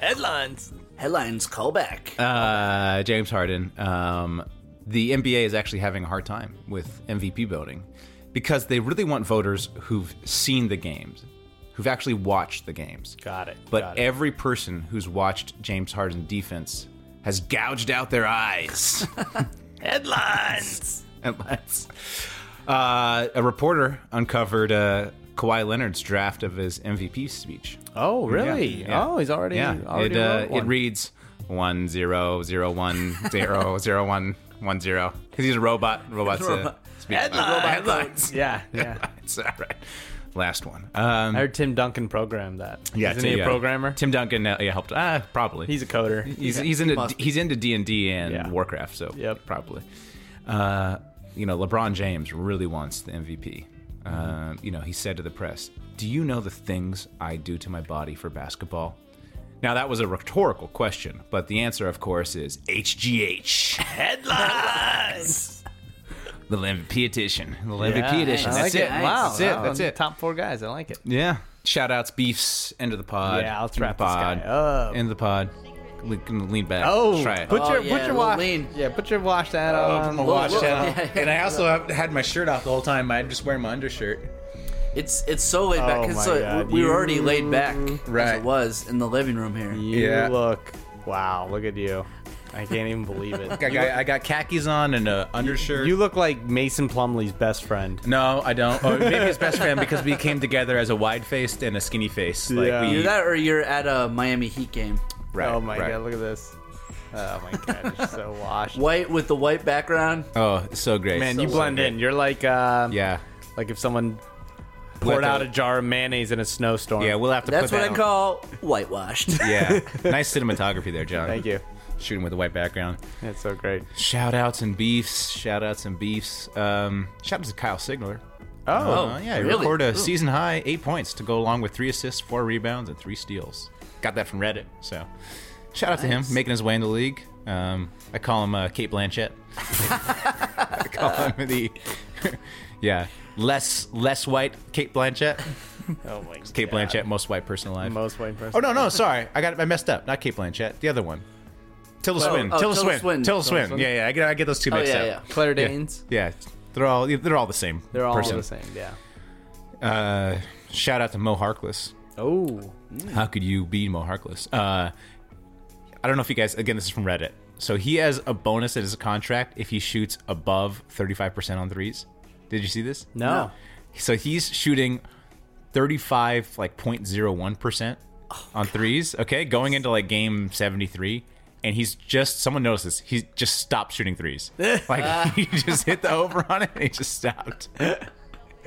[SPEAKER 5] Headlines.
[SPEAKER 6] Headlines call back.
[SPEAKER 4] Uh, James Harden. Um, the NBA is actually having a hard time with MVP voting because they really want voters who've seen the games, who've actually watched the games.
[SPEAKER 5] Got it.
[SPEAKER 4] But
[SPEAKER 5] Got it.
[SPEAKER 4] every person who's watched James Harden defense has gouged out their eyes. Headlines. Headlines. Uh, a reporter uncovered uh, Kawhi Leonard's draft of his MVP speech.
[SPEAKER 5] Oh really?
[SPEAKER 4] Yeah, yeah.
[SPEAKER 5] Oh, he's already.
[SPEAKER 4] Yeah.
[SPEAKER 5] Already
[SPEAKER 4] it,
[SPEAKER 5] wrote
[SPEAKER 4] uh, it
[SPEAKER 5] one.
[SPEAKER 4] reads one zero zero one zero zero one one zero because he's a robot. Robots. Uh,
[SPEAKER 6] Robot.
[SPEAKER 4] speak- Robot headlines.
[SPEAKER 5] yeah. Yeah.
[SPEAKER 4] It's all right. Last one. Um,
[SPEAKER 5] I heard Tim Duncan program that.
[SPEAKER 4] yeah,
[SPEAKER 5] Isn't
[SPEAKER 4] Tim-
[SPEAKER 5] he a
[SPEAKER 4] yeah.
[SPEAKER 5] programmer?
[SPEAKER 4] Tim Duncan uh, yeah, helped. Uh, probably.
[SPEAKER 5] He's a coder.
[SPEAKER 4] He's, he's into
[SPEAKER 6] must be.
[SPEAKER 4] he's into D and D
[SPEAKER 5] Yeah.
[SPEAKER 4] and Warcraft, so
[SPEAKER 5] Yep.
[SPEAKER 4] probably. Uh, you know, LeBron James really wants the MVP. Uh,
[SPEAKER 5] Mm-hmm.
[SPEAKER 4] you know, he said to the press, "Do you know the things I do to my body for basketball?" Now that was a rhetorical question, but the answer, of course, is HGH headlines. the MVP edition. The
[SPEAKER 5] Yeah.
[SPEAKER 4] MVP edition.
[SPEAKER 5] I
[SPEAKER 4] That's
[SPEAKER 5] like
[SPEAKER 4] it.
[SPEAKER 5] Wow.
[SPEAKER 4] That's it.
[SPEAKER 5] wow.
[SPEAKER 4] That's it.
[SPEAKER 5] Top four guys. I like it.
[SPEAKER 4] Yeah. Shout outs, beefs, end of the pod.
[SPEAKER 5] Yeah, let's
[SPEAKER 4] End of
[SPEAKER 5] wrap
[SPEAKER 4] the
[SPEAKER 5] this
[SPEAKER 4] pod.
[SPEAKER 5] guy up.
[SPEAKER 4] End of the pod. Le- gonna lean back.
[SPEAKER 5] Oh,
[SPEAKER 4] try it.
[SPEAKER 5] put
[SPEAKER 6] Oh,
[SPEAKER 5] your put
[SPEAKER 6] yeah,
[SPEAKER 5] your
[SPEAKER 6] little
[SPEAKER 5] wash
[SPEAKER 6] lean.
[SPEAKER 5] yeah put your wash that on.
[SPEAKER 4] my watch
[SPEAKER 6] look,
[SPEAKER 4] channel.
[SPEAKER 6] yeah, yeah.
[SPEAKER 4] And I also have, had my shirt off the whole time. I'm just wearing my undershirt.
[SPEAKER 6] It's it's so laid
[SPEAKER 5] Oh
[SPEAKER 6] back because
[SPEAKER 5] my God,
[SPEAKER 6] we were
[SPEAKER 5] you-
[SPEAKER 6] already laid back as
[SPEAKER 4] Right.
[SPEAKER 6] it was in the living room here.
[SPEAKER 5] You
[SPEAKER 4] Yeah.
[SPEAKER 5] look wow. Look at you. I can't even believe
[SPEAKER 4] I
[SPEAKER 5] it.
[SPEAKER 4] got, I got khakis on and an undershirt.
[SPEAKER 5] You look like Mason Plumley's best friend.
[SPEAKER 4] no, I don't. Or maybe his best friend because we came together as a wide faced and a skinny face. Like
[SPEAKER 5] Yeah.
[SPEAKER 4] we,
[SPEAKER 6] Either that or you're at a Miami Heat game.
[SPEAKER 4] right,
[SPEAKER 5] oh my
[SPEAKER 4] right.
[SPEAKER 5] god, look at this. Oh my god, you're so washed.
[SPEAKER 6] White with the white background.
[SPEAKER 4] Oh, it's so great.
[SPEAKER 5] Man,
[SPEAKER 4] So
[SPEAKER 5] you blend
[SPEAKER 4] great.
[SPEAKER 5] in. You're like uh,
[SPEAKER 4] Yeah.
[SPEAKER 5] like if someone
[SPEAKER 4] Like
[SPEAKER 5] poured out
[SPEAKER 4] a-
[SPEAKER 5] a jar of mayonnaise in a snowstorm.
[SPEAKER 4] Yeah, we'll have to
[SPEAKER 6] That's
[SPEAKER 4] put
[SPEAKER 6] what
[SPEAKER 4] that
[SPEAKER 6] I
[SPEAKER 4] on-
[SPEAKER 6] call whitewashed.
[SPEAKER 4] Yeah. nice cinematography there, John.
[SPEAKER 5] Thank you.
[SPEAKER 4] Shooting with a white background.
[SPEAKER 5] That's so great.
[SPEAKER 4] Shout outs and beefs. Shout outs and beefs. Um, shout out to Kyle Sigler.
[SPEAKER 5] Oh,
[SPEAKER 4] Uh, yeah, he
[SPEAKER 6] really?
[SPEAKER 4] recorded a
[SPEAKER 6] Ooh.
[SPEAKER 4] season high eight points to go along with three assists, four rebounds, and three steals. Got that from Reddit. So shout out to him, making his way into the league. Um, I call him uh, Kate Blanchett. I call him the yeah less less white Kate Blanchett.
[SPEAKER 5] oh my god.
[SPEAKER 4] Kate Blanchett, most white person alive.
[SPEAKER 5] Most white person.
[SPEAKER 4] Oh no, no, sorry, I got I messed up. Not Kate Blanchett, the other one. Tilda Swin.
[SPEAKER 6] oh,
[SPEAKER 4] Tilda
[SPEAKER 6] Tilda
[SPEAKER 4] Swin.
[SPEAKER 6] Swin.
[SPEAKER 4] Tilda
[SPEAKER 6] Tilda
[SPEAKER 4] Swin.
[SPEAKER 5] Swin.
[SPEAKER 4] Yeah, yeah. I get I get those two
[SPEAKER 6] oh
[SPEAKER 4] mixed
[SPEAKER 6] yeah,
[SPEAKER 4] up.
[SPEAKER 6] yeah. Claire
[SPEAKER 4] Yeah.
[SPEAKER 6] Danes.
[SPEAKER 4] Yeah, they're all they're all the same.
[SPEAKER 5] They're all
[SPEAKER 4] person.
[SPEAKER 5] the same. Yeah.
[SPEAKER 4] Uh, shout out to Mo Harkless.
[SPEAKER 5] Oh.
[SPEAKER 4] How could you be Mo Harkless? Uh, I don't know if you guys. Again, this is from Reddit. So he has a bonus in his contract if he shoots above thirty-five percent on threes. Did you see this?
[SPEAKER 5] No.
[SPEAKER 4] So he's shooting thirty-five like point zero one percent
[SPEAKER 5] Oh,
[SPEAKER 4] on threes. Okay, going into like game seventy-three. And he's just someone noticed this. He just stopped shooting threes. Like he just hit the over on it and he just stopped.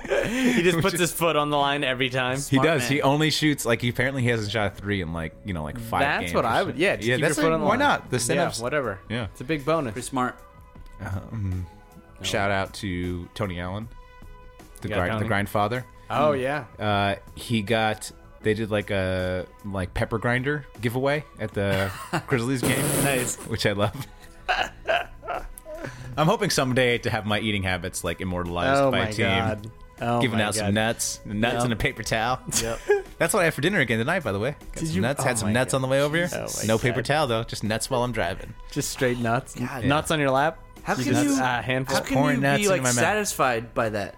[SPEAKER 5] He just puts his foot on the line every time.
[SPEAKER 4] He does.
[SPEAKER 6] man.
[SPEAKER 4] He only shoots like he apparently he hasn't shot a three in like you know like five.
[SPEAKER 5] That's
[SPEAKER 4] games
[SPEAKER 5] what
[SPEAKER 4] or
[SPEAKER 5] I would.
[SPEAKER 4] something.
[SPEAKER 5] Yeah, just
[SPEAKER 4] yeah.
[SPEAKER 5] keep
[SPEAKER 4] that's
[SPEAKER 5] your foot
[SPEAKER 4] like,
[SPEAKER 5] on the
[SPEAKER 4] why
[SPEAKER 5] line.
[SPEAKER 4] not the
[SPEAKER 5] yeah,
[SPEAKER 4] setup?
[SPEAKER 5] whatever.
[SPEAKER 4] Yeah.
[SPEAKER 5] It's a big bonus.
[SPEAKER 6] Pretty smart.
[SPEAKER 4] Shout out to Tony Allen, the
[SPEAKER 5] Yeah,
[SPEAKER 4] grind, the
[SPEAKER 5] Tony.
[SPEAKER 4] grind father.
[SPEAKER 5] Oh yeah.
[SPEAKER 4] Uh, he got they did like a like pepper grinder giveaway at the Grizzlies game,
[SPEAKER 6] Nice.
[SPEAKER 4] which I love. I'm hoping someday to have my eating habits like immortalized
[SPEAKER 5] oh
[SPEAKER 4] by
[SPEAKER 5] my
[SPEAKER 4] a team.
[SPEAKER 5] god. Oh
[SPEAKER 4] Giving
[SPEAKER 5] my
[SPEAKER 4] out
[SPEAKER 5] god.
[SPEAKER 4] some nuts, nuts
[SPEAKER 5] Yep.
[SPEAKER 4] and a paper towel.
[SPEAKER 5] Yep.
[SPEAKER 4] That's what I had for dinner again tonight, by the way. Got some
[SPEAKER 5] you-
[SPEAKER 4] nuts,
[SPEAKER 5] oh
[SPEAKER 4] had some
[SPEAKER 5] my
[SPEAKER 4] nuts
[SPEAKER 5] God.
[SPEAKER 4] on the way over here.
[SPEAKER 5] Jesus. Oh my
[SPEAKER 4] no paper
[SPEAKER 5] God.
[SPEAKER 4] towel though, just nuts while I'm driving.
[SPEAKER 5] Just straight nuts.
[SPEAKER 6] God.
[SPEAKER 5] Nuts on your lap.
[SPEAKER 6] How
[SPEAKER 5] You
[SPEAKER 6] can
[SPEAKER 5] just,
[SPEAKER 6] you-
[SPEAKER 5] uh, handful?
[SPEAKER 6] How can
[SPEAKER 4] pouring
[SPEAKER 6] you
[SPEAKER 4] nuts
[SPEAKER 6] be
[SPEAKER 4] into
[SPEAKER 6] like
[SPEAKER 4] my mouth.
[SPEAKER 6] satisfied by that?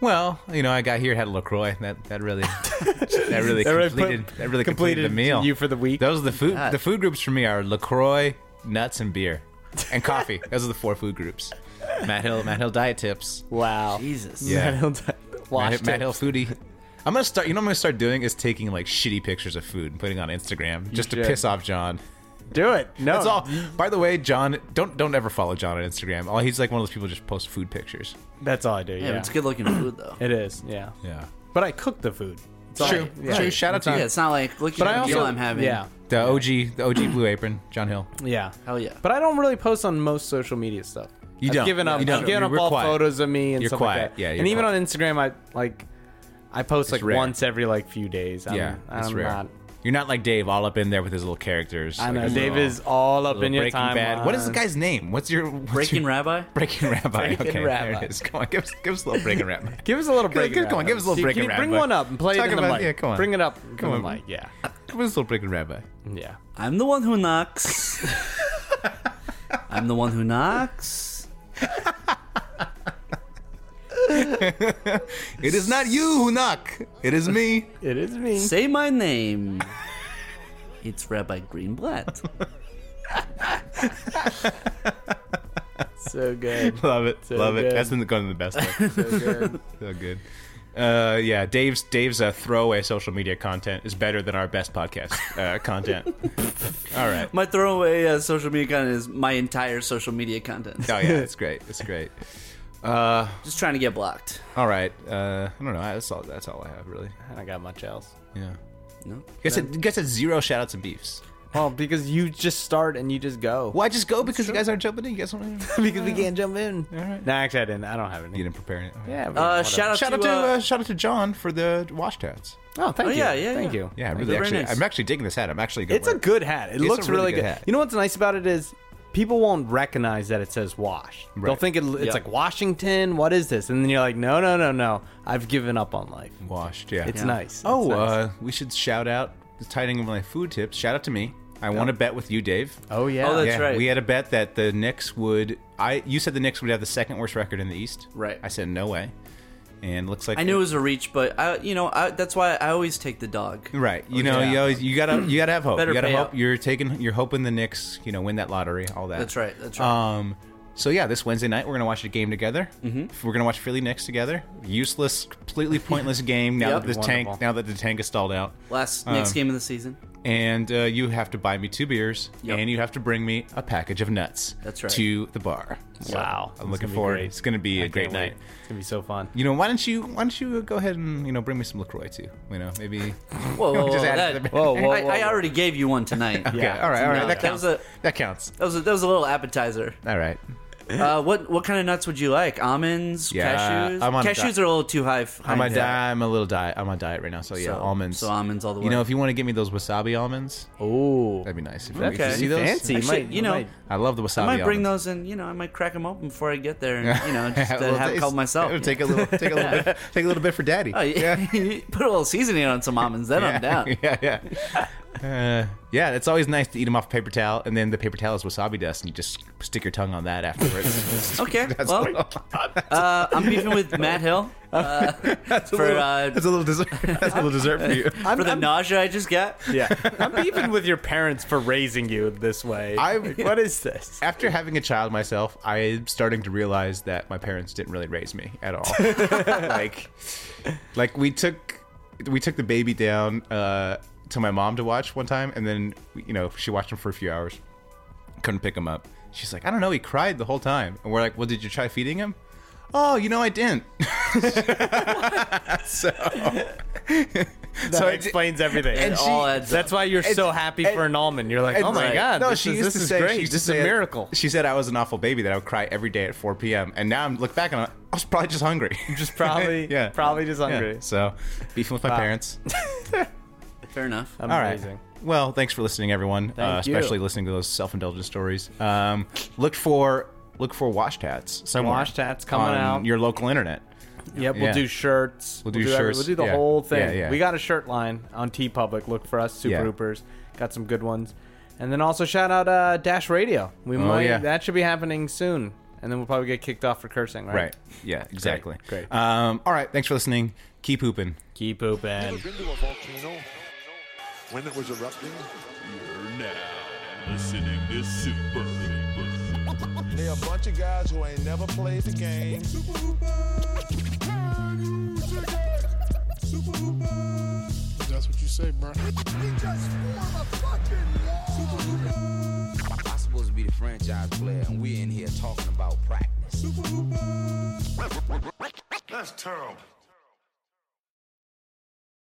[SPEAKER 4] Well, you know, I got here had a Lacroix. That that really that really
[SPEAKER 5] That really put-
[SPEAKER 4] completed that really completed, the meal.
[SPEAKER 5] You for the week.
[SPEAKER 4] Those are the food
[SPEAKER 6] God.
[SPEAKER 4] the food groups for me are Lacroix, nuts, and beer, and coffee. Those are the four food groups. Matt Hill Matt Hill diet tips.
[SPEAKER 5] Wow.
[SPEAKER 6] Jesus.
[SPEAKER 4] Yeah.
[SPEAKER 5] Matt Hill died.
[SPEAKER 4] Matt,
[SPEAKER 5] Washed
[SPEAKER 4] Hill- Matt
[SPEAKER 5] it.
[SPEAKER 4] Hill foodie. I'm gonna start. You know, what I'm gonna start doing is taking like shitty pictures of food and putting it on Instagram just to
[SPEAKER 5] should. Oh.
[SPEAKER 4] piss off John.
[SPEAKER 5] Do it. No.
[SPEAKER 4] That's all. By the way, John, don't don't ever follow John on Instagram. All he's like one of those people who just post food pictures.
[SPEAKER 5] That's all I do. Yeah.
[SPEAKER 6] Yeah, but it's good looking food though.
[SPEAKER 5] It is. Yeah.
[SPEAKER 4] Yeah.
[SPEAKER 5] But I cook the food. It's all
[SPEAKER 4] True.
[SPEAKER 5] I- yeah.
[SPEAKER 4] True. Shout out to
[SPEAKER 6] Yeah,
[SPEAKER 4] you.
[SPEAKER 6] it's not like look at the
[SPEAKER 5] I
[SPEAKER 6] deal
[SPEAKER 5] also-
[SPEAKER 6] I'm having.
[SPEAKER 5] Yeah.
[SPEAKER 4] the OG, the OG Blue Apron, John Hill.
[SPEAKER 5] Yeah.
[SPEAKER 6] Hell yeah.
[SPEAKER 5] But I don't really post on most social media stuff.
[SPEAKER 4] You
[SPEAKER 5] I've
[SPEAKER 4] don't.
[SPEAKER 5] Given up.
[SPEAKER 4] You don't.
[SPEAKER 5] I've given
[SPEAKER 4] You're-
[SPEAKER 5] up
[SPEAKER 4] we're
[SPEAKER 5] all
[SPEAKER 4] quiet.
[SPEAKER 5] photos of me and
[SPEAKER 4] You're
[SPEAKER 5] stuff
[SPEAKER 4] quiet.
[SPEAKER 5] like that.
[SPEAKER 4] Yeah, you're
[SPEAKER 5] And even
[SPEAKER 4] quiet.
[SPEAKER 5] on Instagram, I like, I post like
[SPEAKER 4] rare.
[SPEAKER 5] once every like few days. I'm,
[SPEAKER 4] yeah,
[SPEAKER 5] I'm
[SPEAKER 4] it's rare.
[SPEAKER 5] not.
[SPEAKER 4] You're not like Dave, all up in there with his little characters.
[SPEAKER 5] I
[SPEAKER 4] like
[SPEAKER 5] know
[SPEAKER 4] his
[SPEAKER 5] Dave
[SPEAKER 4] little-
[SPEAKER 5] is all up
[SPEAKER 4] little
[SPEAKER 5] in your
[SPEAKER 4] Breaking
[SPEAKER 5] time.
[SPEAKER 4] Bad. What is the guy's name? What's your what's
[SPEAKER 6] Breaking
[SPEAKER 4] your-
[SPEAKER 6] Rabbi.
[SPEAKER 4] Breaking Rabbi.
[SPEAKER 5] Breaking
[SPEAKER 4] okay, there
[SPEAKER 5] Rabbi.
[SPEAKER 4] it is. Come on, give us give us a little Breaking Rabbi.
[SPEAKER 5] Give us a little break.
[SPEAKER 4] give- come on, give us a little
[SPEAKER 5] See,
[SPEAKER 4] break
[SPEAKER 5] Can
[SPEAKER 4] and
[SPEAKER 5] you
[SPEAKER 4] wrap,
[SPEAKER 5] bring
[SPEAKER 4] but-
[SPEAKER 5] one up and play
[SPEAKER 4] Talk
[SPEAKER 5] it in the
[SPEAKER 4] about-
[SPEAKER 5] mic?
[SPEAKER 4] yeah, come on.
[SPEAKER 5] Bring it up. Come
[SPEAKER 4] on.
[SPEAKER 5] on, mic. Yeah,
[SPEAKER 4] give us a little Breaking Rabbi.
[SPEAKER 5] yeah.
[SPEAKER 6] I'm the one who knocks. I'm the one who knocks.
[SPEAKER 4] It is not you who knock. It is me.
[SPEAKER 5] It is me.
[SPEAKER 6] Say my name. It's Rabbi Greenblatt.
[SPEAKER 5] So good.
[SPEAKER 4] Love it. Love it.
[SPEAKER 5] good.
[SPEAKER 4] That's been going to the best. One. so good. So good. Uh, yeah, Dave's Dave's uh, throwaway social media content is better than our best podcast uh, content. All right.
[SPEAKER 6] My throwaway uh, social media content is my entire social media content.
[SPEAKER 4] Oh yeah, it's great. It's great. Uh,
[SPEAKER 6] Just trying to get blocked.
[SPEAKER 4] all right. Uh, I don't know. That's all. That's all I have really.
[SPEAKER 5] I don't got much else.
[SPEAKER 4] Yeah.
[SPEAKER 6] No.
[SPEAKER 4] Guess it. Guess it's zero shoutouts and beefs.
[SPEAKER 5] Well, because you just start and you just go.
[SPEAKER 4] Why just go because you guys aren't jumping in. You guys don't. You
[SPEAKER 5] Because we can't jump in. All right. Nah, actually, I didn't. I don't have any.
[SPEAKER 4] didn't prepare it.
[SPEAKER 5] Yeah. we-
[SPEAKER 6] Uh,
[SPEAKER 5] whatever.
[SPEAKER 6] shout out
[SPEAKER 4] Shout
[SPEAKER 6] to,
[SPEAKER 4] out to
[SPEAKER 6] uh,
[SPEAKER 4] uh, shout out to John for the wash tats.
[SPEAKER 5] Oh, thank
[SPEAKER 6] Oh,
[SPEAKER 5] you.
[SPEAKER 6] yeah, yeah,
[SPEAKER 5] Thank
[SPEAKER 6] yeah.
[SPEAKER 5] you.
[SPEAKER 4] Yeah,
[SPEAKER 5] Thank
[SPEAKER 4] really.
[SPEAKER 6] very
[SPEAKER 4] Actually,
[SPEAKER 6] nice.
[SPEAKER 4] I'm actually digging this hat. I'm actually. Gonna
[SPEAKER 5] It's a
[SPEAKER 4] wear it.
[SPEAKER 5] good hat. It
[SPEAKER 4] It's
[SPEAKER 5] looks
[SPEAKER 4] a really
[SPEAKER 5] really
[SPEAKER 4] good
[SPEAKER 5] good.
[SPEAKER 4] hat.
[SPEAKER 5] You know what's nice about it is people won't recognize that it says wash. They'll
[SPEAKER 4] Right.
[SPEAKER 5] think it, it's
[SPEAKER 6] Yep.
[SPEAKER 5] like Washington. What is this? And then you're like, no, no, no, no. I've given up on life.
[SPEAKER 4] Washed, yeah.
[SPEAKER 5] It's nice.
[SPEAKER 4] Oh,
[SPEAKER 5] It's nice.
[SPEAKER 4] uh, we should shout out, tying in with my food tips, shout out to me. I want to bet with you, Dave.
[SPEAKER 5] oh yeah.
[SPEAKER 6] Oh,
[SPEAKER 4] yeah,
[SPEAKER 6] that's right.
[SPEAKER 4] We had a bet that the Knicks would. I you said the Knicks would have the second worst record in the East.
[SPEAKER 6] Right.
[SPEAKER 4] I said no way, and looks like
[SPEAKER 6] I knew it was a reach, but I, you know, I, that's why I always take the dog.
[SPEAKER 4] Right. You know,
[SPEAKER 6] Oh, yeah.
[SPEAKER 4] you always you gotta you gotta have hope.
[SPEAKER 6] Better
[SPEAKER 4] you gotta
[SPEAKER 6] pay
[SPEAKER 4] hope.
[SPEAKER 6] up.
[SPEAKER 4] You're taking you're hoping the Knicks you know win that lottery. All that.
[SPEAKER 6] That's right. That's right.
[SPEAKER 4] Um. So yeah, this Wednesday night we're gonna watch a game together. Mm-hmm. We're gonna watch Philly Knicks together. Useless, completely pointless game. Now
[SPEAKER 6] Yep.
[SPEAKER 4] that the tank now that the tank is stalled out.
[SPEAKER 6] Last
[SPEAKER 4] um,
[SPEAKER 6] next game of the season.
[SPEAKER 4] and uh, you have to buy me two beers
[SPEAKER 6] Yep.
[SPEAKER 4] and you have to bring me a package of nuts
[SPEAKER 6] That's right.
[SPEAKER 4] to the bar So, i'm
[SPEAKER 5] Wow. It's
[SPEAKER 4] looking
[SPEAKER 5] gonna be
[SPEAKER 4] forward
[SPEAKER 5] great.
[SPEAKER 4] it's going to be a
[SPEAKER 5] I
[SPEAKER 4] great
[SPEAKER 5] can't wait.
[SPEAKER 4] night
[SPEAKER 5] It's gonna be so fun.
[SPEAKER 4] you know why don't you why don't you go ahead and you know bring me some lacroix too you know maybe
[SPEAKER 6] Whoa, whoa, whoa,
[SPEAKER 4] Just add it to
[SPEAKER 6] that,
[SPEAKER 4] the-
[SPEAKER 5] Whoa, whoa,
[SPEAKER 6] I,
[SPEAKER 5] whoa.
[SPEAKER 6] I already gave you one tonight.
[SPEAKER 4] yeah all right all right
[SPEAKER 6] No,
[SPEAKER 4] that
[SPEAKER 6] that was
[SPEAKER 4] counts
[SPEAKER 6] a-
[SPEAKER 4] that counts
[SPEAKER 6] That was a, that was a little appetizer.
[SPEAKER 4] all right
[SPEAKER 6] Uh, what what kind of nuts would you like? Almonds,
[SPEAKER 4] Yeah,
[SPEAKER 6] cashews.
[SPEAKER 4] I'm on a
[SPEAKER 6] cashews
[SPEAKER 4] diet.
[SPEAKER 6] are a little too high. f- high
[SPEAKER 4] i'm on
[SPEAKER 6] in
[SPEAKER 4] a
[SPEAKER 6] fat.
[SPEAKER 4] diet i'm a little diet i'm on diet right now so yeah
[SPEAKER 6] So-
[SPEAKER 4] almonds
[SPEAKER 6] So almonds all the way.
[SPEAKER 4] you know if you want to get me those wasabi almonds
[SPEAKER 5] Oh,
[SPEAKER 4] that'd be nice if you-
[SPEAKER 6] Okay.
[SPEAKER 4] if you see those
[SPEAKER 5] fancy.
[SPEAKER 6] I
[SPEAKER 5] You might-
[SPEAKER 6] should- you know,
[SPEAKER 5] might-
[SPEAKER 4] i love the wasabi
[SPEAKER 6] I might bring
[SPEAKER 4] almonds.
[SPEAKER 6] those and you know I might crack them open before I get there and you know just uh,
[SPEAKER 4] Well,
[SPEAKER 6] have a
[SPEAKER 4] it's-
[SPEAKER 6] couple myself.
[SPEAKER 4] it'll take a little take a little bit take a little bit for daddy
[SPEAKER 6] Oh, yeah. Put a little seasoning on some almonds, then I'm down.
[SPEAKER 4] yeah, yeah. Uh, yeah, it's always nice to eat them off a paper towel, and then the paper towel is wasabi dust, and you just stick your tongue on that afterwards.
[SPEAKER 6] Okay,
[SPEAKER 4] That's
[SPEAKER 6] well,
[SPEAKER 4] what-
[SPEAKER 6] uh, I'm beefing with Matt Hill uh,
[SPEAKER 4] that's, a
[SPEAKER 6] for,
[SPEAKER 4] little,
[SPEAKER 6] uh,
[SPEAKER 4] that's a little dessert. That's a little dessert for you.
[SPEAKER 6] for the nausea I just got.
[SPEAKER 5] yeah. I'm even with your parents for raising you this way.
[SPEAKER 4] I-
[SPEAKER 5] what is this?
[SPEAKER 4] After having a child myself, I'm starting to realize that my parents didn't really raise me at all. like, like we took we took the baby down uh, to my mom to watch one time, and then you know she watched him for a few hours, couldn't pick him up. She's like, I don't know, he cried the whole time, and we're like, Well, did you try feeding him? Oh, you know, I didn't. so, so
[SPEAKER 5] That
[SPEAKER 4] I did-
[SPEAKER 5] explains everything.
[SPEAKER 6] It
[SPEAKER 4] she-
[SPEAKER 6] all adds up.
[SPEAKER 5] That's why you're so happy for an almond. You're like, oh my
[SPEAKER 6] Right.
[SPEAKER 5] god,
[SPEAKER 4] No,
[SPEAKER 5] this
[SPEAKER 4] she
[SPEAKER 5] is,
[SPEAKER 4] used
[SPEAKER 5] this
[SPEAKER 4] to
[SPEAKER 5] is
[SPEAKER 4] say she
[SPEAKER 5] great.
[SPEAKER 4] used
[SPEAKER 5] This is
[SPEAKER 4] to
[SPEAKER 5] a
[SPEAKER 4] say-
[SPEAKER 5] miracle.
[SPEAKER 4] She said I was an awful baby that I would cry every day at 4 p.m. And now I'm look back and I'm, like, I was probably just hungry.
[SPEAKER 5] Just probably,
[SPEAKER 4] yeah,
[SPEAKER 5] probably just
[SPEAKER 4] Yeah.
[SPEAKER 5] hungry.
[SPEAKER 4] So beefing with my parents.
[SPEAKER 6] Fair enough.
[SPEAKER 5] Amazing.
[SPEAKER 4] All right. Well, thanks for listening, everyone. uh,
[SPEAKER 5] you.
[SPEAKER 4] especially listening to those self-indulgent stories. Um, look for look for washed hats somewhere.
[SPEAKER 5] Washed hats coming
[SPEAKER 4] on
[SPEAKER 5] out.
[SPEAKER 4] Your local internet.
[SPEAKER 5] Yep, we'll
[SPEAKER 4] Yeah.
[SPEAKER 5] do shirts.
[SPEAKER 4] We'll do
[SPEAKER 5] every-
[SPEAKER 4] shirts,
[SPEAKER 5] We'll do the
[SPEAKER 4] yeah.
[SPEAKER 5] whole thing.
[SPEAKER 4] Yeah, yeah.
[SPEAKER 5] We got a shirt line on T Public. Look for us, Super
[SPEAKER 4] Yeah.
[SPEAKER 5] Hoopers. Got some good ones. And then also shout out uh, Dash Radio. We might
[SPEAKER 4] yeah.
[SPEAKER 5] that should be happening soon. And then we'll probably get kicked off for cursing, right?
[SPEAKER 4] Right. Yeah. Exactly.
[SPEAKER 5] Great.
[SPEAKER 4] Um, all right. Thanks for listening. Keep hooping.
[SPEAKER 5] Keep open.
[SPEAKER 2] Been to a volcano when it was erupting?
[SPEAKER 3] You're now listening to Super Hoopers.
[SPEAKER 2] They a bunch of guys who ain't never played the game. Super That's what you say, bro.
[SPEAKER 7] I'm supposed to be the franchise player, and we're in here talking about practice.
[SPEAKER 2] That's terrible.